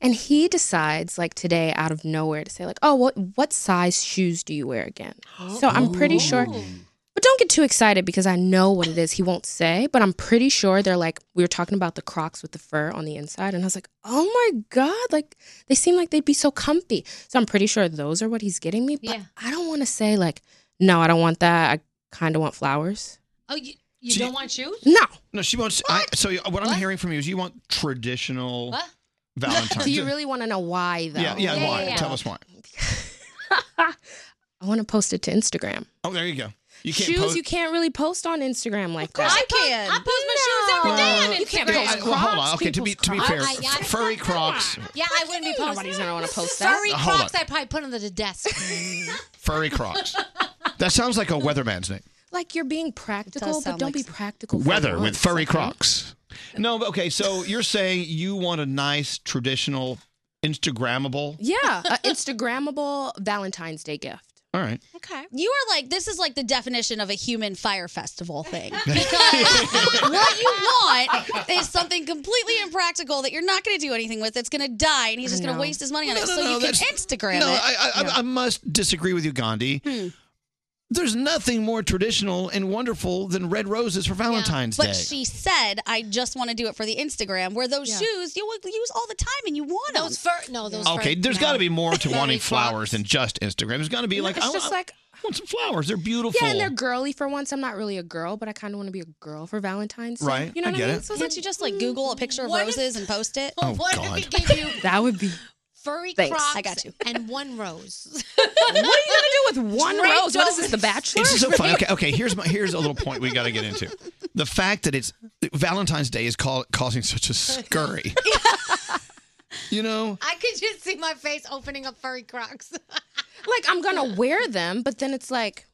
And he decides, like today, out of nowhere, to say, like, oh, what, what size shoes do you wear again? So I'm pretty sure. But don't get too excited because I know what it is he won't say. But I'm pretty sure they're like, we were talking about the Crocs with the fur on the inside. And I was like, oh my God, like they seem like they'd be so comfy. So I'm pretty sure those are what he's getting me. But I don't want to say, like, no, I don't want that. I kind of want flowers.
Oh, you, you
She-
don't want shoes?
No.
No, she wants. I, so what, I'm hearing from you is you want traditional
What?
Valentine's.
(laughs) Do you really want to know why, though?
Yeah, yeah. why? Tell us why.
I want to post it to Instagram.
Oh, there you go. You can't
shoes
post.
you can't really post on Instagram like uh, that.
I can. I post my shoes every day on
You can't
Instagram.
post
Oh, well, hold on. Okay, to be
people's
to be
Crocs.
fair,
I- I-
furry Crocs,
Yeah, I wouldn't be posting.
Nobody's gonna wanna post that.
Furry
Uh, hold
Crocs,
on.
I probably put under the desk.
furry Crocs. That sounds like a weatherman's name.
Like you're being practical, but
sound
don't be practical. for
Weather with
once.
furry Crocs. No, but okay. So you're saying you want a nice traditional Instagrammable.
Yeah,
(laughs)
an Instagrammable Valentine's Day gift.
All right.
Okay. You are like, this is like the definition of a human fire
(laughs)
festival thing. Because what you want is something completely impractical that you're not going to do anything with, that's going to die, and he's just going to waste his money on it. so you can
that's-
Instagram
no,
it.
I, I, I, I must disagree with you, Gandhi. There's nothing more traditional and wonderful than red roses for Valentine's
but
Day.
she said, "I just want to do it for the Instagram." Where those shoes you would use all the time, and you want those
fur. No, those
okay, there's got to be more to wanting
Crocs.
flowers than just Instagram. There's got to be like
it's
I,
just
I-
like
I want some flowers. They're beautiful.
Yeah, and they're girly for once. I'm not really a girl, but I kind of want to be a girl for Valentine's. Day.
Right,
You know
I
what
get
I mean?
it.
So it's
Can't
like
you just like Google a picture of roses and post it?
Oh, What if God. we
give you
that
(laughs)
would be.
Furry
Thanks.
Crocs
I got you.
and one rose.
What are you gonna do with one
Draped
rose? What is
over-
this, The Bachelor?
It's so
(laughs)
funny. Okay, okay. Here's my here's a little point we got to get into. The fact that it's Valentine's Day is call, causing such a scurry. you know,
I could just see my face opening up furry Crocs.
Like I'm gonna wear them, but then it's like,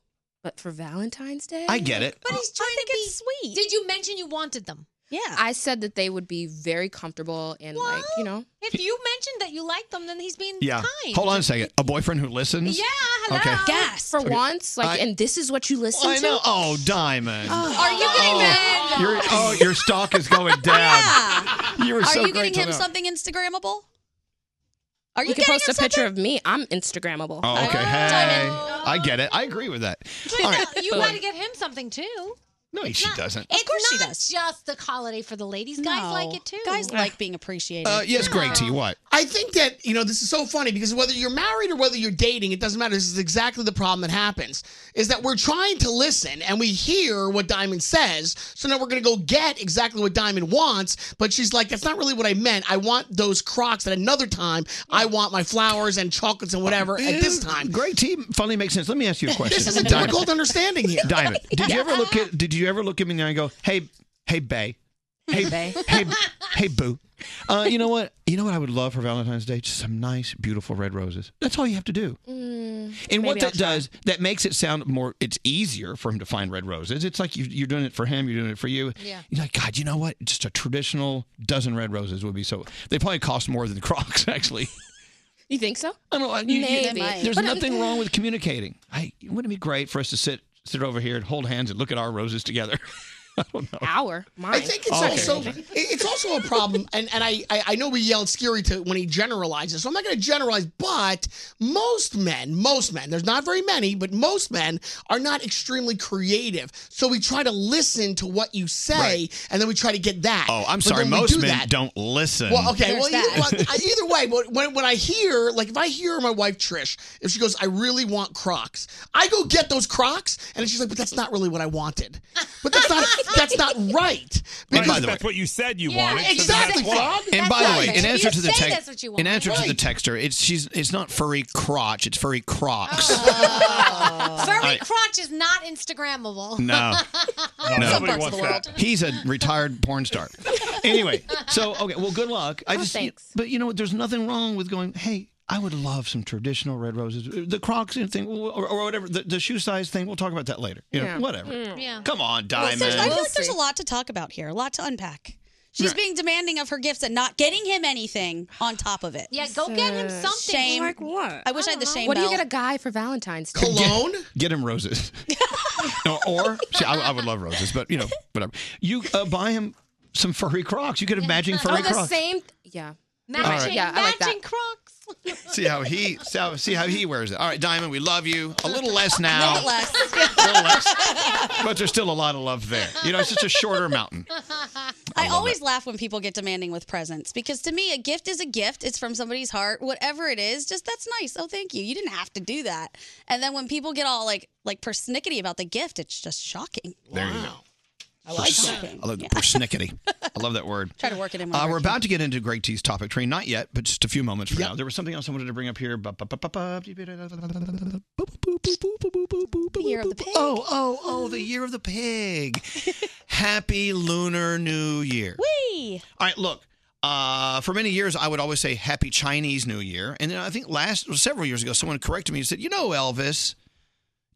but for Valentine's Day.
I get
(laughs)
it.
But he's trying to be sweet. Did you mention you wanted them?
Yeah.
I said that they would be very comfortable and like you know.
If you mentioned that you liked them, then he's being
Yeah.
kind.
Hold on a second. A boyfriend who listens.
Yeah, hello.
Yes. For
Okay.
once, like,
I-
and this is what you listen
I
to.
know. Oh, Diamond.
Are you getting
Oh, your, oh, your stock is going down. You were
Are
so
you getting
great
him
to know.
something Instagrammable? Are
you can post a picture of me. I'm Instagrammable.
Oh, okay. Hey, I get it. I agree with that.
(laughs) But
All right.
no, you got to get him something too.
No, she doesn't.
Of course she does. Just the holiday for the ladies. Guys like it too.
Guys like being appreciated.
Uh, yes, Greg T. What?
I think that, you know, this is so funny because whether you're married or whether you're dating, it doesn't matter. This is exactly the problem that happens is that we're trying to listen and we hear what Diamond says. So now we're going to go get exactly what Diamond wants. But she's like, that's not really what I meant. I want those Crocs at another time. I want my flowers and chocolates and whatever at this time.
Greg T. Finally makes sense. Let me
(laughs)
ask you a question.
This is a
Diamond.
(laughs) difficult understanding here.
Diamond, did you ever look at? Did you ever look at me in the eye and go, "Hey, hey, Bay"? Hey, hey, hey, boo. Uh, you know what? You know what I would love for Valentine's Day? Just some nice, beautiful red roses. That's all you have to do. And what that does, that makes it sound more, it's easier for him to find red roses. It's like you, you're doing it for him, you're doing it for you.
Yeah.
You're like, God, you know what? Just a traditional dozen red roses would be so, they probably cost more than Crocs, (laughs) actually.
You think so?
I don't know. You- you- There's nothing wrong with communicating. I, wouldn't it be great for us to sit, sit over here and hold hands and look at our roses together? (laughs) I don't know.
Our, mine.
I think it's
Oh, Okay.
also it- it's also a problem, and and I, I I know we yell at Scary to when he generalizes, so I'm not going to generalize, but most men, most men, there's not very many, but most men are not extremely creative, so we try to listen to what you say, and then we try to get that.
Oh, I'm
But
sorry.
when we
Most
do
men
that-
don't listen.
Well, okay. Well, either, well, I- either way, but when, when I hear, like, if I hear my wife Trish, if she goes, "I really want Crocs," I go get those Crocs, and she's like, "But that's not really what I wanted." But that's not that's not right.
Because that's what you said you wanted. so
exactly,
that's why.
Frog.
(laughs) And by the way, in answer to the
say
text,
that's what you
in
wanted.
answer to the
Right.
texter, it's she's it's not furry crotch, it's furry crocs.
Furry
Right.
crotch is not Instagrammable. (laughs)
No.
Some parts of the world.
He's a retired porn star.
(laughs)
anyway, so okay, well, good luck. I
Oh,
just,
thanks.
but you know what? There's nothing wrong with going. Hey, I would love some traditional red roses. The Crocs thing, or, or whatever, the, the shoe size thing. We'll talk about that later. You know,
Yeah.
whatever.
Mm,
Mm.
Yeah.
Come on,
Well,
diamond.
there's- I feel like there's a lot to talk about here, a lot to unpack. She's
Right.
being demanding of her gifts and not getting him anything on top of it.
Yeah, go get him
Uh,
something.
Shame.
Like
what?
I wish I, had the shame.
What do you
belt.
get a guy for Valentine's Day?
Cologne?
Get him
(laughs)
roses. or, or see, I, I would love roses, but you know, whatever. You uh, buy him some furry Crocs. You could have
(laughs)
matching
(laughs) Oh,
furry
the
Crocs.
same. Yeah.
Matching- All right.
Yeah, I like that.
matching Crocs.
See how he see how- see how he wears it. All right, Diamond, we love you. A little
(laughs)
less now,
less.
but there's still a lot of love there. You know, it's just a shorter (laughs) mountain.
I, always laugh when people get demanding with presents because to me, a gift is a gift. It's from somebody's heart, whatever it is. Just that's nice. Oh, thank you. You didn't have to do that. And then when people get all like like persnickety about the gift, it's just shocking.
There you go.
I like
Pers-
that.
I love the persnickety. I love that word.
Try to work it in.
Uh,
whenever
we're
you can.
about to get into Greg T's topic train. Not yet, but just a few moments from now. There was something else I wanted to bring up here. Ba- ba- ba- ba- The
year of the pig.
Oh, oh, oh, the year of the pig. Happy Lunar New Year.
Whee!
All right, look. Uh, for many years, I would always say Happy Chinese New Year. And then I think last, well, several years ago, someone corrected me and said, You know, Elvis,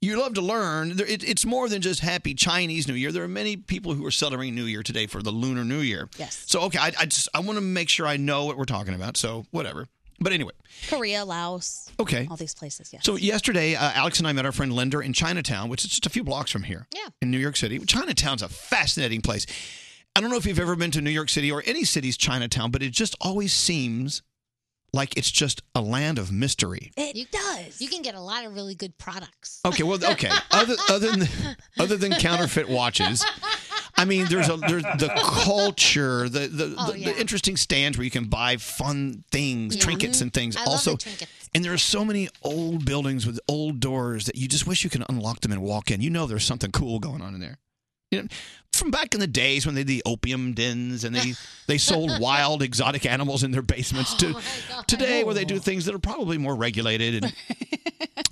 you love to learn. There- It, it's more than just Happy Chinese New Year. There are many people who are celebrating New Year today for the Lunar New Year.
Yes.
So, okay, I, I just, I want to make sure I know what we're talking about. So, whatever. But anyway,
Korea, Laos.
Okay.
All these places. Yes.
so yesterday, uh, Alex and I met our friend Linda in Chinatown, which is just a few blocks from here. Yeah. In New York City. Chinatown's a fascinating place. I don't know if you've ever been to New York City or any city's Chinatown, but it just always seems like it's just a land of mystery.
It you, does. You can get a lot of really good products.
Okay, well, okay. Other other than other than counterfeit watches, I mean, there's a there's the culture, the the,
Oh,
the,
yeah.
the interesting stands where you can buy fun things,
Yeah.
trinkets and things.
Mm-hmm. I love
also,
the trinkets.
and there are so many old buildings with old doors that you just wish you could unlock them and walk in. You know, there's something cool going on in there. You know, from back in the days when they had the opium dens and
(laughs)
they they sold wild exotic animals in their
Oh
basements to today where they do things that are probably more regulated
(laughs)
and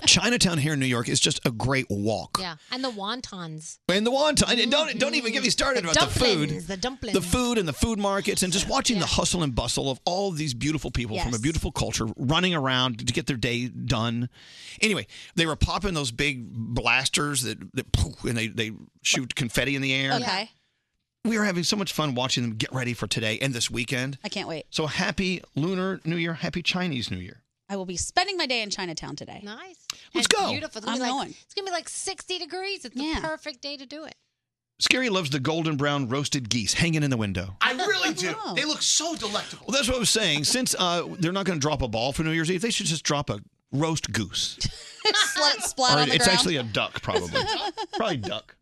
Chinatown here in New York is just a great walk.
Yeah, and the wontons.
And the wonton, and don't don't even get me started
The
about the food,
dumplings, the dumplings.
the food and the food markets, and just watching the hustle and bustle of all of these beautiful people from a
Yes.
beautiful culture running around to get their day done. Anyway, they were popping those big blasters that, that poof, and they they shoot confetti in the air.
Okay.
We are having so much fun watching them get ready for today and this weekend.
I can't wait.
So happy Lunar New Year, happy Chinese New Year.
I will be spending my day in Chinatown today.
Nice.
Let's
It's
go.
Beautiful. It's gonna
I'm
be like,
going.
It's gonna be like 60 degrees. It's the perfect day to do it.
Scary loves the golden brown roasted geese hanging in the window.
I really do. They look so delectable.
Well, that's what I was saying. Since uh, they're not going to drop a ball for New Year's Eve, they should just drop a roast goose.
Just
(laughs)
let it splat on the
it's
ground.
actually (laughs) a duck, probably. probably duck.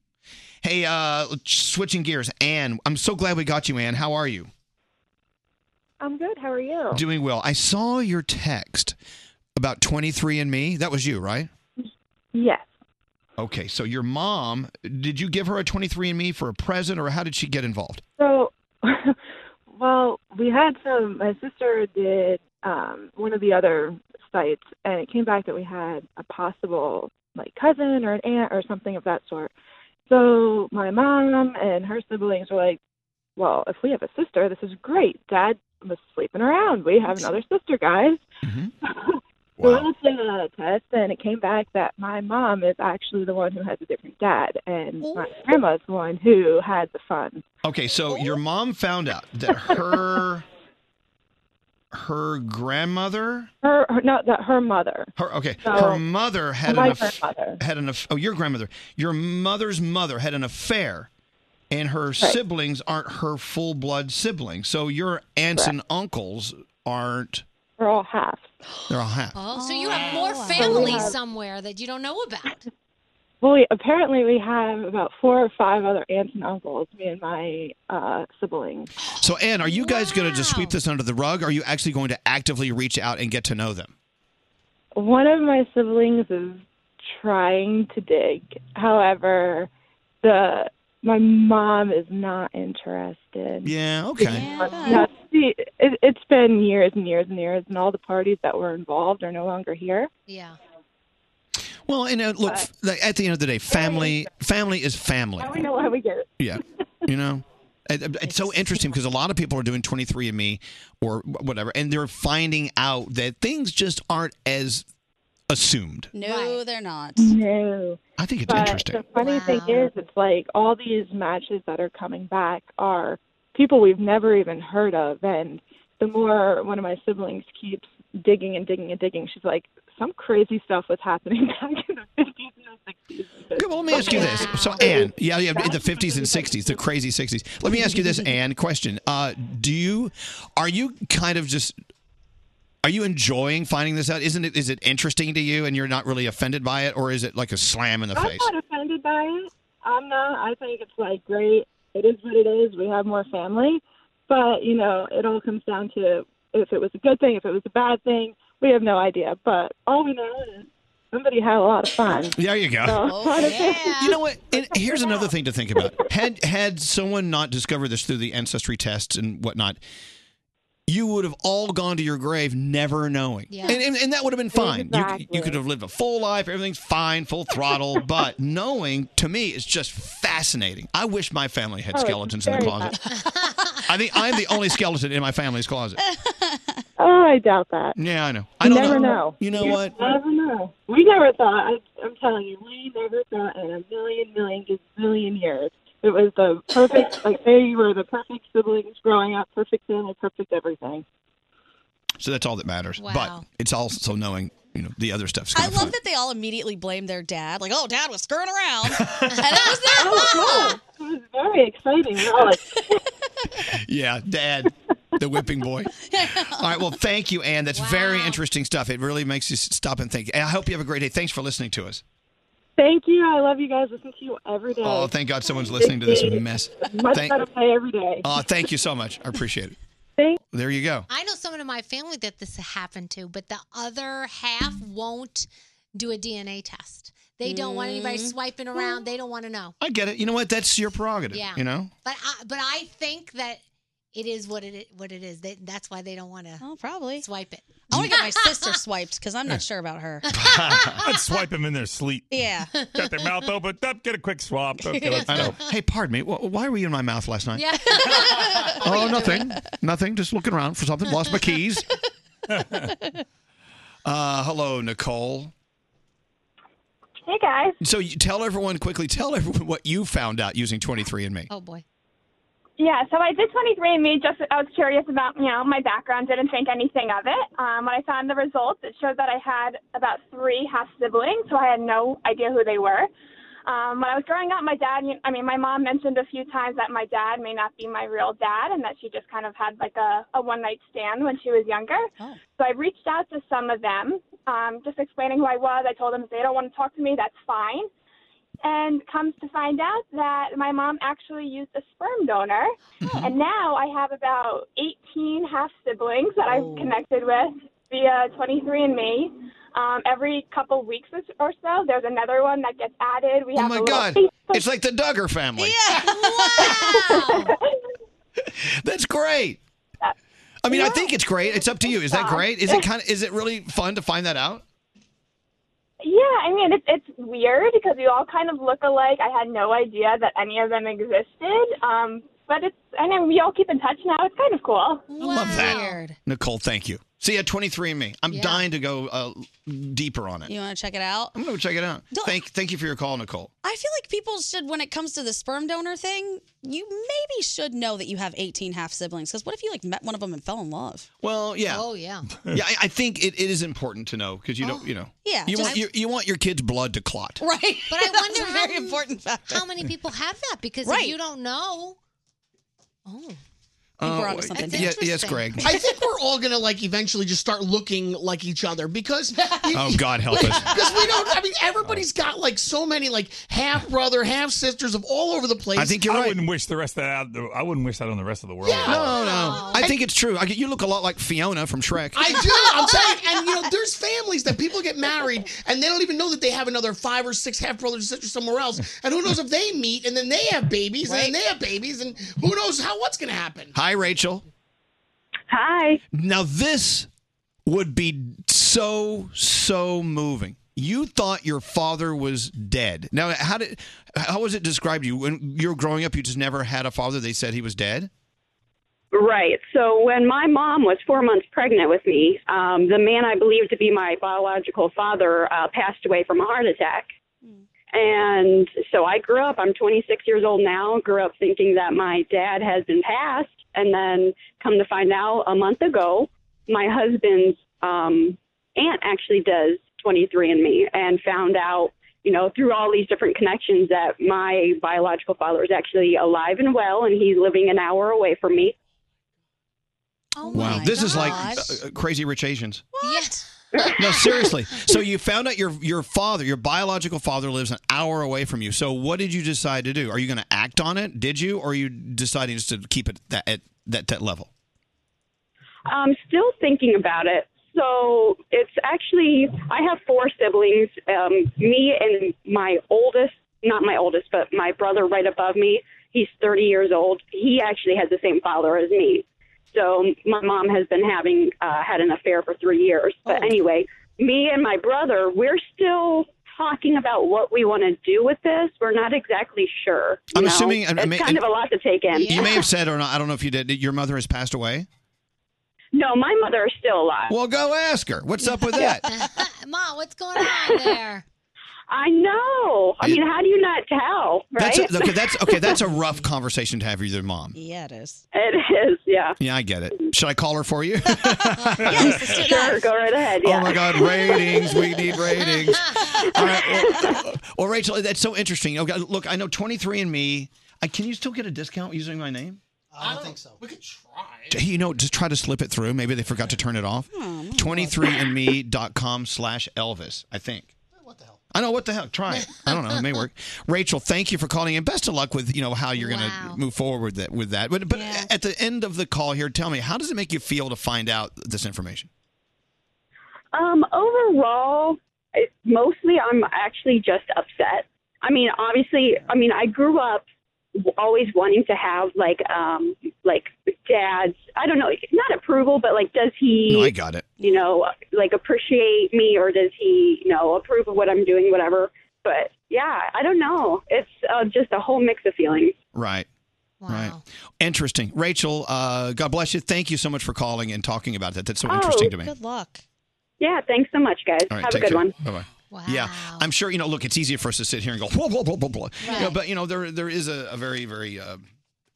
Hey, uh, switching gears, Anne. I'm so glad we got you, Anne. How are you?
I'm good. How are
Oh.
you? (laughs)
Doing well. I saw your text about 23andMe. That was you, right?
Yes.
Okay, so your mom, did you give her a 23andMe for a present, or how did she get involved?
So, (laughs) well, we had some. My sister did um, one of the other sites, and it came back that we had a possible like cousin or an aunt or something of that sort. So my mom and her siblings were like, well, if we have a sister, this is great. Dad was sleeping around. We have another sister, guys. So we went and did a test, and it came back that my mom is actually the one who has a different dad, and my grandma's the one who had the fun.
Okay, so your mom found out that her her grandmother,
Her, her no, that her mother.
her okay,
So,
her mother had
my
an aff-
grandmother.
had an aff- oh your grandmother, your mother's mother had an affair, and her siblings aren't her full blood siblings. So your aunts and uncles aren't.
They're all half.
They're all half.
Oh, so you have more
wow.
family
So we have-
somewhere that you don't know about.
Well, we, apparently we have about four or five other aunts and uncles. Me and my uh, siblings.
So Anne, are you guys going to just sweep this under the rug? Or are you actually going to actively reach out and get to know them?
One of my siblings is trying to dig. However, the my mom is not interested.
Yeah. Okay.
No, see, it, it's been years and years and years, and all the parties that were involved are no longer here.
Yeah.
Well, and uh, look, f- like, at the end of the day, family family is family.
I know why we get it.
Yeah, you (laughs) know. It- it- It's so interesting because a lot of people are doing 23andMe or wh- whatever, and they're finding out that things just aren't as assumed.
No, they're not.
No.
I think it's
but
interesting.
The funny thing is, it's like all these matches that are coming back are people we've never even heard of. And the more one of my siblings keeps digging and digging and digging, she's like, some crazy stuff was happening (laughs) back in the 50s.
Okay, well, let me ask you this. So, Anne, yeah, yeah, in the 50s and 60s, the crazy 60s. Let me ask you this, Anne, question. Uh, do you, are you kind of just, are you enjoying finding this out? Isn't it, is it interesting to you and you're not really offended by it, or is it like a slam in the
I'm
face?
not offended by it. I'm not. I think it's like great. It is what it is. We have more family, but you know, it all comes down to if it was a good thing, if it was a bad thing. We have no idea. But all we know is somebody had a lot of fun.
There you go.
(laughs)
You know what? And here's another thing to think about. Had had someone not discovered this through the ancestry tests and whatnot, you would have all gone to your grave never knowing.
Yeah.
And, and and that would have been fine. You,
Exactly.
you could have lived a full life, everything's fine, full throttle, but knowing to me is just fascinating. I wish my family had
Oh, it's
skeletons in the
very
closet. I think I'm the only skeleton in my family's closet.
Oh, I doubt that.
Yeah, I know. I
You
don't
never know.
You know
You
what?
Never know. We never thought. I, I'm telling you, we never thought in a million, million, gazillion years. It was the perfect. like they were the perfect siblings growing up, perfect family, perfect everything.
So that's all that matters. But
Wow.
it's also knowing, you know, the other stuff's
I
kinda
love that they all immediately blame their dad. Like, oh, dad was
(laughs)
screwing around. and that
Oh,
was their mom.
It was very exciting. We're all like,
(laughs) Yeah, Dad, the whipping boy. All right, well, thank you, Anne. That's very interesting stuff. It really makes you s- stop and think. And I hope you have a great day. Thanks for listening to us.
Thank you. I love you guys. Listen to you every day.
Oh, thank God someone's listening to this mess.
Much
Thank,
better play every day.
uh, thank you so much. I appreciate it.
Thank-
There you go.
I know someone in my family that this happened to, but the other half won't do a DNA test. They don't want anybody
Mm.
swiping around. They don't want to know.
I get it. You know what? That's your prerogative.
Yeah.
You know?
But I, but I think that it is what it i- what it is. They, that's why they don't want to.
Oh, probably
swipe it.
I want
(laughs)
to get my sister swiped because I'm not sure about her.
(laughs) I'd swipe them in their sleep.
(laughs)
Yeah.
Got their mouth open. Dup, Get a quick swap. Okay, let's
I know.
go.
Hey, pardon me. wh- Why were you in my mouth last night?
Yeah.
(laughs) Oh, nothing. Nothing. Just looking around for something. Lost my keys. Uh, hello, Nicole.
Hey guys.
So you tell everyone quickly, tell everyone what you found out using 23andMe.
Oh boy.
Yeah, so I did 23andMe just I was curious about, you know, my background, didn't think anything of it. Um, when I found the results, it showed that I had about three half siblings, so I had no idea who they were. Um, when I was growing up, my dad, you- I mean, my mom mentioned a few times that my dad may not be my real dad and that she just kind of had like a, a one night stand when she was younger. So I reached out to some of them, um, just explaining who I was. I told them if they don't want to talk to me, that's fine. and comes to find out that my mom actually used a sperm donor. And now I have about 18 half siblings that I've connected with via 23andMe. Um, every couple weeks or so, there's another one that gets added. We
Oh
have
my
a little
God! It's like the Duggar family. (laughs) That's great. I mean, I think it's great. It's up to you. Is that great? Is it kind of? Is it really fun to find that out?
Yeah, I mean it's it's weird because we all kind of look alike. I had no idea that any of them existed. Um,
but it's and then we all keep in touch now. It's kind of cool.
Love that. Nicole, thank you. See, at 23andMe, I'm
Yeah.
dying to go uh, deeper on it.
You want to check it out?
I'm going to check it out. Thank, thank you for your call, Nicole.
I feel like people should, when it comes to the sperm donor thing, you maybe should know that you have 18 half siblings. Because what if you like met one of them and fell in love?
Well, yeah.
Oh, yeah. Oh,
yeah, I, I think it, it is important to know because you don't, you know,
Yeah,
you
just-
want your, you want your kids' blood to clot.
Right.
But I
(laughs) That's
wonder
a
how,
very important factor.
how many people have that because
Right.
if you don't know. Oh.
we're onto
wait,
something.
Uh, oh, yeah, yes, Greg.
(laughs)
I think we're all gonna like eventually just start looking like each other because
Oh, God
(laughs)
help us.
because we don't. I mean, everybody's got like so many like half brother, half sisters of all over the place.
I wouldn't wish the rest of that. Out, I wouldn't wish that on the rest of the world.
No, no. I think it's true. I, you look a lot like Fiona from Shrek.
I do. I'm saying, and you know, there's families that people get married and they don't even know that they have another five or six half brothers and sisters somewhere else, and who knows if they meet and then they have babies and then they have babies, and who knows how what's gonna happen.
Hi, Rachel.
Hi.
Now this would be so so moving. You thought your father was dead. Now, how did how was it described to you when you were growing up? You just never had a father. They said he was dead.
Right. So when my mom was four months pregnant with me, um, the man I believed to be my biological father uh, passed away from a heart attack. And so I grew up, I'm 26 years old now, grew up thinking that my dad has been passed. And then come to find out a month ago, my husband's um, aunt actually does 23andMe and found out, you know, through all these different connections that my biological father is actually alive and well and he's living an hour away from me.
wow, this is like
gosh.
uh, uh, crazy rich Asians.
Yes.
No, seriously. so you found out your your father, your biological father, lives an hour away from you. So what did you decide to do? Are you going to act on it? Did you, or are you deciding just to keep it that, at that that level?
I'm still thinking about it. So it's actually, I have four siblings. Um, me and my oldest, not my oldest, but my brother right above me, he's 30 years old. He actually has the same father as me. So my mom has been having, uh, had an affair for three years.
Oh.
But anyway, me and my brother, we're still talking about what we want to do with this. We're not exactly sure. you
I'm
know?
assuming- I
it's
mean-
kind of a lot to take in.
You may have said or not. I don't know if you did. that Your mother has passed away.
No, my mother is still alive.
Well, go ask her. What's up with
(laughs)
that?
Ma, what's going on
(laughs)
there?
I know. I mean, how do you not tell? Right?
That's a, okay. That's
(laughs)
okay. That's a rough conversation to have with your mom.
yeah, it is. It is. Yeah.
Yeah, I get it. Should I call her for you?
Sure. Go right ahead. Yeah.
Oh my God, ratings. We need ratings. All right, well, well, Rachel, that's so interesting. Okay, look, I know 23andMe. I, can you still get a discount using my name?
I don't think so. We could try.
You know, just try to slip it through. Maybe they forgot to turn it off.
Oh, my
23andme.com slash Elvis, I think. I know what the hell. Try it. I don't know. It may work. Rachel, thank you for calling and best of luck with you know how you're going to move forward with that. With that. But, but at the end of the call here, tell me how does it make you feel to find out this information?
Um, overall, it, mostly I'm actually just upset. I mean, obviously, I mean, I grew up w- always wanting to have like, um, like dad's, I don't know, not approval, but like, does he,
No, I got it.
you know, like appreciate me or does he, you know, approve of what I'm doing, whatever. But yeah, I don't know. It's uh, just a whole mix of feelings.
Right. Right. Interesting. Rachel, uh, God bless you. Thank you so much for calling and talking about that. That's so interesting to me.
luck. Yeah. Thanks so much, guys.
All right,
Oh, have a
take
good
care.
one.
Bye bye. Yeah, I'm sure. You know, look, it's easier for us to sit here and go, blah, blah, blah, blah, blah. You know,
Right.
but you know, there there is a, a very, very uh,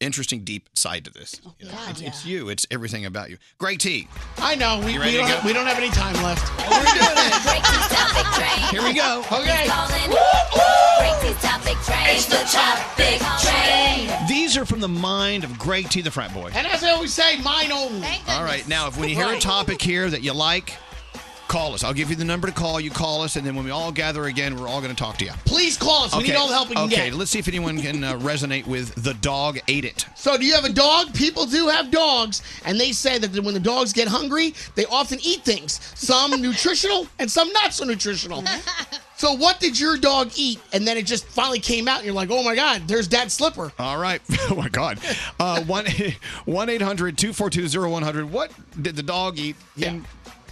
interesting, deep side to this. You know, it's, it's you. It's everything about you. Greg T.
I know
You
we, we,
ready to
don't,
go?
have, we don't have any time left.
Here we go.
Okay.
It's the topic train.
These are from the mind of Greg T. The frat boy.
And as I always say, mine only.
All right, now if when you hear a topic here that you like, call us. I'll give you the number to call. You call us, and then when we all gather again, we're all going to talk to you.
Please call us. We need all the help we can
okay,
get.
let's see if anyone can uh, resonate with the dog ate it.
So, do you have a dog? People do have dogs, and they say that when the dogs get hungry, they often eat things, some nutritional and some not so nutritional. so, what did your dog eat? And then it just finally came out, and you're like, oh my God, there's that slipper.
All right. (laughs) Oh my God. Uh, one (laughs) one eight hundred two four two zero one hundred. What (laughs) did the dog eat? And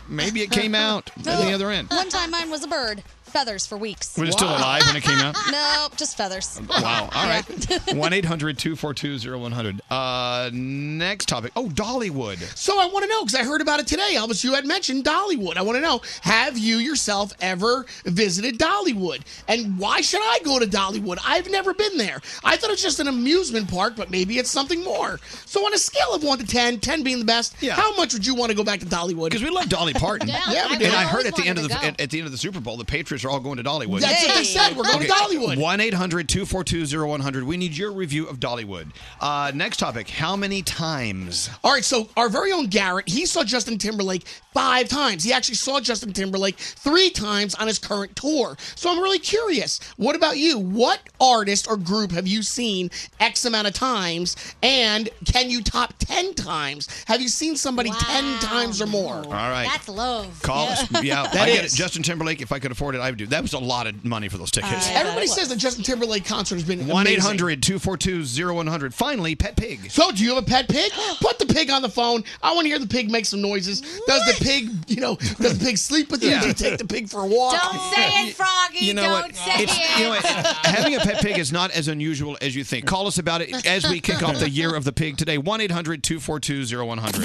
maybe it came out at the other end.
One time mine was a bird. Feathers for weeks.
Was it still Wow.
(laughs)
alive when it came (laughs) out?
nope, just feathers.
Wow. All right.
(laughs) Yeah.
1 800 242 0100. Uh, Next topic. Oh, Dollywood.
So I want to know because I heard about it today, Elvis. You had mentioned Dollywood. I want to know: Have you yourself ever visited Dollywood? And why should I go to Dollywood? I've never been there. I thought it was just an amusement park, but maybe it's something more. So on a scale of one to 10, 10 being the best, how much would you want to go back to Dollywood? Because
we love Dolly (laughs) Parton.
yeah, we
and
did.
I heard at the end of the at, at the end of the Super Bowl, the Patriots are all going to Dollywood.
That's what they said. We're going to Dollywood.
1 800 242 0100. We need your review of Dollywood. Uh, next topic. How many times?
All right, so our very own Garrett, he saw Justin Timberlake five times. He actually saw Justin Timberlake three times on his current tour. So I'm really curious. What about you? What artist or group have you seen X amount of times? And can you top 10 times? Have you seen somebody 10 times or more? All
right.
That's low.
Call us. Yeah,
(laughs) that
I get
is.
it. Justin Timberlake, if I could afford it, I would do. That was a lot of money for those tickets.
Uh,
(laughs)
Everybody says the Justin Timberlake concert has been
1
amazing.
800 242 0100. Finally, Pet Pig.
So, do you have a pet pig?
(gasps)
Put the pig on the phone. I want to hear the pig make some noises. Does the pig, you know, does the pig sleep with you?
Yeah.
Do you take the pig for a walk?
Don't say it, Froggy.
You know
Don't
what?
say
It's-
it.
you know what? Having a pet pig is not as unusual as you think. Call us about it as we kick off the year of the pig today. 1 800 242 0100.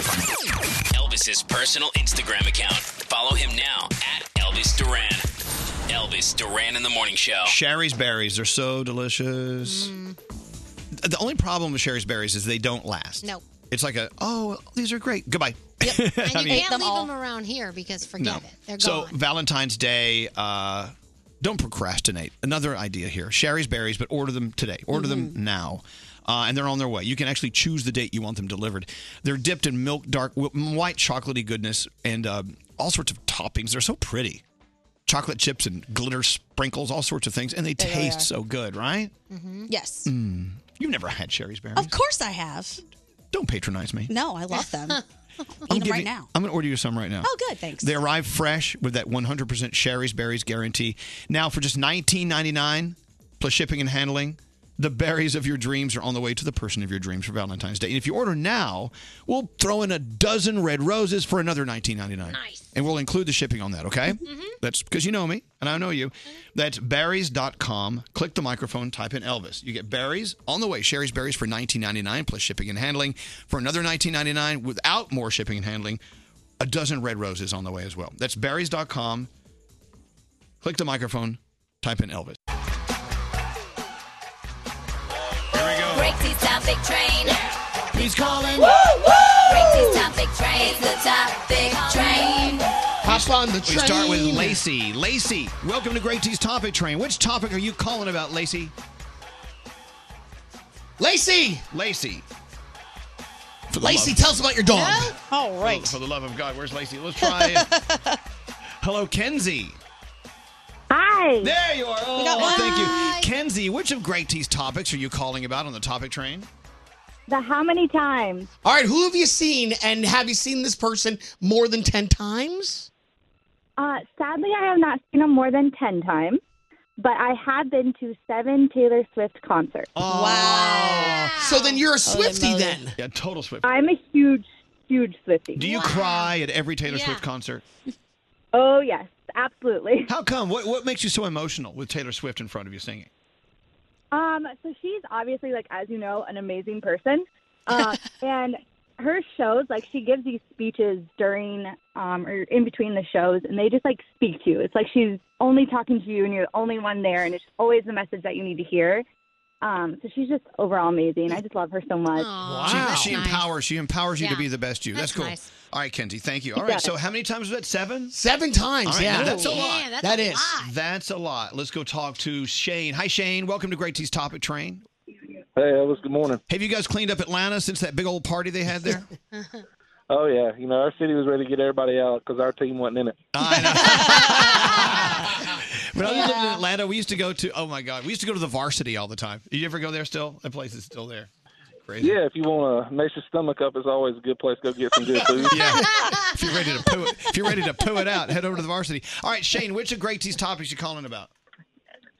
Elvis's personal Instagram account. Follow him now at Elvis Duran. Elvis Duran in the Morning
Oh.
Show.
Sherry's berries are so delicious.
Mm.
The only problem with Sherry's berries is they don't last.
Nope.
It's like a, oh, these are great. Goodbye.
And
(laughs) I
you
mean-
can't leave them around here because forget it. They're
so
gone. (laughs)
Valentine's Day, uh, don't procrastinate. Another idea here: Sherry's berries, but order them today. Order them now. Uh, and they're on their way. You can actually choose the date you want them delivered. They're dipped in milk, dark, w- white, chocolatey goodness, and uh, all sorts of toppings. They're so pretty. Chocolate chips and glitter sprinkles, all sorts of things. And they,
They really
taste
are.
so good, right?
Mm-hmm. Yes.
Mm. You've never had Sherry's berries.
Of course I have.
Don't patronize me.
Oh. No, I love
(laughs)
them. Eat
I'm
them right
giving-
now.
I'm going to order you some right now.
Oh, good. Thanks.
They arrive fresh with that 100% Sherry's Berries guarantee. Now, for just $19.99 plus shipping and handling, the berries of your dreams are on the way to the person of your dreams for Valentine's Day. And if you order now, we'll throw in a dozen red roses for another $19.99. Nice. And we'll include the shipping on that, okay? That's because you know me and I know you. That's berries.com. Click the microphone, type in Elvis. You get berries on the way. Sherry's berries for $19.99 plus shipping and handling for another $19.99 without more shipping and handling a dozen red roses on the way as well. That's berries.com. Click the microphone, type in Elvis.
Break the topic train.
He's calling.
Break the topic train. It's the topic train.
Hop on the train.
We start with Lacey. Lacey, welcome to Great T's Topic Train. Which topic are you calling about, Lacey?
Lacey!
Lacey. For the
Lacey,
love-
tell us about your dog.
All
For the- For the love of God, where's Lacey? Let's
(laughs)
try it. Hello, Kenzie.
Hi.
There you are.
We
Oh,
got one.
thank you. Kenzie, which of Great T's topics are you calling about on the topic train?
The how many times?
All right, who have you seen, and have you seen this person more than 10 times?
Uh, sadly, I have not seen him more than 10 times, but I have been to seven Taylor Swift concerts.
Wow.
So then you're a Swifty
moly.
then.
Yeah, total Swift.
I'm a huge, huge Swifty.
Do you cry at every Taylor Swift concert?
Oh, yes, absolutely.
How come? What what makes you so emotional with Taylor Swift in front of you singing?
Um, so she's obviously, like, as you know, an amazing person. Uh, and her shows, like, she gives these speeches during um, or in between the shows, and they just, like, speak to you. It's like she's only talking to you, and you're the only one there, and it's always the message that you need to hear. Um, so she's just overall amazing. I just love her so much.
She, she empowers. She empowers you to
Yeah.
be the best you. That's,
That's
cool.
nice.
All right, Kenzie. Thank you.
You
All right.
got
So
it.
how many times was that? Seven.
Seven times.
All right,
yeah.
that's a lot.
That is.
That's a lot. Let's go talk to Shane. Hi, Shane. Welcome to Great T's Topic Train.
Hey, Elvis. Good morning.
Have you guys cleaned up Atlanta since that big old party they had
(laughs)
there?
Oh yeah, you know our city was ready to get everybody out because our team wasn't in it.
When I lived in Atlanta, we used to go to. Oh my God, we used to go to the Varsity all the time. You ever go there still? That place is still there. Crazy.
(laughs) Yeah, if you want to mess your stomach up, it's always a good place to go get some good food.
(laughs) (laughs) yeah. If you're ready to poo it, if you're ready to poo it out, head over to the Varsity. All right, Shane. Which of Great T's topics you calling about?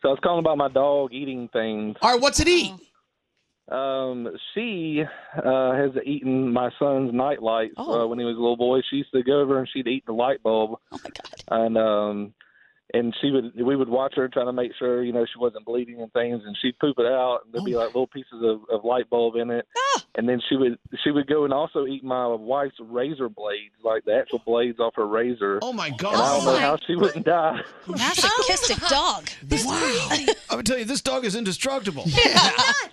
So I was calling about my dog eating things.
All right, what's it eat?
Um, she uh, has eaten my son's night lights
Oh,
uh, when he was a little boy. She used to go over and she'd eat the light bulb. Oh my god! And um, and she would we would watch her trying to make sure you know she wasn't bleeding and things and she'd poop it out and there'd
Oh.
be like little pieces of, of light bulb in it
Ah.
and then she would she would go and also eat my wife's razor blades like the actual blades off her razor
oh my
and i
God.
don't know how she wouldn't die
Masochistic dog.
I would tell you, this dog is indestructible.
yeah
(laughs)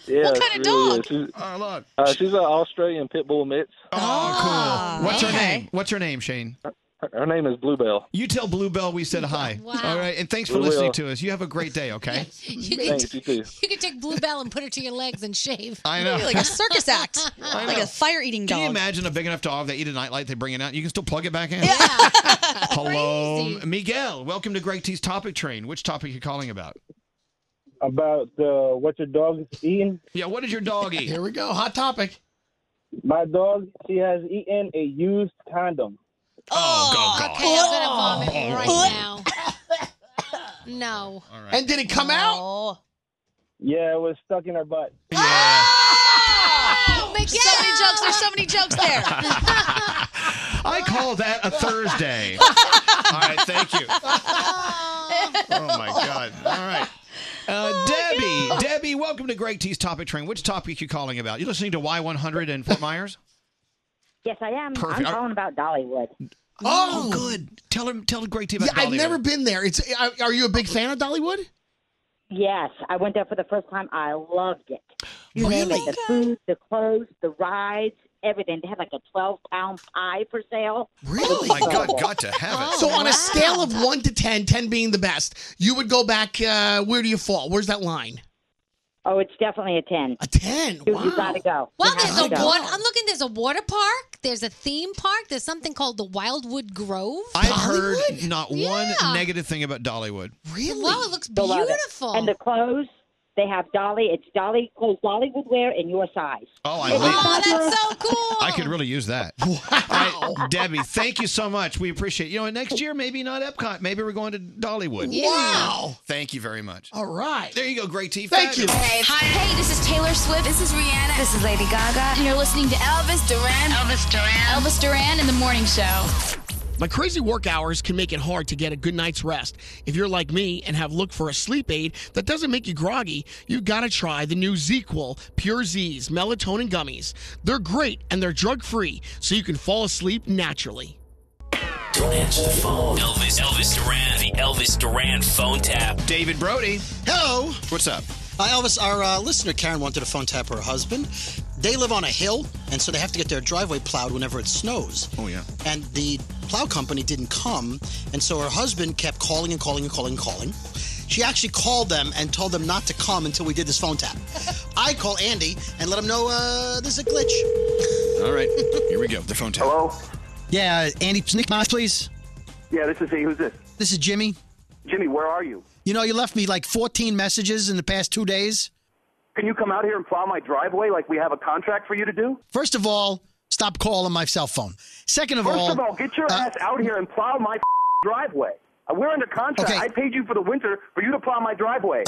What kind
she
of
really
dog?
is. She's,
Oh, look.
uh, she's an australian pit bull mix
Oh, What's her
okay.
name? What's her name, Shane?
her name is bluebell
You tell Bluebell we said hi.
Wow.
All right, and thanks for
We will.
listening to us. You have a great day, okay? (laughs)
You could,
Thanks, you too.
you could take Bluebell and put her to your legs and shave.
I
(laughs)
know. Like a (laughs)
circus act.
Like a
fire eating
Can you imagine a big enough dog that eat a nightlight, they bring it out, you can still plug it back in? (laughs) Hello, Miguel. Welcome to Greg T's Topic Train. Which topic are you calling about?
about uh, what your dog is eating.
Yeah, what did your dog eat?
Here we go. Hot topic. My dog, she has eaten a used condom.
Oh, God.
Okay, I'm
Oh.
gonna
Oh.
vomit right now. No.
And did it come out? Yeah, it was stuck in her butt.
So many jokes. There's so many jokes there.
(laughs) I call that a Thursday. All right, thank
(laughs)
you. Oh, my God. All right. Uh, Debbie, Debbie, welcome to Greg T's Topic Train. Which topic are you calling about? You listening to Y100 in Fort Myers?
Yes, I am.
Perfect.
I'm calling about Dollywood.
Oh, good. Tell him. Tell Greg T about
yeah, I've
Dollywood.
never been there. It's. I- Are you a big fan of Dollywood?
Yes, I went there for the first time. I loved it. You name it, the food, the clothes, the rides, everything. They had like a 12-pound pie for sale.
Really? Oh, my God, got to have it.
Oh.
so on a scale of one to 10, 10 being the best, you would go back. Uh, where do you fall? Where's that line?
Oh, it's definitely a 10.
A 10.
You gotta go.
Well,
You
there's
have
a
to go.
water. I'm looking. There's a water park. There's a theme park. There's something called the Wildwood Grove.
I've heard not
Yeah.
one negative thing about Dollywood.
Really? Wow, it looks
You'll love it.
beautiful.
And the clothes, they have Dolly. It's Dolly clothes Dolly would wear in your size.
Oh, I
It's
love-
not
Oh,
your-
I could really use
(laughs)
that. All right, Debbie, thank you so much. We appreciate it. You know, and next year, maybe not Epcot. Maybe we're going to Dollywood.
Yeah. Wow.
Thank you very much.
All right.
There you go, Great T.
Thank you.
Fabulous.
Hey, hey, this is Taylor Swift. This is Rihanna. This is Lady Gaga. And you're listening to Elvis Duran. Elvis Duran. Elvis Duran in the morning show.
My crazy work hours can make it hard to get a good night's rest. If you're like me and have looked for a sleep aid that doesn't make you groggy, you gotta try the new ZQL Pure Z's melatonin gummies. They're great and they're drug free, so you can fall asleep naturally.
Don't answer the phone. Elvis, Elvis Duran, the Elvis Duran phone tap.
David Brody.
Hello.
What's up?
Uh, Elvis, our uh, listener Karen wanted to phone tap her husband. They live on a hill, and so they have to get their driveway plowed whenever it snows.
Oh, yeah.
And the plow company didn't come, and so her husband kept calling and calling and calling and calling. She actually called them and told them not to come until we did this
(laughs)
phone tap. I call Andy and let him know uh, there's a glitch.
All right, here we go. The phone tap.
Hello. Yeah, uh, Andy, sneak my please.
Yeah, this is he. Who's this?
This is Jimmy.
Jimmy, where are you?
You know, you left me like 14 messages in the past two days.
Can you come out here and plow my driveway like we have a contract for you to do?
First of all, stop calling my cell phone. Second of
First
all, uh,
of all, get your ass out here and plow my (laughs) driveway. Uh, We're under contract. I paid you for the winter for you to plow my
(laughs)
driveway.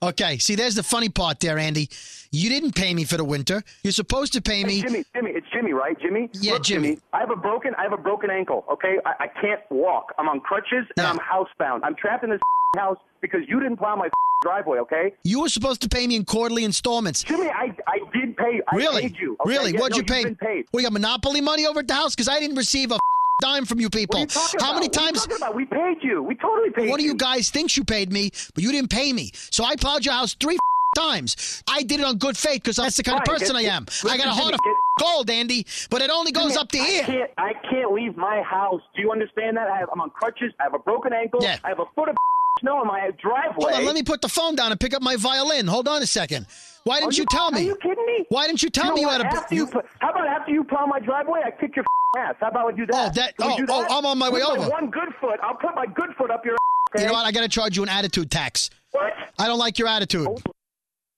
okay. See, there's the funny part there, Andy. You didn't pay me for the winter. You're supposed to pay me.
Hey, Jimmy, Jimmy, it's Jimmy, right? Jimmy.
Yeah,
Look, Jimmy. I have a broken, I have a broken ankle. Okay, I, I can't walk. I'm on crutches and I'm housebound. I'm trapped in this (laughs) house because you didn't plow my (laughs) driveway. Okay.
You were supposed to pay me in quarterly installments.
Jimmy, I, I did pay. I
really?
paid you, okay?
Really?
Yeah,
What'd
no,
you pay?
you've been paid.
We got monopoly money over at the house because I didn't receive a dime from you people.
What are you talking
How many
about? What are you
times?
talking about? We paid you. We totally paid
One of
you.
you guys thinks you paid me, but you didn't pay me. So I plowed your house three times. I did it on good faith because that's the kind
fine.
of person
Get-
I am.
listen,
I got a heart of
Jimmy,
gold, Andy, but it only goes
Jimmy,
up to
I
here.
Can't, I can't leave my house. Do you understand that? I have, I'm on crutches. I have a broken ankle. I have a foot of (laughs) snow in my driveway.
Hold on, let me put the phone down and pick up my violin. Hold on a second. Why didn't
Are
you,
you-
tell me?
are you kidding me?
Why didn't you tell
know
me you
what?
had a?
After you, pl- how about after you plow my driveway, I kick your (laughs) ass? How about we do that?
Oh, that-
Can we
oh,
do
oh, I'm on my way
With
over.
one good foot. I'll put my good foot up your. (laughs)
You know what? I got to charge you an attitude tax. What? I don't like your attitude,
Oh.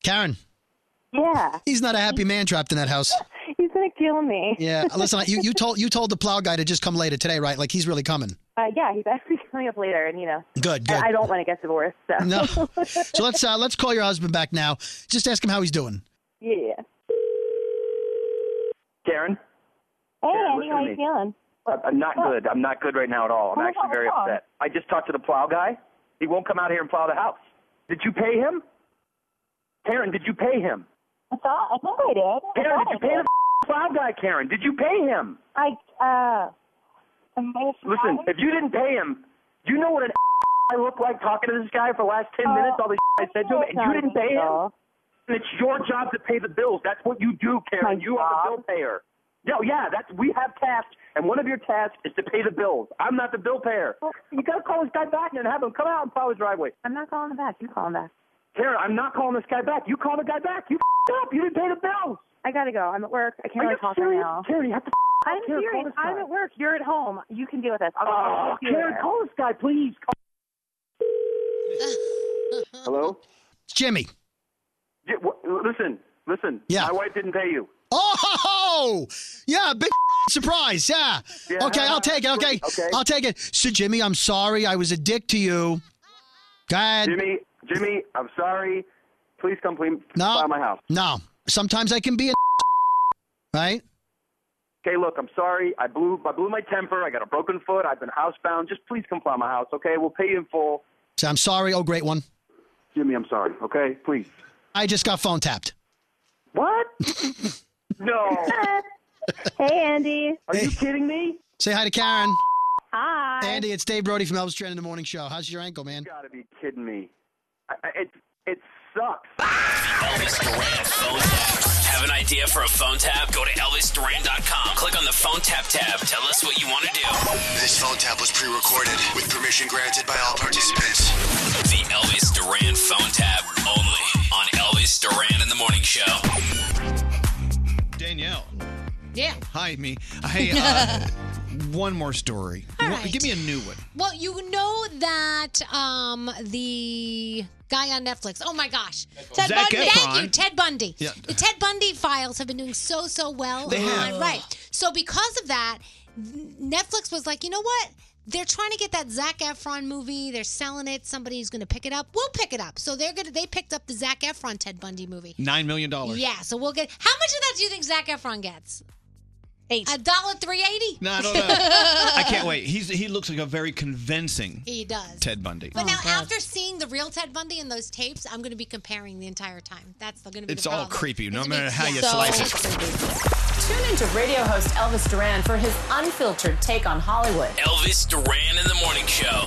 Karen.
Yeah.
He's not a happy man trapped in that house.
(laughs) He's gonna kill
(laughs)
me.
Yeah. Listen, you,
(laughs)
you told you told the plow guy to just come later today, right? Like he's really coming.
Uh, yeah, he's (laughs) actually coming up later, and you know,
Good. Good.
I, I don't want to get divorced. So.
No. so let's uh, let's call your husband back now. Just ask him how he's doing.
(laughs) yeah.
Karen,
Hey,
Karen,
Andy,
listen
how
to
you
me.
feeling?
I- I'm not
What?
good. I'm not good right now at all. I'm
Well,
actually
what's
very
wrong?
upset. I just talked to the plow guy. He won't come out here and plow the house. Did you pay him? Karen, did you pay him?
I thought, I think I did.
Karen, did you pay the (laughs) f- plow guy, Karen? Did you pay him?
I, uh, I'm very
Listen,
sorry.
if you didn't pay him, do you know what an (laughs) I look like talking to this guy for the last 10 minutes, all the I said to him, and you didn't pay him? And it's your job to pay the bills. That's what you do, Karen. you are the bill payer. No, yeah, that's we have tasks, and one of your tasks is to pay the bills. I'm not the bill payer. You gotta call this guy back and have him come out and plow his driveway.
I'm not calling him back. You call him back.
Karen, I'm not calling this guy back. You call the guy back. You (laughs) f***ed up. You didn't pay the bills.
I gotta go. I'm at work. I
Are
can't really
you
talk
serious?
right now.
Karen, you have to
I'm
Karen, call
serious.
this guy.
I'm at work. You're at home. You can deal with this. I'll
Oh,
I'll see you
Karen,
later.
call this guy, please. Hello?
It's Jimmy.
Yeah, wh- listen, listen.
Yeah.
My wife didn't pay you.
Oh, (laughs) yeah, big surprise. Yeah.
Yeah.
Okay, I'll take it. Okay.
Okay.
I'll take it. So, Jimmy, I'm sorry. I was a dick to you. Go ahead.
Jimmy, Jimmy, I'm sorry. Please come clean
No.
by my house.
No. Sometimes I can be a (laughs) right?
Okay, look, I'm sorry. I blew, I blew my temper. I got a broken foot. I've been housebound. Just please come by my house, okay? We'll pay you in full.
So I'm sorry. Oh, great one.
Jimmy, I'm sorry, okay? Please.
I just got phone tapped.
What?
(laughs)
no.
Hey, Andy.
Are you kidding me?
Say hi to Karen.
Hi.
Andy, it's Dave Brody from Elvis Duran in the Morning Show. How's your ankle, man?
You gotta be kidding me. I, I- it, it sucks.
Elvis Duran phone tap. Have an idea for a phone tap? Go to ElvisDuran.com. Click on the phone tap tab. Tell us what you want to do.
This phone tap was pre-recorded with permission granted by all participants.
The Elvis Duran phone tap only on Elvis Duran in the Morning Show.
Danielle.
Yeah.
Hi, me.
(laughs)
Hey, uh, one more story. One- Give me a new one.
Well, you know that um, the guy on Netflix. Oh my gosh,
Ted Zac Bundy.
Thank
Efron.
you, Ted Bundy.
Yeah.
The Ted Bundy files have been doing so so well.
They have.
on- Right. So because of that, Netflix was like, you know what? They're trying to get that Zac Efron movie. They're selling it. Somebody's going to pick it up. We'll pick it up. So they're gonna. They picked up the Zac Efron Ted Bundy movie.
Nine million dollars.
Yeah. So we'll get. How much of that do you think Zac Efron gets?
Eight.
A dollar three eighty.
No, I don't
(laughs)
know. I can't wait. He's he looks like a very convincing
He does.
Ted Bundy.
But now, after seeing the real Ted Bundy in those tapes, I'm going to be comparing the entire time. That's going to be.
it's
the
all
problem.
creepy, no
It's
matter
big-
how you
yeah.
slice it.
Tune in to radio host Elvis Duran for his unfiltered take on Hollywood.
Elvis Duran in the Morning Show.